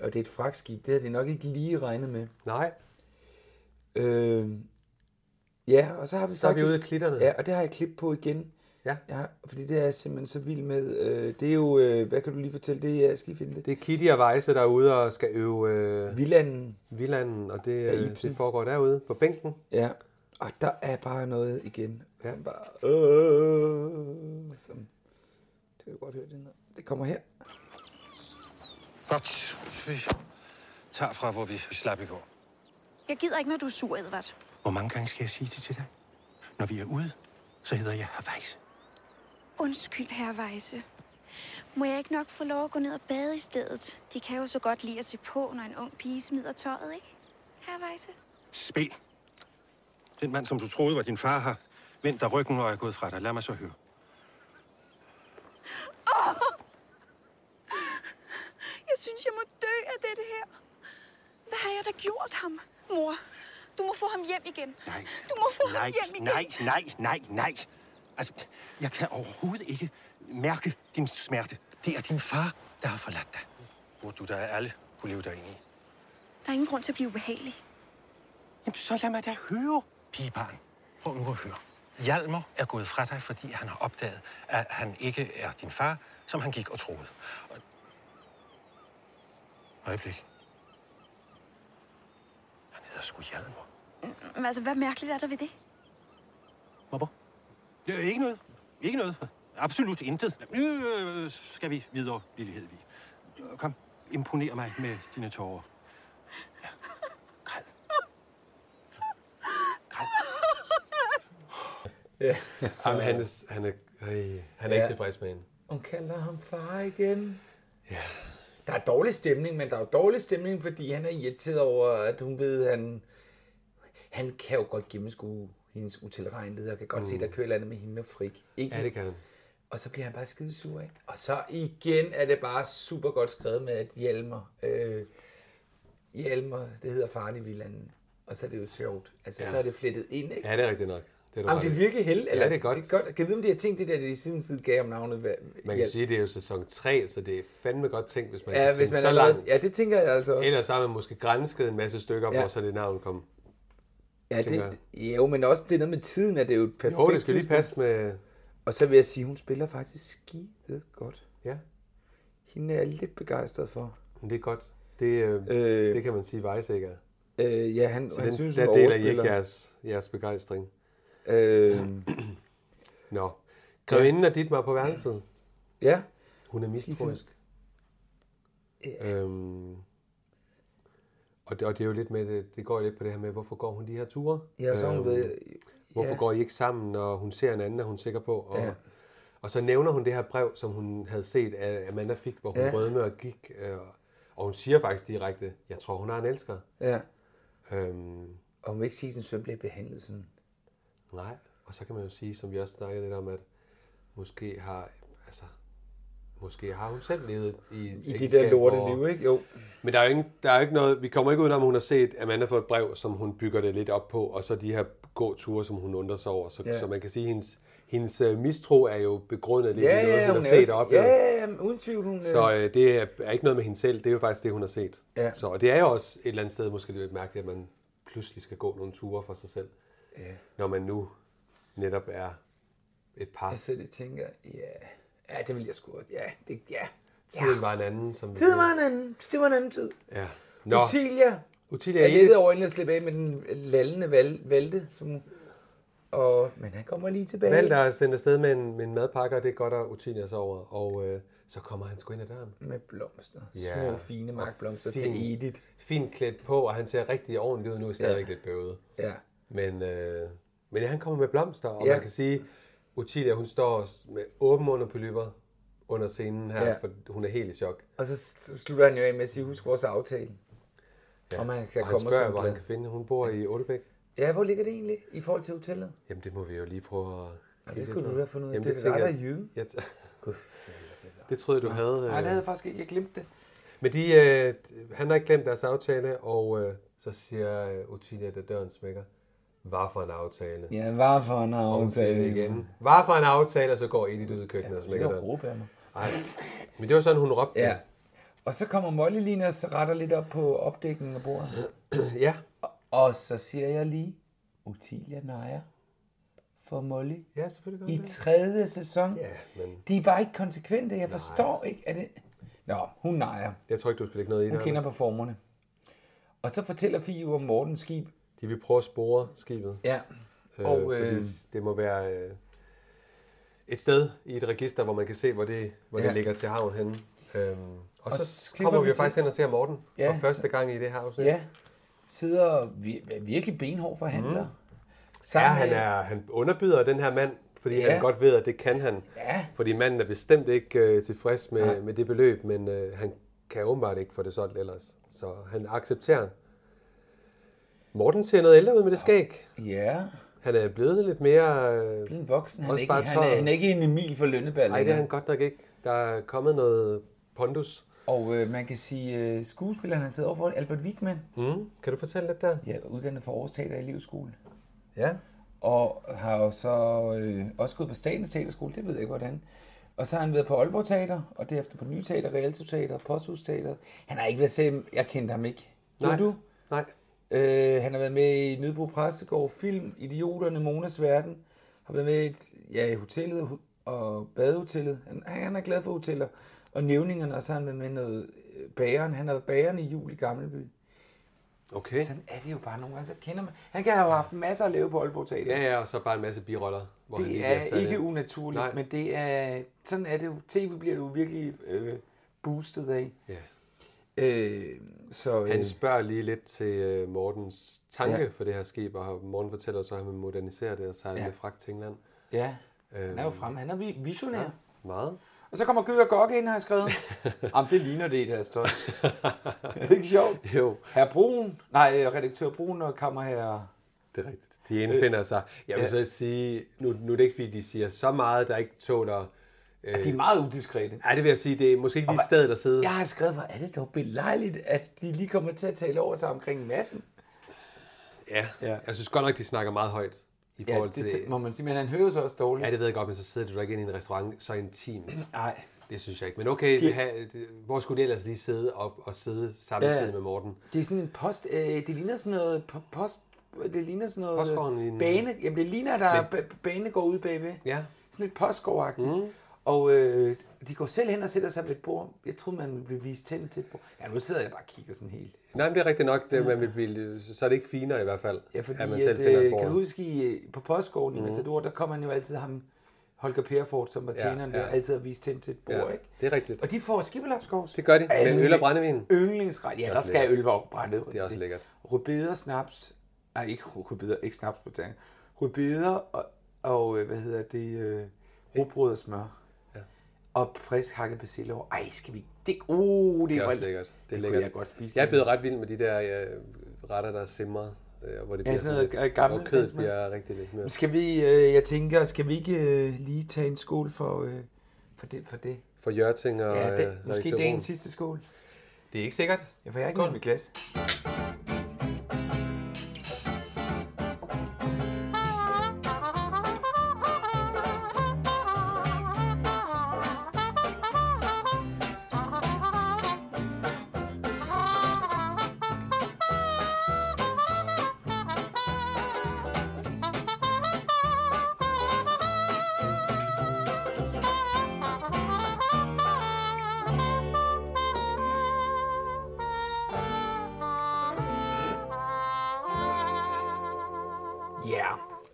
B: Og det er et fragtskib. Det havde de nok ikke lige regnet med.
A: Nej.
B: Øh, ja, og så har vi
A: Så er vi
B: faktisk...
A: ude i klitterne.
B: Ja, og det har jeg klip på igen.
A: Ja.
B: ja fordi det er jeg simpelthen så vild med. Øh, det er jo... Øh, hvad kan du lige fortælle det? Jeg skal I finde det.
A: Det er Kitty og Vejse, der er ude og skal øve... Øh,
B: Villanden.
A: Villanden, og det,
B: Af
A: øh,
B: Ibsen.
A: det foregår derude på [laughs] bænken.
B: Ja. Og der er bare noget igen. Ja. Som bare... Øh, som, det kan du godt høre, det, er noget. det kommer her.
J: Godt. Vi tager fra, hvor vi slap i går.
G: Jeg gider ikke, når du er sur, Edvard.
J: Hvor mange gange skal jeg sige det til dig? Når vi er ude, så hedder jeg Havajs.
G: Undskyld, herre Weisse. Må jeg ikke nok få lov at gå ned og bade i stedet? De kan jo så godt lide at se på, når en ung pige smider tøjet, ikke? Herre Weisse.
J: Spil. Den mand, som du troede var din far, har vendt dig ryggen og er gået fra dig. Lad mig så høre.
G: Åh! Jeg synes, jeg må dø af dette her. Hvad har jeg da gjort ham, mor? Du må få ham hjem igen.
J: Nej.
G: Du må få ham
J: Nej,
G: hjem igen.
J: nej, nej, nej, nej. Altså, jeg kan overhovedet ikke mærke din smerte. Det er din far, der har forladt dig. Hvor du der er alle kunne leve dig ind i.
G: Der er ingen grund til at blive ubehagelig.
J: Jamen, så lad mig da høre. Pigebarn, prøv nu at høre. Hjalmar er gået fra dig, fordi han har opdaget, at han ikke er din far, som han gik og troede. Og... Øjeblik. Han hedder sgu Hjalmar.
G: Men altså, hvad mærkeligt er der ved det?
J: Hvorfor? Det er Øh, ikke noget. Ikke noget. Absolut intet. Nu øh, skal vi videre, Lille Hedvig. Kom, imponer mig med dine tårer.
A: Ja. Jamen, han, er- han er, øh, han er
B: Ja.
A: ikke tilfreds med hende.
B: Hun kalder ham far igen. Ja. Der er dårlig stemning, men der er jo dårlig stemning, fordi han er irriteret over, at hun ved, at han, han kan jo godt gennemskue hendes utilregnelighed, og kan godt mm. se,
A: Mm.
B: der kører et eller andet med hende og Frik. Ikke?
A: Ja, det kan han.
B: Og så bliver han bare skide sur af. Og så igen er det bare super godt skrevet med, at Hjalmar, øh, Hjalmar, det hedder faren i villanden. Og så er det jo sjovt. Altså, ja.
A: Ja.
B: så er det flettet ind, ikke?
A: Ja, det er rigtigt nok. Det er, du
B: Jamen,
A: ret
B: det er
A: i.
B: virkelig held. Eller,
A: Ja, det er godt.
B: Det er godt. Kan jeg vide, om de har tænkt det der, de siden tid gav ham navnet? Hvad,
A: Man kan
B: Hjalmar?
A: sige, at det er jo sæson 3, så det er fandme godt tænkt, hvis man
B: Ja, hvis
A: kan tænke
B: man
A: så
B: har lavet-
A: langt.
B: ja, det tænker jeg altså også.
A: Ellers har man måske grænsket en masse stykker,
B: Ja.
A: ja. hvor så det navn kom.
B: Ja,
A: tænker
B: det, jo, men også det der med tiden, at det er jo et perfekt
A: Jo, det skal lige
B: tidspunkt.
A: passe med...
B: Og så vil jeg sige, at hun spiller faktisk skide godt.
A: Ja.
B: Hende er jeg lidt begejstret for.
A: Men det er godt. Det, øh, øh, det kan man sige, Vejse ikke er.
B: Øh, ja, han-
A: så
B: han
A: den,
B: synes,
A: der
B: hun
A: deler I
B: overspiller.
A: ikke jeres, jeres begejstring.
B: Øh,
A: Nå. Grevinden ja. og Dietmar på værelset.
B: Ja.
A: Hun er mistroisk. Øhm, og, det, og det er jo lidt med, det, det går jo lidt på det her med, hvorfor går hun de her ture? Øhm,
B: Ja, så hun ved-
A: Hvorfor
B: ja.
A: går I ikke sammen, når hun ser en anden, er hun sikker på? Og,
B: Ja.
A: og så nævner hun det her brev, som hun havde set, at Amanda fik, hvor hun
B: Ja.
A: ja. rødme og gik. Øh, og hun siger faktisk direkte, jeg tror, hun har en elsker.
B: Ja.
A: Øhm,
B: og hun vil ikke sige, at sin søn bliver behandlet sådan.
A: Nej, og så kan man jo sige, som vi også snakkede lidt om, at måske har, altså, måske har hun selv levet i, et
B: I det
A: ægteskab,
B: der lorte
A: hvor-
B: liv, ikke? Jo.
A: Men der er jo ikke, der er jo ikke noget, vi kommer ikke udenom, at hun har set Amanda få et brev, som hun bygger det lidt op på, og så de her gåture, som hun undrer sig over. Så,
B: Ja.
A: ja. så man kan sige, at hendes, hendes øh, mistro er jo begrundet lidt
B: Ja,
A: i noget,
B: ja,
A: hun,
B: hun
A: har
B: er jo-
A: set og oplevet.
B: ja, ja, men uden tvivl, hun,
A: Så
B: øh,
A: øh, det er, er ikke noget med hende selv, det er jo faktisk det, hun har set.
B: Ja.
A: Så, og det er jo også et eller andet sted måske lidt mærkeligt, at man pludselig skal gå nogle ture for sig selv,
B: Ja.
A: når man nu netop er et par.
B: Jeg sidder lidt og Altså, tænker, ja, ja, det vil jeg sgu også. Ja, det, ja.
A: Tiden var en anden, som vi
B: Tiden
A: siger.
B: var en anden. Det var en anden tid.
A: Ja.
B: Utilia.
A: Utilia
B: Jeg
A: Elitz.
B: leder over inden at slippe af med den lallende val, valte, som... Og, men han kommer lige tilbage.
A: Valter er sendt afsted med en, med en madpakke, og det er godt, at Utilia så over. Og øh, så kommer han sgu ind ad døren.
B: Med blomster. Små, fine
A: og
B: markblomster til
A: fin-
B: Edith.
A: Fint klædt på, og han ser rigtig ordentligt ud nu. Er stadigvæk
B: Ja.
A: lidt bøvet.
B: Ja.
A: Men, øh, men ja, han kommer med blomster, og
B: Ja.
A: ja. man kan sige, Utilia, hun står med åben mund og polypper under scenen her,
B: Ja.
A: ja. for hun er helt i chok.
B: Og så s- slutter han jo af med at sige, husk vores aftale. Ja. Om han kan
A: og han
B: komme og
A: spørger,
B: samle
A: hvor han
B: det.
A: kan finde. Hun bor i Ålbæk.
B: Ja, hvor ligger det egentlig i forhold til hotellet?
A: Jamen, det må vi jo lige prøve at...
B: det skulle du da have fundet ud af.
A: Jamen,
B: Det
A: det,
B: er
A: det tænker
B: dig,
A: jeg...
B: der er jyde.
A: Jeg
B: [laughs]
A: t- det troede jeg, du havde...
B: Nej,
A: øh,
B: det havde jeg faktisk ikke. Jeg glemte det.
A: Men de, øh, han har ikke glemt deres aftale, og øh, så siger øh, Utilia, da døren smækker, var for en aftale.
B: Ja, hvad for en
A: Og hun siger det
B: aftale.
A: igen. Var for en aftale, og så går Edith ud i køkkenet og smækker
B: skal
A: døren.
B: råbe af mig.
A: Ej, men det var sådan, hun råbte.
B: Ja. Og så kommer Molly lige ned og så retter lidt op på opdækningen af bordet.
A: [clears throat] ja.
B: Og, og så siger jeg lige, Utilia nejer for Molly
A: ja, selvfølgelig
B: i tredje sæson.
A: Ja, men...
B: De er bare ikke konsekvente. Jeg forstår Nej. ikke, at det... Nå, hun nejer.
A: Jeg tror ikke, du skal lægge noget i
B: Hun
A: det,
B: kender
A: Anders.
B: performerne. Og så fortæller Fie om Mortens skib.
A: De vil prøve at spore skibet.
B: Ja.
A: Øh,
B: Og,
A: og, fordi
B: øh,
A: det må være øh, et sted i et register, hvor man kan se, hvor det, hvor ja.
B: Ja.
A: det ligger til havn henne. Øhm, og,
B: Og
A: og så
B: så klipper
A: kommer vi
B: vi
A: jo
B: til-
A: faktisk hen og ser Morten
B: Ja,
A: ja, for første gang i det her afsnit.
B: Ja. Sidder vir- virkelig benhård forhandler. Mm.
A: Ja, han, er, han underbyder den her mand, fordi ja.
B: Ja.
A: han godt ved, at det kan han.
B: Ja.
A: Fordi manden er bestemt ikke øh, tilfreds
B: Nej.
A: med, med det beløb, men øh, han kan åbenbart ikke få det solgt ellers. Så han accepterer. Morten ser noget ældre ud med det skæg.
B: Ja.
A: Han er blevet lidt mere... Øh,
B: blevet voksen. Han er,
A: også
B: ikke,
A: bare
B: han, er,
A: tøjet.
B: han er ikke en Emil for lønnebær
A: Nej, det er han godt nok ikke. Der er kommet noget pondus.
B: Og øh, man kan sige, øh, skuespilleren han sidder overfor, Albert Wigman.
A: Mm. Kan du fortælle lidt der?
B: Ja, uddannet for Aarhus Teater Elevskole.
A: Ja.
B: Og har jo så øh, også gået på Statens Teaterskole, det ved jeg ikke hvordan. Og så har han været på Aalborg Teater, og derefter på Nye Teater, Realto Teater, Posthus Teater. Han har ikke været se, jeg kendte ham ikke. Gjorde
A: Nej.
B: du?
A: Nej.
B: Øh, han har været med i Nødbro Præstegård, film, Idioterne, Monas Verden. Har været med i, et, ja, i hotellet og- og badehotellet. Han, han er glad for hoteller. Og nævningerne, og så har han været med i noget øh, bageren. Han har været bageren i jul i Gamleby.
A: Okay.
B: Sådan er det jo bare nogle gange, så kender man. Han kan have haft masser at lave på Aalborg Teater.
A: Ja, ja, og så bare en masse biroller. Hvor han
B: Det
A: lige
B: er
A: bliver sat
B: ikke
A: ind.
B: unaturligt,
A: Nej.
B: Nej. men det er, sådan er det jo. TV bliver du virkelig øh, boostet af.
A: Ja.
B: Øh, så, øh,
A: Han spørger lige lidt til øh, Mortens tanke
B: Ja.
A: ja. for det her skib, og Morten fortæller så, at han vil modernisere det og sejle ja. med fragt til England.
B: Ja, han er jo
A: Øhm,
B: fremme. Han er vi- visionær. Ja.
A: Meget.
B: Og så kommer Gøge og Gokke ind, har jeg
A: [laughs]
B: skrevet. [laughs] Jamen, det ligner det i deres tøj. er det ikke sjovt?
A: Jo.
B: Herr Brun, nej, øh, redaktør Brun og kammerherre...
A: Det er rigtigt. De indfinder sig. Jeg vil
B: Ja.
A: ja. så sige, nu, nu er det ikke, fordi de siger så meget, der er ikke tåler... Øh,
B: De er meget udiskrete.
A: Ja, det vil jeg sige. Det er måske ikke lige stedet at sidde.
B: Jeg har skrevet, hvor er det dog belejligt, at de lige kommer til at tale over sig omkring massen.
A: Ja. ja. Jeg synes godt nok, de snakker meget højt i
B: Ja,
A: forhold
B: det,
A: til det.
B: må man sige, men han hører så også dårligt.
A: Ja, det ved jeg godt, men så sidder du da ikke inde i en restaurant så intimt.
B: [clears throat] Nej.
A: Det synes jeg ikke. Men okay,
B: De-
A: de... ha, det- hvor skulle de ellers lige sidde og, og sidde samtidig
B: Ja.
A: ja. med Morten?
B: Det er sådan en post... Øh, det ligner sådan noget... po- Post, det ligner sådan noget...
A: Postgården i en-
B: Bane, jamen, det ligner, at der er ba- bane går ud bagved.
A: Ja.
B: Sådan lidt postgårdagtigt. Mm. Og øh, de går selv hen og sætter sig ved et bord. Jeg troede, man ville blive vist tændt til et bord. Ja, nu sidder jeg bare og kigger sådan helt.
A: Nej, men det er rigtigt nok. Det, man vil blive, så er det ikke finere i hvert fald,
B: Ja, fordi
A: at
B: at
A: man selv
B: øh,
A: finder
B: kan
A: et
B: du
A: bord.
B: huske i, øh, på postgården i
A: Mhm.
B: Matador, der kom han jo altid ham, Holger Perfort, som var
A: Ja,
B: tjeneren,
A: ja.
B: der altid har vist tændt til et bord,
A: Ja,
B: ikke?
A: det er rigtigt.
B: Og de får skibelapskovs.
A: Det gør de, med
B: Alle
A: øl og brændevin.
B: Yndlingsret. Ja,
A: Det er
B: der
A: også
B: skal
A: lækkert.
B: øl og brændevin.
A: Det er også
B: til.
A: lækkert.
B: Rødbeder, snaps. Nej, ikke ru- rødbeder, ikke snaps på tangen. Rødbeder og, og, øh, hvad hedder det, øh, rugbrød og smør.
A: Ja.
B: Og frisk hakket persilleover. Ej, skal vi... Det, uh, det,
A: Det er
B: var-
A: også lækkert. Det, er
B: kunne
A: lækkert.
B: jeg godt spise.
A: Jeg er blevet ret vild med de der øh, retter, der simrer. Øh, hvor det
B: Ja,
A: bliver
B: sådan noget
A: sådan lidt-
B: gammelt
A: Hvor kødet
B: dansk mad.
A: bliver rigtig lidt mere.
B: Skal vi, øh, jeg tænker, skal vi ikke øh, lige tage en skål for, øh, for det? For det?
A: For Jørting og...
B: ja,
A: øh,
B: det, måske
A: Revisoren.
B: dagens sidste skål.
A: Det er ikke sikkert.
B: Ja, for jeg har ikke noget med glas.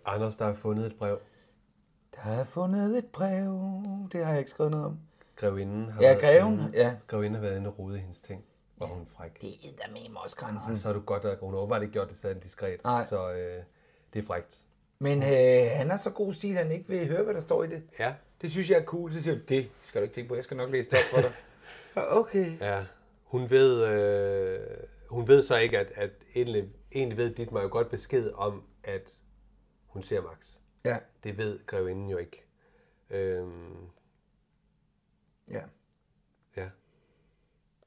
A: Anders, der har fundet et brev.
B: Der er fundet et brev. Det har jeg ikke skrevet noget om.
A: Grevinden har
B: Ja,
A: været
B: greven,
A: inde-
B: ja.
A: Grevinden har været inde og rode i hendes ting. Og hun er fræk.
B: Det er med mig også
A: Ah, så er du godt, at hun har åbenbart ikke gjort det sådan diskret.
B: Nej.
A: Så øh, det er frækt.
B: Men øh, han har så god stil, at han ikke vil høre, hvad der står i det.
A: Ja.
B: Det synes jeg er cool. Så siger jeg, det skal du ikke tænke på. Jeg skal nok læse det op for dig. [laughs] okay.
A: Ja. Hun ved, øh, hun ved så ikke, at, at egentlig, egentlig ved Dietmar jo godt besked om, at hun ser Max.
B: Ja.
A: Det ved grevinden jo ikke. Øhm,
B: Ja.
A: ja.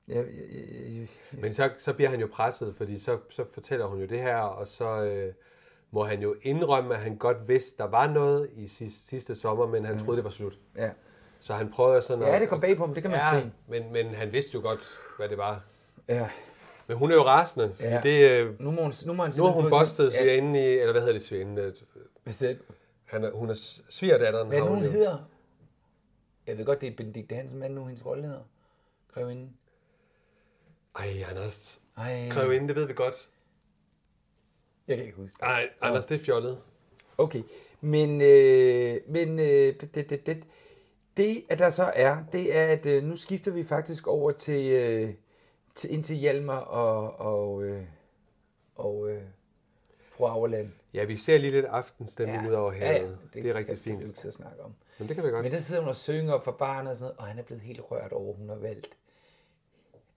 B: Ja, ja, ja, ja, ja.
A: Men så, så bliver han jo presset, fordi så, så fortæller hun jo det her, og så øh, må han jo indrømme, at han godt vidste, der var noget i sidste, sidste sommer, men han troede, det var slut.
B: Ja.
A: Så han prøver sådan
B: Ja, det kom bag på ham, det kan man
A: ja,
B: se.
A: Men, men han vidste jo godt, hvad det var.
B: Ja.
A: Men hun er jo rasende, fordi
B: Ja.
A: ja. det, øh,
B: Nu må hun- nu må han
A: nu har
B: simpelthen få
A: hun
B: sin-
A: bustet
B: Ja.
A: ja. svirinden i, eller hvad hedder det, svirinden?
B: Bestemt.
A: Han er, hun er s- svigerdatteren.
B: Hvad
A: har
B: nu hun
A: jo-
B: hedder? Jeg ved godt, det er Benedikte Hansen, hvad er nu hendes rolle hedder. Grevinde.
A: Ej, Anders.
B: Ej.
A: Grevinde, det ved vi godt.
B: Jeg kan ikke huske.
A: Ej, Anders, det er fjollet.
B: Okay, men, øh, men øh, det, det, det, det, det, at der så er, det er, at øh, nu skifter vi faktisk over til, øh, til ind til Hjalmar og, og, øh, og øh, fru Auerland.
A: Ja, vi ser lige lidt aftenstemning ja. ud over havet.
B: Ja,
A: Ja,
B: ja,
A: det,
B: det
A: det, er
B: kan-
A: rigtig fint.
B: det er jo ikke til at snakke om.
A: Men det kan vi godt.
B: Men der sidder hun og synger op for barnet og sådan noget, og han er blevet helt rørt over, at hun har valgt.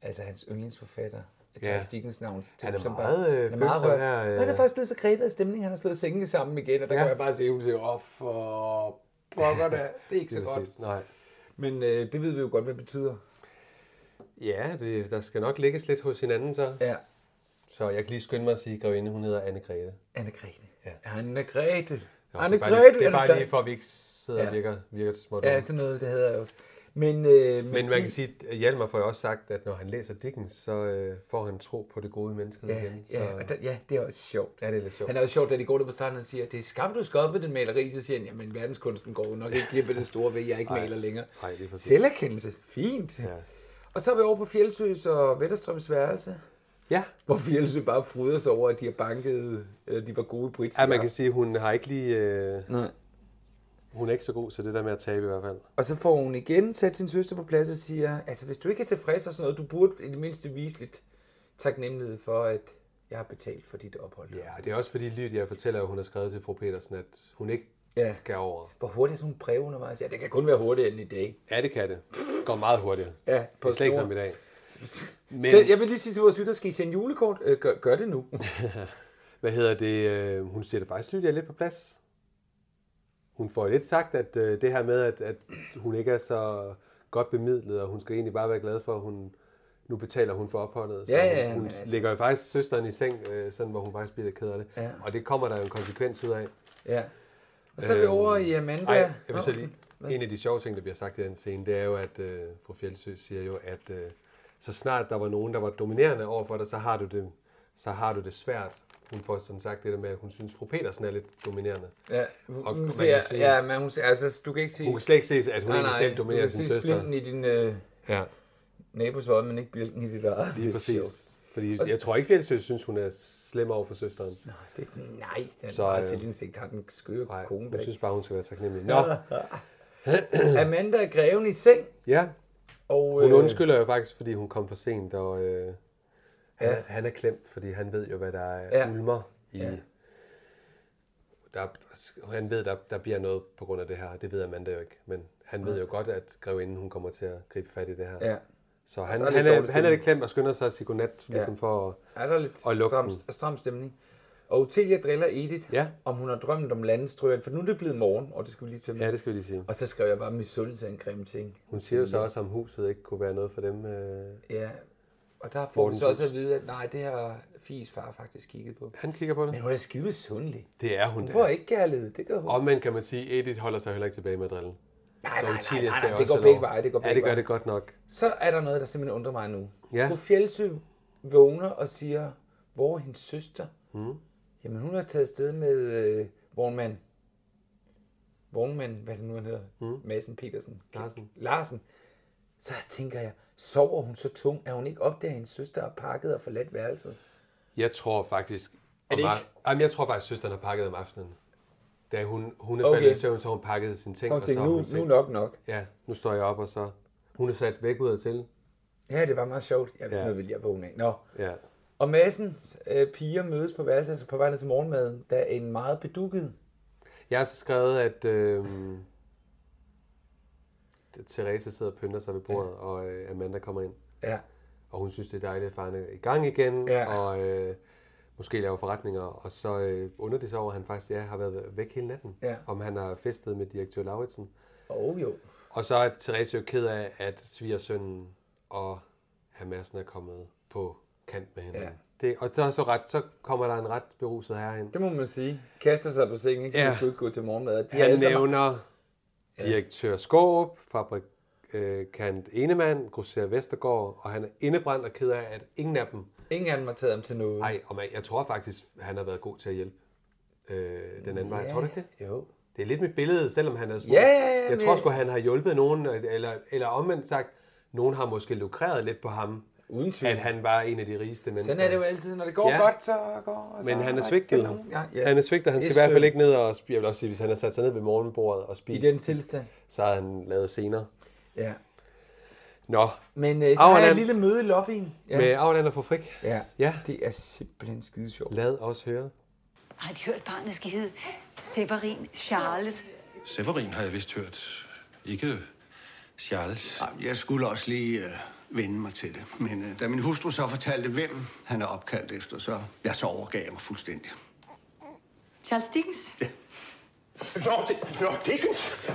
B: Altså hans yndlingsforfatter,
A: Ja.
B: Charles Dickens navn.
A: Han er
B: som
A: meget,
B: bare-
A: øh,
B: han er meget
A: følsom
B: rørt.
A: her, øh.
B: Men Han er faktisk blevet så grebet af stemningen, han har slået sengene sammen
A: [laughs]
B: igen, og der ja. kan jeg bare se, at hun siger, åh, for pokker da, det er ikke så
A: Det er
B: godt.
A: præcis, nej.
B: Men øh, det ved vi jo godt, hvad det betyder.
A: Ja, det, der skal nok ligges lidt hos hinanden så.
B: Ja.
A: Så jeg kan lige skynde mig at sige, at grevinde, hun hedder Anne-Grethe.
B: Anne-Grete. Ja. Anne-Grete.
A: Ja,
B: Anne-Grete.
A: det er bare lige- Det
B: er
A: er
B: du
A: bare
B: glad?
A: lige for, at vi ikke sidder ja.
B: Ja.
A: og virker, virker småt.
B: Ja, sådan noget, det havde jeg også. Men, øh,
A: Men man kan sige, at Hjalmar får jo også sagt, at når han læser Dickens, så øh, får han tro på det gode menneske
B: Ja,
A: igen. Så...
B: ja, og der, ja, det er også sjovt.
A: Ja, det er lidt sjovt.
B: Han er også sjovt, da de går der på stranden og siger, det er skam, du skal op med den maleri, så siger han, jamen verdenskunsten går jo nok ikke glip af det store ved, jeg ikke
A: Ej.
B: maler længere.
A: Ej, det er præcis.
B: Selverkendelse, fint.
A: Ja.
B: Og så er vi over på Fjeldsøs og Vetterstrøms værelse.
A: Ja.
B: Hvor Fjeldsø bare fryder sig over, at de har banket, eller de var gode i Brits.
A: ja, man kan sige, at hun har ikke lige... Øh...
B: Nej.
A: Hun er ikke så god til det der med at tabe i hvert fald.
B: Og så får hun igen sat sin søster på plads og siger, altså hvis du ikke er tilfreds og sådan noget, du burde i det mindste vise lidt taknemmelighed for, at jeg har betalt for dit ophold.
A: Ja, og det er også fordi Lydia fortæller, at hun har skrevet til fru Petersen, at hun ikke
B: Ja.
A: ja. skal over.
B: Hvor hurtigt er sådan nogle breve undervejs? Ja, det kan kun være hurtigere end i dag.
A: Ja, det kan det. Det går meget hurtigt.
B: Ja,
A: på
B: på
A: det er slet ikke
B: snor.
A: som i
B: [laughs]
A: dag.
B: Men... Så jeg vil lige sige til vores lytter, skal I sende julekort? Øh, gør, gør det [laughs] nu.
A: Hvad hedder det? øh, Hun sætter faktisk Lydia lidt på plads. Hun får lidt sagt, at øh, det her med, at, at hun ikke er så godt bemidlet, og hun skal egentlig bare være glad for, at hun nu betaler hun for opholdet.
B: Ja, ja,
A: hun,
B: men
A: hun
B: altså-
A: lægger jo faktisk søsteren i seng, øh, sådan, hvor hun faktisk bliver lidt ked af det.
B: Ja.
A: Og det kommer der jo en konsekvens ud af. Øhm,
B: Ja. Og så er vi over i Amanda.
A: Ej, jeg vil
B: Nå,
A: så lige, en af de sjove ting, der bliver sagt i den scene, det er jo, at øh, fru Fjeldsø siger jo, at øh, så snart der var nogen, der var dominerende overfor dig, så har du det, så har du det svært. Hun får sådan sagt det der med, at hun synes, fru Petersen er lidt dominerende.
B: Ja, hun,
A: hun,
B: og, hun
A: man
B: siger,
A: kan sige,
B: ja, men hun siger, altså, du kan ikke sige...
A: Hun kan slet ikke se, at hun egentlig selv dominerer sin
B: Du kan se
A: søster.
B: splinten i din øh,
A: Ja.
B: nabos øje, men ikke bjælken i dit eget. [laughs]
A: lige
B: Det er sjovt.
A: præcis. Fordi
B: Og s-
A: jeg tror ikke, Fjeldsø synes, hun er slem over for søsteren. Nej,
B: det, nej den
A: Så,
B: så, bare
A: øh,
B: selvindsigt har den skøre nej, kone.
A: Hun
B: der
A: synes
B: ikke-
A: bare, hun skal være
B: [laughs] [clears throat]
A: taknemmelig. Nå, [clears throat]
B: Amanda er greven i seng.
A: Ja.
B: Og,
A: Hun
B: øh,
A: undskylder jo faktisk, fordi hun kom for sent, og øh, han,
B: Ja.
A: ja. han er klemt, fordi han ved jo, hvad der er
B: Ja.
A: ja. ulmer i...
B: Ja.
A: Ja. Der, han ved, der, der bliver noget på grund af det her. Det ved Amanda jo ikke, men han ved jo godt, at grevinden hun kommer til at gribe fat i det her.
B: Ja.
A: Så
B: Og
A: han,
B: der er
A: er
B: lidt
A: han, er,
B: dårlig
A: han er
B: stemning.
A: lidt klemt og skynder sig at sige godnat,
B: Ja.
A: ligesom for at,
B: Er der lidt
A: at lukke
B: stram,
A: den.
B: stram stemning? Og Otelia driller Edith,
A: ja.
B: om hun har drømt om landestrøen, for nu er det blevet morgen, og det skal vi lige til.
A: Ja, det skal vi lige sige.
B: Og så skrev jeg bare, at misundelse er en grim ting.
A: Hun siger jo så også, om huset ikke kunne være noget for dem. Øh,
B: Ja, og der får vi
A: Mortens
B: så også
A: hus.
B: at vide, at nej, det har Fies far faktisk kigget på.
A: Han kigger på det.
B: Men hun er skide misundelig.
A: Det er hun.
B: Hun
A: det
B: får
A: er.
B: ikke kærlighed, det gør hun.
A: Omvendt kan man sige, Edith holder sig heller ikke tilbage med at drille.
B: Nej, nej, nej,
A: Ottilia
B: nej, nej,
A: skal
B: det
A: også
B: går
A: have
B: begge
A: lov.
B: veje, det går
A: Ja,
B: begge
A: det gør
B: veje.
A: det godt nok.
B: Så er der noget, der simpelthen undrer mig nu.
A: Ja.
B: Fru Fjeldsø vågner og siger, hvor er hendes søster?
A: Mm.
B: Jamen, hun har taget sted med øh, vognmand. Vognmand, hvad det nu han hedder. Mm. Madsen Petersen. Larsen. Larsen. Så tænker jeg, sover hun så tung, at hun ikke opdager, at hendes søster har pakket og forladt værelset?
A: Jeg tror faktisk...
B: Er det
A: om
B: ikke-
A: af- Jamen, jeg tror faktisk, søsteren har pakket om aftenen. da hun, hun er
B: Okay.
A: okay. faldet i søvn, så har hun pakket sine ting.
B: Så hun
A: og
B: tænkte,
A: har
B: nu-
A: hun set-
B: nu nok nok.
A: Ja, nu står jeg op, og så... Hun er sat væk ud af til.
B: Ja, det var meget sjovt. Jeg, ja.
A: Ja.
B: Sådan noget ville jeg vågne af. Nå.
A: Ja.
B: Og massens øh, piger mødes på værelset altså på vej ned til morgenmaden, da en meget bedukket...
A: Jeg har så skrevet, at øh, Therese sidder og pynter sig ved bordet, ja. og øh, Amanda kommer ind.
B: Ja.
A: Og hun synes, det er dejligt, at faren er i gang igen, ja. og øh, måske laver forretninger. Og så øh, under det sig over, at han faktisk ja, har været væk hele natten.
B: Ja.
A: Om han har festet med direktør Lauritsen.
B: Oh, jo.
A: Og så er Therese jo ked af, at svigersønnen og Hamassen er kommet på kant med hinanden. Ja. Det, og så, så, ret, så kommer der en ret beruset herre ind.
B: Det må man sige. Kaster sig på sengen, ikke? Ja.
A: Ja.
B: De skulle ikke gå til morgenmad. De har
A: Han
B: alle sammen-
A: nævner direktør øh, Skåb, fabrikant Enemann, grosser Vestergaard, og han er indebrændt og ked af, at ingen af dem...
B: Ingen af dem har taget ham til noget.
A: Nej, og man, jeg tror faktisk, han har været god til at hjælpe øh, den anden vej.
B: Ja,
A: Tror du ikke det?
B: Jo.
A: Det er lidt mit billede, selvom han er stor.
B: Ja, ja, ja,
A: jeg
B: men-
A: tror sgu, han har hjulpet nogen, eller, eller omvendt sagt, nogen har måske lukreret lidt på ham.
B: Uden
A: tvivl. At han var en af de rigeste mennesker.
B: Sådan er det jo altid. Når det går ja.
A: Ja.
B: godt, så går... Så
A: Men han er
B: der
A: svigtet.
B: ikke nogen- Ja, ja.
A: Han er svigtet. Han
B: Det
A: skal
B: er
A: i hvert fald
B: synd.
A: ikke ned og spise. Jeg vil også sige, hvis han har sat sig ned ved morgenbordet og spist.
B: I den tilstand.
A: Så har han lavet senere.
B: Ja.
A: Nå.
B: Men øh, så har jeg et
A: Auerland
B: lille møde i lobbyen. Ja.
A: med Auerland og Fabrik.
B: Ja.
A: ja.
B: Det er simpelthen skide sjovt.
A: Lad os høre.
C: Har de hørt, barnet skal hedde Severin Charles?
J: Severin har jeg vist hørt. Ikke Charles.
O: Jamen, Jeg skulle også lige øh, vende mig til det. Men øh, da min hustru så fortalte, hvem han er opkaldt efter, så jeg så overgav jeg mig fuldstændig.
H: Charles Dickens?
O: Lord, Lord Dickens?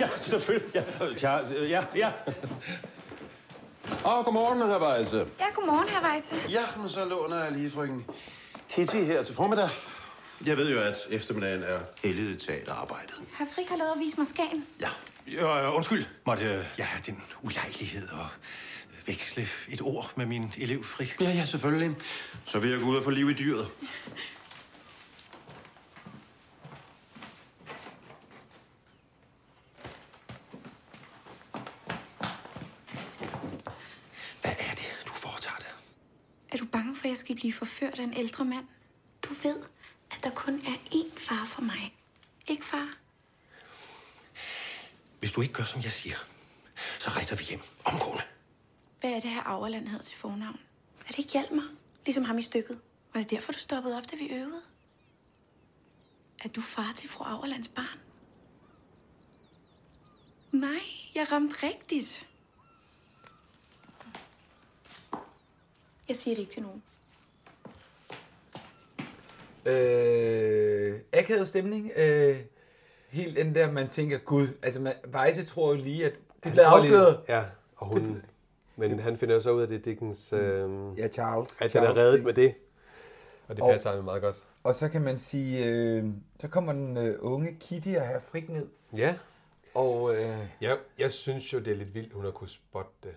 P: ja, selvfølgelig. Ja, Charles, øh, ja, ja.
F: Og godmorgen, herr Weisse.
G: Ja, godmorgen, herr Weisse.
F: Ja, men så låner jeg lige frøken Kitty her til formiddag. Jeg ved jo, at eftermiddagen er heldet teaterarbejdet.
G: Herr Frik har lovet at vise mig Skagen.
P: ja øh, undskyld, måtte øh, jeg have din ulejlighed og
F: øh,
P: veksle et ord med min elev Fri?
F: Ja, ja, selvfølgelig. Så vil jeg gå ud og få liv i dyret.
G: Er du bange for, at jeg skal blive forført af en ældre mand? Du ved, at der kun er én far for mig. Ikke far?
P: Hvis du ikke gør, som jeg siger, så rejser vi hjem omgående.
G: Hvad er det her Auerland hedder til fornavn? Er det ikke Hjalmar? Ligesom ham i stykket. Var det derfor, du stoppede op, da vi øvede? Er du far til fru Auerlands barn? Nej, jeg ramte rigtigt. Jeg siger det ikke til nogen.
B: Øh, akavet stemning. Øh, helt den der, man tænker, gud, altså man, Weisse tror jo lige, at det bliver
A: tror lige-
B: afsløret.
A: Ja, og hun... Men han finder jo så ud af, det er Dickens... Øh,
B: Mm. ja, Charles.
A: At han
B: Charles
A: er reddet
B: Dickens.
A: med det. Og det
B: Og-
A: passer ham jo meget godt.
B: Og så kan man sige, øh, så kommer den øh, unge Kitty og her frik ned.
A: Ja.
B: Og øh,
A: Ja, jeg synes jo, det er lidt vildt, hun har kunne spotte det.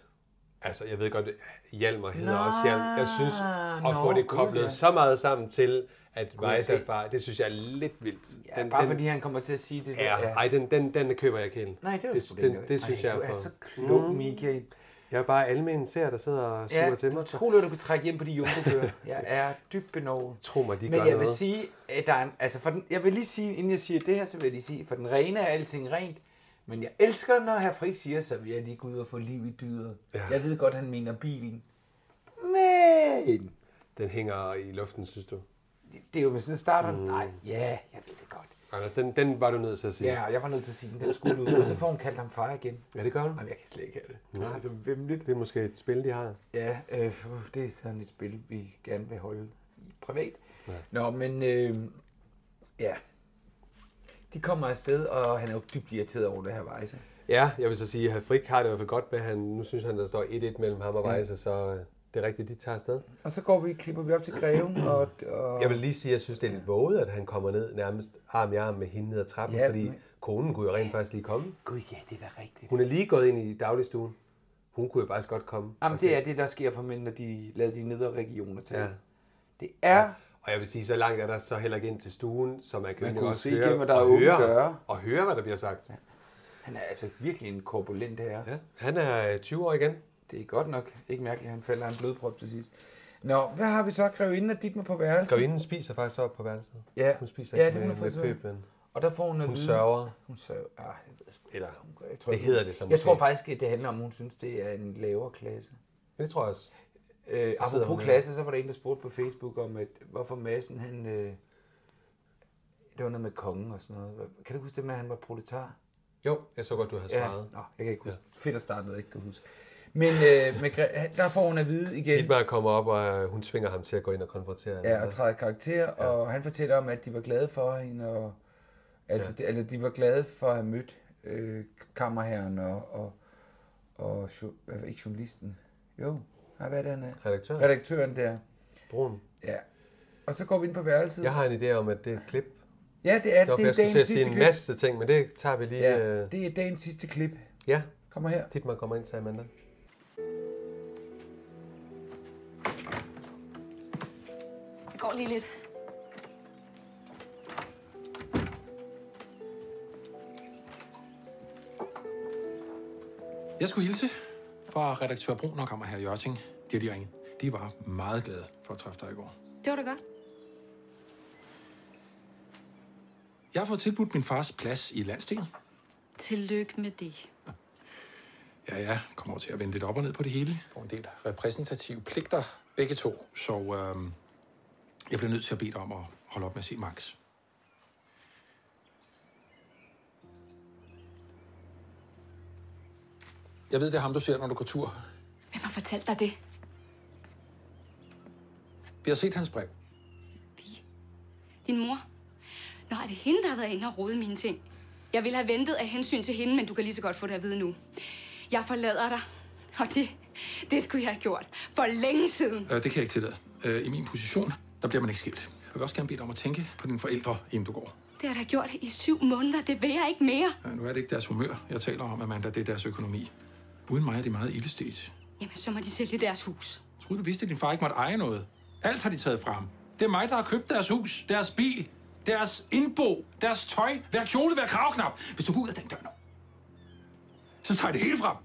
A: Altså, jeg ved godt, at Hjalmar hedder
B: Nå,
A: også Hjalm. Jeg synes, at
B: nå,
A: få det
B: gud,
A: koblet
B: ja.
A: så meget sammen til, at
B: Gud,
A: Weiss er
B: det-
A: far, det synes jeg er lidt vildt.
B: ja, bare fordi han kommer til at sige det.
A: Ja, ej, den, den, den køber jeg ikke helt.
B: Nej, det er jo
A: det,
B: sgu
A: den,
B: det.
A: det synes
B: Ej,
A: jeg
B: du
A: er
B: er
A: for...
B: så klog,
A: Mm.
B: Michael.
A: Jeg er bare almen ser, der sidder og suger
B: Ja,
A: til
B: du
A: mig.
B: troede, at du kunne trække hjem på de jumbo Jeg er dybt benovet.
A: [laughs] Tro mig, de
B: Men
A: gør
B: jeg vil
A: noget.
B: sige, at der er en, altså for den, jeg vil lige sige, inden jeg siger det her, så vil jeg lige sige, for den rene er alting rent. Men jeg elsker, når herr Frik siger, så vil jeg lige gå ud og få liv i dyret. Ja. Jeg ved godt, han mener bilen. Men...
A: Den hænger i luften, synes du?
B: Det er jo, hvis den starter... Mm. Nej, ja, jeg ved det godt.
A: Anders, den, den var du nødt til at sige.
B: Ja, og jeg var nødt til at sige, den der skulle ud. Og så får hun kaldt ham far igen.
A: Ja, det gør hun.
B: Jamen, jeg kan slet ikke have det.
A: Nej.
B: Altså, vemmeligt.
A: Det er måske et spil, de har.
B: Ja, øh, uh, det er sådan et spil, vi gerne vil holde i privat.
A: Ja.
B: Nå, men øh, ja. De kommer afsted, og han er jo dybt irriteret over det her vejse.
A: Ja, jeg vil så sige, at Frik har det i hvert fald godt med, han, nu synes han, der står 1-1 mellem ham og
B: Ja.
A: Weisse, så øh, det er rigtigt, de tager afsted.
B: Og så går vi, klipper vi op til greven, og, og
A: Jeg vil lige sige, at jeg synes, det er lidt våget, at han kommer ned nærmest arm i arm med hende ned ad trappen,
B: Ja,
A: ja, fordi
B: men-
A: konen kunne jo rent faktisk lige komme.
B: Gud, ja, det var rigtigt.
A: Hun er lige gået ind i dagligstuen. Hun kunne jo faktisk godt komme.
B: Jamen,
A: og se.
B: det er det, der sker for mænd, når de lader de nedre regioner til.
A: Ja.
B: Det er...
A: Og jeg vil sige, så langt er der så heller ikke ind til stuen, så man kan
B: Man
A: jo
B: kunne
A: også
B: se
A: høre,
B: igennem, at der er
A: og
B: åbne
A: høre,
B: døre.
A: Og høre, hvad der bliver sagt.
B: Han er altså virkelig en korpulent herre.
A: Ja, han er 20 år igen.
B: Det er godt nok ikke mærkeligt, at han falder af en blodprop til sidst. Nå, hvad har vi så? Grevinden og Ditmar på værelset.
A: Grevinden spiser faktisk op på værelset.
B: Ja.
A: Hun spiser
B: Ja,
A: ikke
B: det
A: med,
B: hun har
A: med
B: fået serveret.
A: pøblen.
B: Og der får hun at
A: Hun
B: vide-
A: sørger.
B: Hun sørger. Ah, jeg ved sgu-
A: Eller,
B: jeg
A: det
B: ikke-
A: hedder det så
B: Jeg
A: måske.
B: tror faktisk, at det handler om, at hun synes, det er en lavere klasse.
A: Det tror jeg også.
B: Øh,
A: Så sidder hun
B: apropos
A: der.
B: klasse, så var der en, der spurgte på Facebook om, at, hvorfor Madsen, han... Øh, det var noget med kongen og sådan noget. Hvad- Kan du huske det med, at han var proletar?
A: Jo, jeg så godt, du havde svaret.
B: Ja. Nå, jeg kan ikke huske. Ja. Fedt at starte noget, jeg ikke kan huske. Men, øh, men Gre- der får hun at vide igen,
A: Hitmar kommer op, og øh, hun tvinger ham til at gå ind og konfrontere hende.
B: Ja, og træde i karakter, ja. og han fortæller om, at de var glade for hende, og altså, ja. de, altså, de var glade for at have mødt øh, kammerherren og, og, og jo, hvad- ikke journalisten. Jo, nej, hvad er det, han er?
A: Redaktøren.
B: Redaktøren der.
A: Brun.
B: Ja. Og så går vi ind på værelset.
A: Jeg har en idé om, at det er et klip.
B: Ja, det er
A: Nå,
B: det. Det er
A: for jeg skulle
B: dagens
A: til at sige
B: sidste
A: en
B: klip.
A: masse ting, men det tager vi lige...
B: Ja,
A: øh,
B: det er dagens sidste klip.
A: Ja.
B: Kommer her.
A: Dit man kommer ind til Amanda.
I: Jeg går lige lidt.
K: Jeg skulle hilse fra redaktør Brun og kammer her Jørting. De har lige ringet. De var meget glade for at træffe dig i går.
I: Det var da godt.
K: Jeg har fået tilbudt min fars plads i landsdelen.
Q: Tillykke med det.
K: Ja, ja, kommer over til at vende lidt op og ned på det hele. Får en del repræsentative pligter, begge to. Så øhm, jeg bliver nødt til at bede dig om at holde op med at se Max. Jeg ved, det er ham, du ser, når du går tur.
I: Hvem har fortalt dig det?
K: Vi har set hans brev.
Q: Din mor. Nå, er det hende, der har været inde og rode mine ting? Jeg ville have ventet af hensyn til hende, men du kan lige så godt få det at vide nu. Jeg forlader dig. Og det, det skulle jeg have gjort for længe siden.
K: Øh, det kan jeg ikke tillade. Øh, I min position, der bliver man ikke skilt. Jeg vil også gerne bede dig om at tænke på dine forældre, inden du går.
Q: Det har jeg da gjort i syv måneder. Det vil jeg ikke mere.
K: Øh, nu er det ikke deres humør, jeg taler om, Amanda. Det er deres økonomi. Uden mig er det meget ildestet.
Q: Jamen, så må de sælge deres hus.
K: Troede du vidste, at din far ikke måtte eje noget? Alt har de taget fra ham. Det er mig, der har købt deres hus, deres bil, deres indbo, deres tøj, hver kjole, hver kravknap. Hvis du går ud af den dør nu, så tager jeg det hele frem.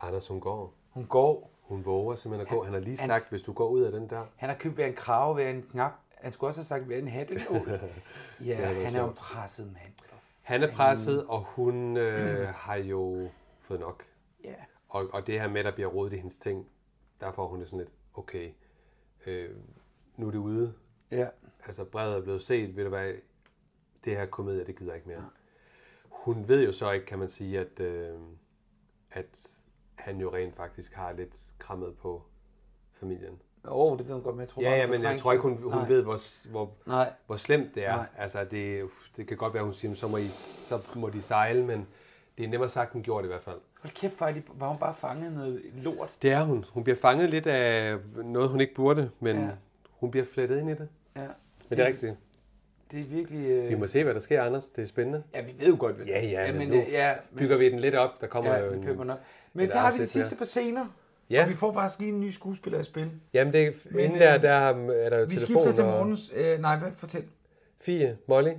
A: Anders, hun går.
B: Hun går.
A: Hun våger simpelthen at gå. Han har lige
B: han-
A: sagt, hvis du går ud af den der...
B: Han har købt hver en krave, hver en knap. Han skulle også have sagt, hver en
A: [laughs]
B: hat. eller ål.
A: Det
B: ja,
A: havde
B: han
A: været
B: er jo en
A: sjovt.
B: presset mand.
A: Han er presset, og hun øh, [clears throat] har jo fået nok.
B: Ja.
A: Og, og det her med, at der bliver rodet i hendes ting, der får hun det sådan lidt, okay, øh, nu er det ude.
B: Ja.
A: Altså, brevet er blevet set, ved du hvad, det her komedie, det gider jeg ikke mere. Hun ved jo så ikke, kan man sige, at, øh, at han jo rent faktisk har lidt krammet på familien.
B: Åh, oh, det ved hun godt, men jeg tror
A: Ja,
B: bare,
A: ja,
B: hun
A: men jeg
B: fortrængte
A: tror ikke, hun,
B: det.
A: hun
B: Nej.
A: ved, hvor, hvor,
B: Nej.
A: hvor slemt det er.
B: Nej.
A: Altså, det, det kan godt være, hun siger, "Men så må, I, så må de sejle, men det er nemmere sagt end gjort i hvert fald.
B: Hold kæft, hvor er de- var hun bare fanget i noget lort.
A: Det er hun. Hun bliver fanget lidt af noget, hun ikke burde, men ja. hun bliver flettet ind i det.
B: Ja.
A: Men det er rigtigt.
B: Det er virkelig... Øh...
A: Vi må se, hvad der sker, Anders. Det er spændende.
B: Ja, vi ved jo godt, hvad der
A: ja,
B: sker.
A: ja,
B: Ja,
A: men,
B: men,
A: nu
B: øh, ja, men-
A: bygger vi den lidt op. Der kommer
B: Ja,
A: jo
B: vi
A: en,
B: køber den op. Men
A: et
B: så har vi det
A: afsnit
B: sidste
A: mere.
B: på scener.
A: Ja.
B: Og vi får faktisk lige en ny skuespiller i spil.
A: Jamen, det er,
B: Men,
A: inden der,
B: øh,
A: der har- er der jo
B: Vi
A: telefon
B: skifter til
A: og-
B: morgens... Øh, nej, hvad fortæl?
A: Fie, Molly,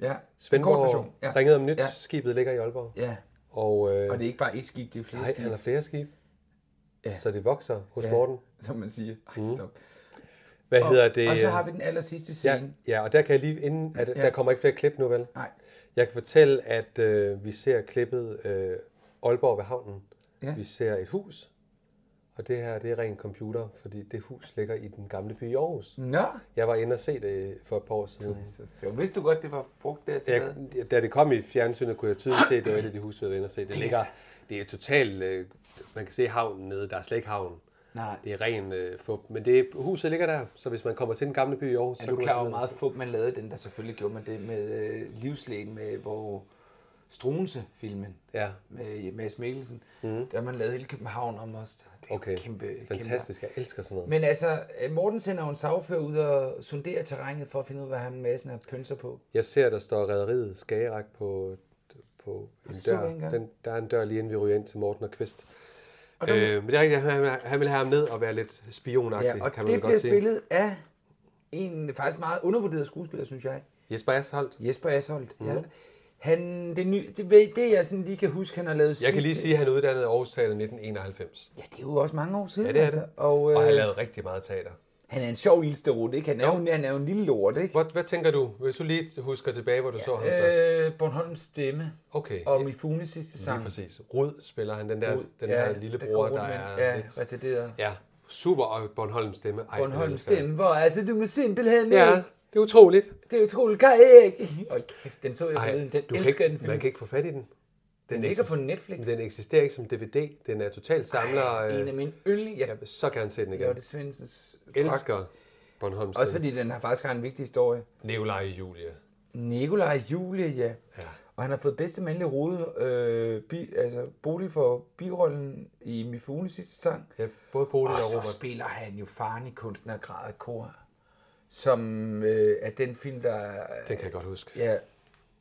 B: Ja.
A: Svendborg,
B: Kort version, ja.
A: ja. ringede om nyt.
B: Ja.
A: Ja. Skibet ligger i Aalborg.
B: Ja.
A: Og, øh,
B: Og det er ikke bare et skib, det er flere
A: nej,
B: skib.
A: han har flere skib.
B: Ja.
A: Ja. Så det vokser hos
B: Ja,
A: ja. Morten. Mm.
B: Som man siger. Ej, stop.
A: Hvad
B: Og-
A: hedder det? øh,
B: og så har vi den allersidste scene.
A: Ja, ja og der kan jeg lige, inden, at,
B: Ja.
A: ja. der kommer ikke flere klip nu, vel?
B: Nej.
A: Jeg kan fortælle, at øh, vi ser klippet øh, Aalborg ved havnen.
B: Ja.
A: Vi ser et hus, og det her det er ren computer, fordi det hus ligger i den gamle by i Aarhus.
B: Nå.
A: Jeg var inde og se det for et par år siden.
B: Så vidste du godt, det var brugt der til
A: Jeg,
B: hvad?
A: da det kom i fjernsynet, kunne jeg tydeligt se, at det var et af de huse, vi havde været inde og se. Det
B: Det er
A: ligger,
B: så-
A: det er totalt, øh, man kan se havnen nede, der er slet ikke havn.
B: Nej.
A: Det er ren øh, fup, men det, huset ligger der, så hvis man kommer til den gamle by i Aarhus,
B: Er
A: så
B: du
A: kan
B: klar over,
A: man komme
B: hvor
A: ned
B: meget
A: og se.
B: fup man lavede den, der selvfølgelig gjorde man det med øh, livslægen, med hvor Struense-filmen
A: Ja.
B: med Mads Mikkelsen, mm.
A: Mhm.
B: der man lavede hele København om os. Det er jo
A: Okay,
B: kæmpe,
A: fantastisk. Jeg elsker sådan noget.
B: Kæmpe. Men altså, øh, Morten sender jo en sagfører ud og sonderer terrænet for at finde ud af, hvad han Madsen har pønser på.
A: Jeg ser, der står rederiet Skagerak på, på en
B: Det så jeg ikke
A: dør.
B: engang.
A: Den, der er en dør lige inden vi ryger ind til Morten og Kvist. Øh, men det er rigtigt, han, han- han vil have ham ned og være lidt spionagtig,
B: Ja, og
A: kan man
B: det
A: vel
B: bliver
A: godt sige.
B: spillet af en faktisk meget undervurderet skuespiller, synes jeg.
A: Jesper Asholdt.
B: Jesper Asholdt, mm. ja.
A: Mhm.
B: Han, det, ny, det, ved- det jeg sådan lige kan huske, han har lavet
A: Jeg kan
B: sidst,
A: lige sige, at han er uddannet i Aarhus Teater 1991.
B: Ja, det er jo også mange år siden.
A: Ja, det er
B: altså.
A: det.
B: Og,
A: Og han
B: øh,
A: lavede rigtig meget teater.
B: Han er en sjov lille sterot, ikke? Han er, jo, han er jo en lille lort, ikke?
A: Hvad, hvad tænker du, hvis du lige husker tilbage, hvor du ja, så ham først?
B: Øh, Bornholms stemme.
A: Okay.
B: Og Mifunes sidste sang.
A: Lige præcis. Rud spiller han, den der,
B: Rud,
A: den
B: ja,
A: der lille bror, der er
B: ja, retarderet.
A: Ja, super, og Bornholms stemme. Ej,
B: Bornholms
A: den elsker jeg.
B: stemme, hvor altså, du må simpelthen
A: Ja,
B: ikke.
A: det er utroligt.
B: Det er utroligt, kan jeg ikke? Hold kæft, den så jeg
A: Ej,
B: forleden. Den
A: du kan
B: elsker
A: ikke,
B: den film.
A: Man kan ikke få fat i den.
B: Den ligger
A: eksist-
B: på Netflix.
A: Den eksisterer ikke som DVD. Den er totalt samler.
B: Ej,
A: øh,
B: en af mine yndling. Jeg,
A: jeg vil så gerne se den igen.
B: Lotte Svendsens
A: elsker Bornholms
B: Også fordi den har faktisk har en vigtig historie.
A: Nikolaj og Julie.
B: Nikolaj og Julie, ja.
A: ja.
B: Og han har fået bedste mandlige rode, øh, bi, altså Bodil for birollen i Mifune sidste sang.
A: Ja, både Bodil og
B: så
A: Robert.
B: spiller han jo faren i kunstnergrad af kor, som øh, er den film, der...
A: Den kan jeg godt huske.
B: Ja.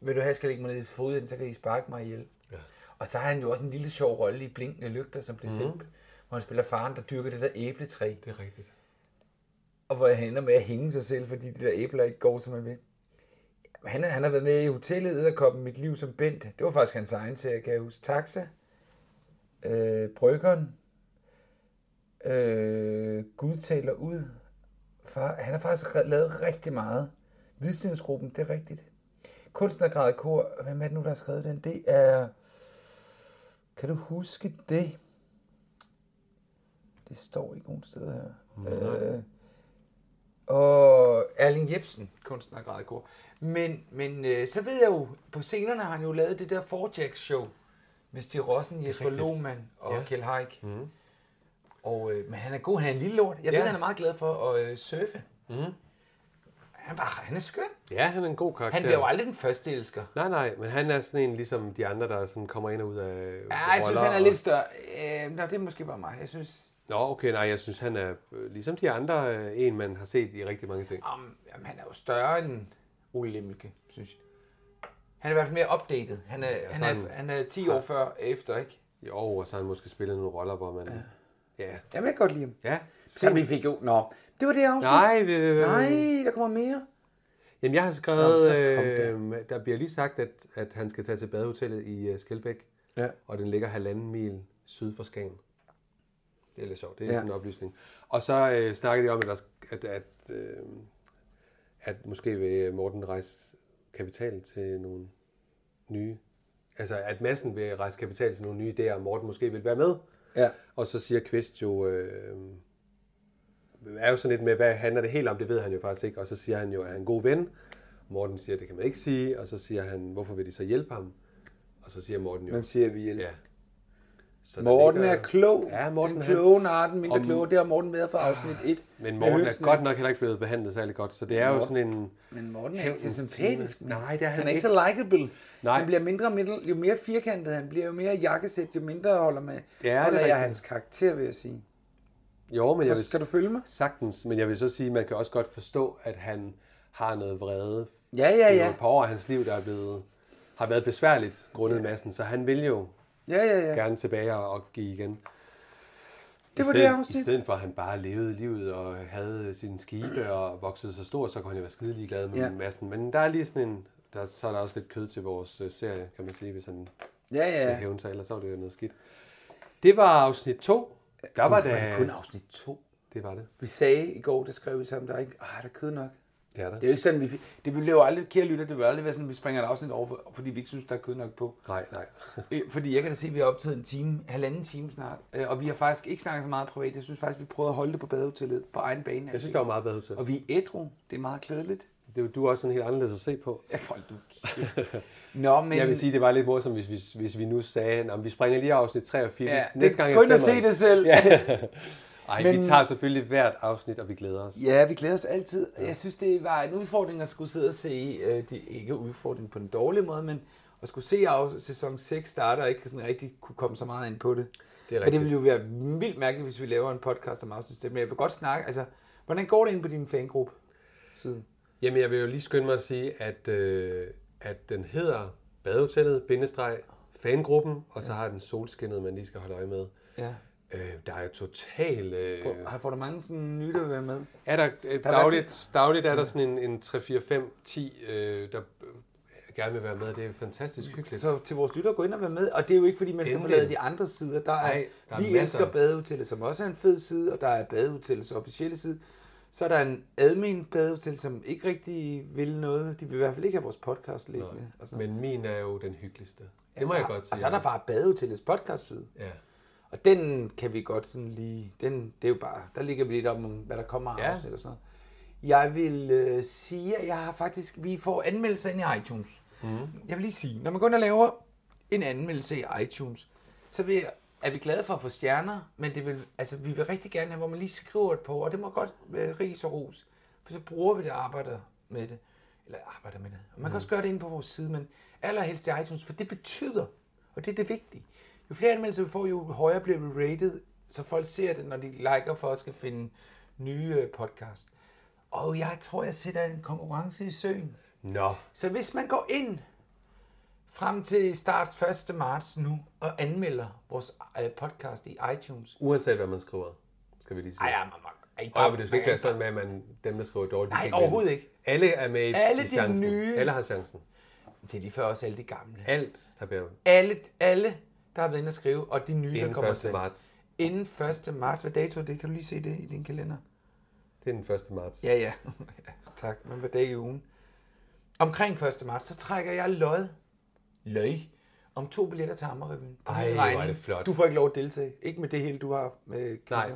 B: Vil du have, jeg skal lægge mig ned i foden, så kan I sparke mig ihjel.
A: Ja.
B: Og så har han jo også en lille sjov rolle i Blinkende Lygter, som blev
A: Mhm.
B: sendt, hvor han spiller faren, der dyrker det der æbletræ.
A: Det er rigtigt.
B: Og hvor han ender med at hænge sig selv, fordi de der æbler ikke går, som han vil. Han, er- han har været med i Hotellet Edderkoppen, Mit Liv som Bent. Det var faktisk hans egen serie, kan jeg huske. Taxa, øh, Bryggeren, øh, Gud taler ud. Far, han har faktisk re- lavet rigtig meget. Vidstidsgruppen, det er rigtigt. Kunstnergrad kor, hvem er det nu, der har skrevet den? Det er... Kan du huske det? Det står ikke nogen steder her.
A: Nej.
B: Øh, og Erling Jebsen, kunstnergrad kor. Men, men øh, så ved jeg jo, på scenerne har han jo lavet det der Forjax show med Stig Rossen, Jesper
A: rigtigt.
B: Lohmann og
A: Ja.
B: ja. Kjell Haik. Mm. Og, øh, men han er god, han er en lille lort. Jeg ja.
A: Ja.
B: ved, han er meget glad for at øh, surfe.
A: Mhm.
B: Han, bare, han er skøn.
A: Ja, han er en god karakter.
B: Han bliver jo aldrig den første elsker.
A: Nej, nej, men han er sådan en, ligesom de andre, der sådan kommer ind og ud af
B: Ja, jeg synes,
A: roller
B: han er
A: og-
B: lidt større. Øh, nå, det er måske bare mig. Jeg synes,
A: Nå, okay, nej, jeg synes, han er øh, ligesom de andre, øh, en man har set i rigtig mange ting.
B: Om, jamen, han er jo større end Ole Lemmelke, synes jeg. Han er i hvert fald mere opdateret. Han er, ja, han er,
A: sådan-
B: han er 10 år før efter, ikke?
A: Jo, og så har han måske spillet nogle roller, hvor man... Ja. ja.
B: Jamen, jeg kan godt lide ham.
A: Ja.
B: Så vi fik jo... Nå, det var det afsnit.
A: Nej, vi-
B: Nej, der kommer mere.
A: Jamen, jeg har
B: Nå,
A: skrevet...
B: så kom
A: Nå, øh, der bliver lige sagt, at, at han skal tage til badehotellet i uh, Skelbæk,
B: Ja.
A: og den ligger halvanden mil syd for Skagen. Det er lidt sjovt. Det er
B: Ja.
A: ja. sådan en oplysning. Og så øh, snakkede de om, at, der, sk- at, at, øh, at måske vil Morten rejse kapital til nogle nye... Altså, at massen vil rejse kapital til nogle nye idéer, og Morten måske vil være med.
B: Ja.
A: Og så siger Kvist jo... Øh, er jo sådan lidt med, hvad handler det helt om, det ved han jo faktisk ikke. Og så siger han jo, at han er en god ven. Morten siger, det kan man ikke sige. Og så siger han, hvorfor vil de så hjælpe ham? Og så siger Morten jo...
B: Hvem siger, at vi hjælper?
A: Ja. Så der
B: Morten
A: ligger-
B: er klog.
A: Ja, Morten
B: den
A: han-
B: kloge nar, den mindre
A: Om-
B: kloge. Det har Morten været for afsnit 1.
A: Men Morten er godt nok heller ikke blevet behandlet særlig godt, så det er jo
B: Morten-
A: sådan en...
B: Men Morten er ikke så
A: hævnens
B: sympatisk.
A: time. Nej, det er han,
B: han er ikke så likable.
A: Nej.
B: Han bliver mindre, og mindre, jo mere firkantet han bliver, jo mere jakkesæt, jo mindre holder, man,
A: Ja, det er
B: holder jeg
A: rigtigt.
B: hans karakter, vil jeg sige.
A: Jo, men
B: For-
A: jeg vil...
B: skal du følge mig?
A: Sagtens, men jeg vil så sige, at man kan også godt forstå, at han har noget vrede.
B: Ja, ja,
A: Det er
B: ja.
A: jo et par år af hans liv, der er blevet, har været besværligt grundet ja. massen, så han vil jo
B: Ja, ja, ja.
A: gerne tilbage og, og give igen.
B: Det
A: I
B: var det
A: stedet,
B: afsnit.
A: I stedet for, at han bare levede livet og havde sine skibe og voksede så stor, så kunne han jo være skide ligeglad med
B: Ja.
A: ja. massen. Men der er lige sådan en... Der, så er der også lidt kød til vores øh, serie, kan man sige, hvis han
B: Ja, ja, ja.
A: vil hævne sig, ellers så var det jo noget skidt. Det var afsnit 2. Der var
B: Gud, var
A: det...
B: det kun afsnit 2?
A: Det var det.
B: Vi sagde i går, det skrev vi sammen, der er ikke, ah, der er kød nok.
A: Det er der.
B: Det er jo ikke sådan, vi, det ville jo aldrig, kære lytter, det ville aldrig være sådan, at vi springer et afsnit over, for- fordi vi ikke synes, der er kød nok på.
A: Nej, nej.
B: [laughs] Øh, fordi jeg kan da se, at vi har optaget en time, halvanden time snart, øh, og vi har faktisk ikke snakket så meget privat. Jeg synes faktisk, vi prøvede at holde det på badehotellet på egen bane.
A: Jeg synes, der var meget bedre til.
B: Og vi er ædru. Det er meget klædeligt.
A: Det er du er også sådan helt anderledes at se på.
B: Ja, hold
A: [laughs]
B: du Nå, men...
A: Jeg vil sige, det var lidt morsomt, hvis, hvis, hvis vi nu sagde, at vi springer lige afsnit 3 og 4.
B: Ja,
A: Næste
B: det-
A: gang er
B: gå ind og
A: femmeren."
B: se det selv. [laughs]
A: Ja. Ej,
B: Men-
A: vi tager selvfølgelig hvert afsnit, og vi glæder os.
B: Ja, vi glæder os altid. Jeg synes, det var en udfordring at skulle sidde og se, øh, det ikke udfordring på den dårlige måde, men at skulle se af sæson 6 starte og ikke sådan rigtig kunne komme så meget ind på det.
A: Det
B: men
A: er
B: det
A: rigtigt.
B: ville jo være vildt mærkeligt, hvis vi laver en podcast om afsnit 6, men jeg vil godt snakke. Altså, hvordan går det ind på din fangruppe? Siden.
A: Jamen, jeg vil jo lige skynde mig at sige, at, øh, at den hedder Badehotellet, bindestreg, fangruppen, og så har den solskinnet, man lige skal holde øje med.
B: Ja.
A: Øh, der er total... Øh,
B: Har får der mange sådan nytte med? med?
A: er der, øh,
B: hvert
A: dagligt, dagligt er der sådan en, en 3, 4, 5, 10, øh, der øh, gerne vil være med. Det er fantastisk hyggeligt.
B: Så til vores lytter, gå ind og vær med. Og det er jo ikke, fordi man skal
A: Endelig.
B: forlade de andre sider. Der er,
A: Nej, der er
B: vi
A: masser.
B: elsker badehotellet, som også er en fed side, og der er badehotellets officielle side. Så er der en admin badehotel, som ikke rigtig vil noget. De vil i hvert fald ikke have vores podcast liggende. Og sådan.
A: Men min er jo den hyggeligste.
B: Ja,
A: Det må
B: så-
A: jeg godt sige.
B: Og så er der bare badehotellets podcast side.
A: Ja.
B: Og den kan vi godt sådan lige... Den, det er jo bare... Der ligger vi lidt om, hvad der kommer af
A: Ja.
B: ja. afsnit og sådan noget. Jeg vil øh, sige, at jeg har faktisk... Vi får anmeldelser ind i iTunes.
A: Mm.
B: Mm-hmm. Jeg vil lige sige, når man går ind og laver en anmeldelse i iTunes, så vil, er vi glade for at få stjerner, men det vil, altså, vi vil rigtig gerne have, hvor man lige skriver et på, og det må godt være ris og ros, for så bruger vi det og arbejder med det. Eller arbejder med det. Og man kan
A: Mm.
B: også gøre det inde på vores side, men allerhelst i iTunes, for det betyder, og det er det vigtige, jo flere anmeldelser vi får, jo højere bliver vi rated, så folk ser det, når de liker for at skal finde nye øh, podcast. Og jeg tror, jeg sætter en konkurrence i søen.
A: Nå.
B: Så hvis man går ind frem til start 1. marts nu og anmelder vores øh, podcast i iTunes.
A: Uanset hvad man skriver, skal vi lige sige.
B: Ej, ja, man må... Ej,
A: Og men det skal ikke være sådan med, at man, dem, der skriver dårligt, de
B: Nej,
A: kan ikke
B: overhovedet
A: vinde.
B: ikke.
A: Alle er med i,
B: Alle
A: i
B: de
A: chancen.
B: nye-
A: Alle har chancen.
B: Det er lige før også alle de gamle.
A: Alt, der bliver
B: Alle, alle der har været inde og skrive, og de nye, der
A: inden
B: kommer
A: 1.
B: til.
A: marts.
B: Inden 1. marts. Hvad dato er det? Kan du lige se det i din kalender?
A: Det er den 1. marts.
B: Ja, ja. tak. Men hvad dag i ugen? Omkring 1. marts, så trækker jeg lod. Løg. Om to billetter til Amagerrevyen. På
A: Ej,
B: min
A: hvor
B: regning.
A: er det flot.
B: Du får ikke lov at deltage. Ikke med det hele, du har øh, med
A: Nej.
B: quizzer.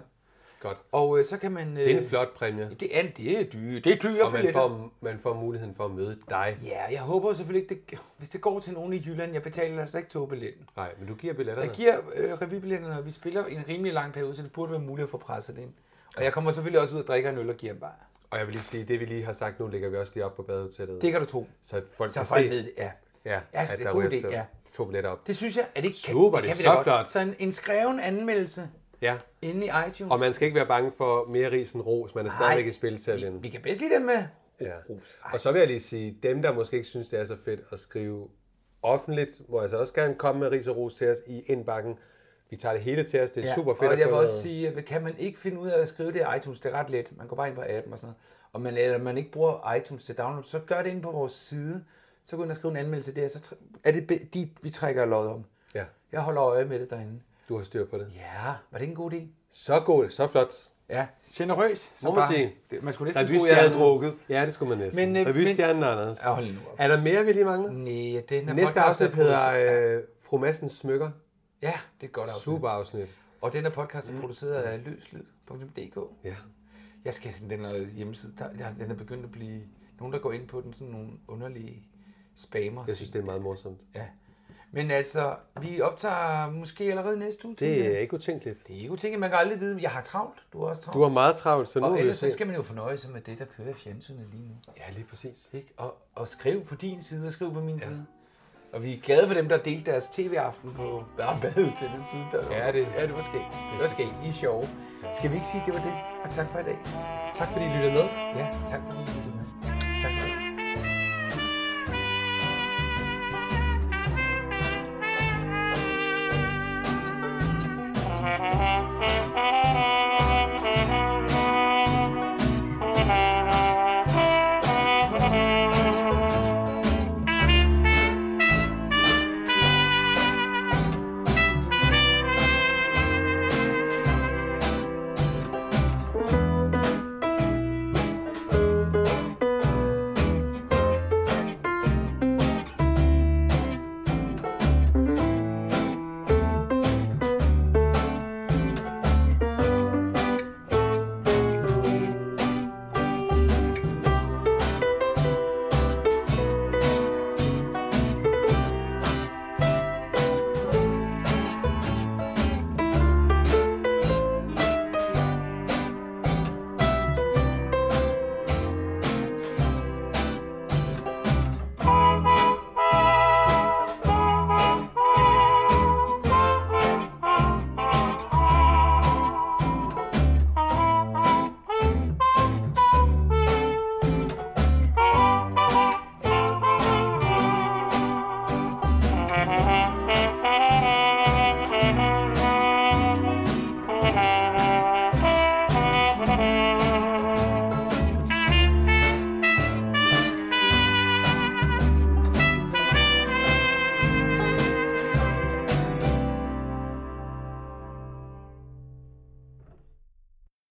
A: Godt.
B: Og øh, så kan man... Øh,
A: Det er en flot præmie.
B: Det er, det er dyre. Det er dyre
A: Og man
B: billetter.
A: får, man får muligheden for at møde dig.
B: Ja, jeg håber selvfølgelig ikke, det, hvis det går til nogen i Jylland, jeg betaler altså ikke togbilletten.
A: Nej, men du giver billetterne.
B: Jeg giver øh, revybilletterne, og vi spiller en rimelig lang periode, så det burde være muligt at få presset det ind. Og jeg kommer selvfølgelig også ud og drikker en øl og giver en bajer.
A: Og jeg vil lige sige, det vi lige har sagt nu, lægger vi også lige op på badehotellet.
B: Det kan du tro.
A: Så folk
B: Så
A: kan
B: folk
A: se,
B: ved det, ja.
A: Ja,
B: Ja, det er
A: at der
B: god
A: ryger
B: idé,
A: to,
B: ja.
A: to billetter op.
B: Det synes jeg, at det ikke
A: Super, det
B: kan
A: er
B: vi
A: så
B: da godt.
A: flot.
B: Så en, en skreven anmeldelse
A: Ja.
B: inde i iTunes.
A: Og man skal ikke være bange for mere ris end ros. Man er
B: Nej,
A: stadigvæk i spil til at vinde.
B: Vi kan bedst lide dem med.
A: Ja. Og så vil jeg lige sige, dem der måske ikke synes, det er så fedt at skrive offentligt, må altså også gerne komme med ris og ros til os i indbakken. Vi tager det hele til os. Det er ja, super fedt
B: Og
A: at
B: jeg
A: få
B: vil
A: noget-
B: også sige, at kan man ikke finde ud af at skrive det i iTunes, det er ret let. Man går bare ind på appen og sådan noget. Og man, eller man ikke bruger iTunes til download, så gør det inde på vores side. Så gå ind og skrive en anmeldelse der, så tr- er det be- de, vi trækker lod om.
A: Ja.
B: Jeg holder øje med det derinde.
A: Du har styr på det.
B: Ja, var det ikke en god idé?
A: Så god, så flot.
B: Ja, generøs.
A: Må man sige.
B: det, man skulle næsten
A: vi
B: tro,
A: stjerne...
B: jeg-
A: drukket. Ja, det skulle man næsten.
B: Men,
A: Men,
B: øh,
A: øh, vi
B: men-
A: stjernen, Anders.
B: Ja, hold nu op.
A: Er der mere, vi lige mangler?
B: Nej, den er
A: Næste
B: podcast,
A: afsnit
B: der er
A: hedder øh, Fru Massens Smykker.
B: Ja, det er et godt afsnit.
A: Super afsnit. Mm.
B: Og den her podcast er produceret af løslyd.dk.
A: Ja.
B: Jeg skal den her hjemmeside, der, der, den er begyndt at blive... Nogen, der går ind på den, sådan nogle underlige spammer.
A: Jeg synes, det er meget morsomt.
B: Ja. Men altså, vi optager måske allerede næste uge. tænker
A: Det er
B: jeg.
A: ikke utænkeligt.
B: Det er ikke utænkeligt. Man kan aldrig vide, jeg har travlt. Du har også travlt.
A: Du har meget travlt, så nu
B: og
A: vil vi
B: ellers
A: se.
B: så skal man jo fornøje sig med det, der kører i fjernsynet lige nu.
A: Ja, lige præcis.
B: Ikke? Og, og skriv på din side, og skriv på min ja. side. Og vi er glade for dem, der delte deres tv-aften på Børnebadet til den side. Der
A: Ja, det-
B: ja, det var skægt. Det var skægt. I er sjove. Skal vi ikke sige, at det var det? Og tak for i dag.
A: Tak fordi I lyttede med.
B: Ja, tak fordi I lyttede med.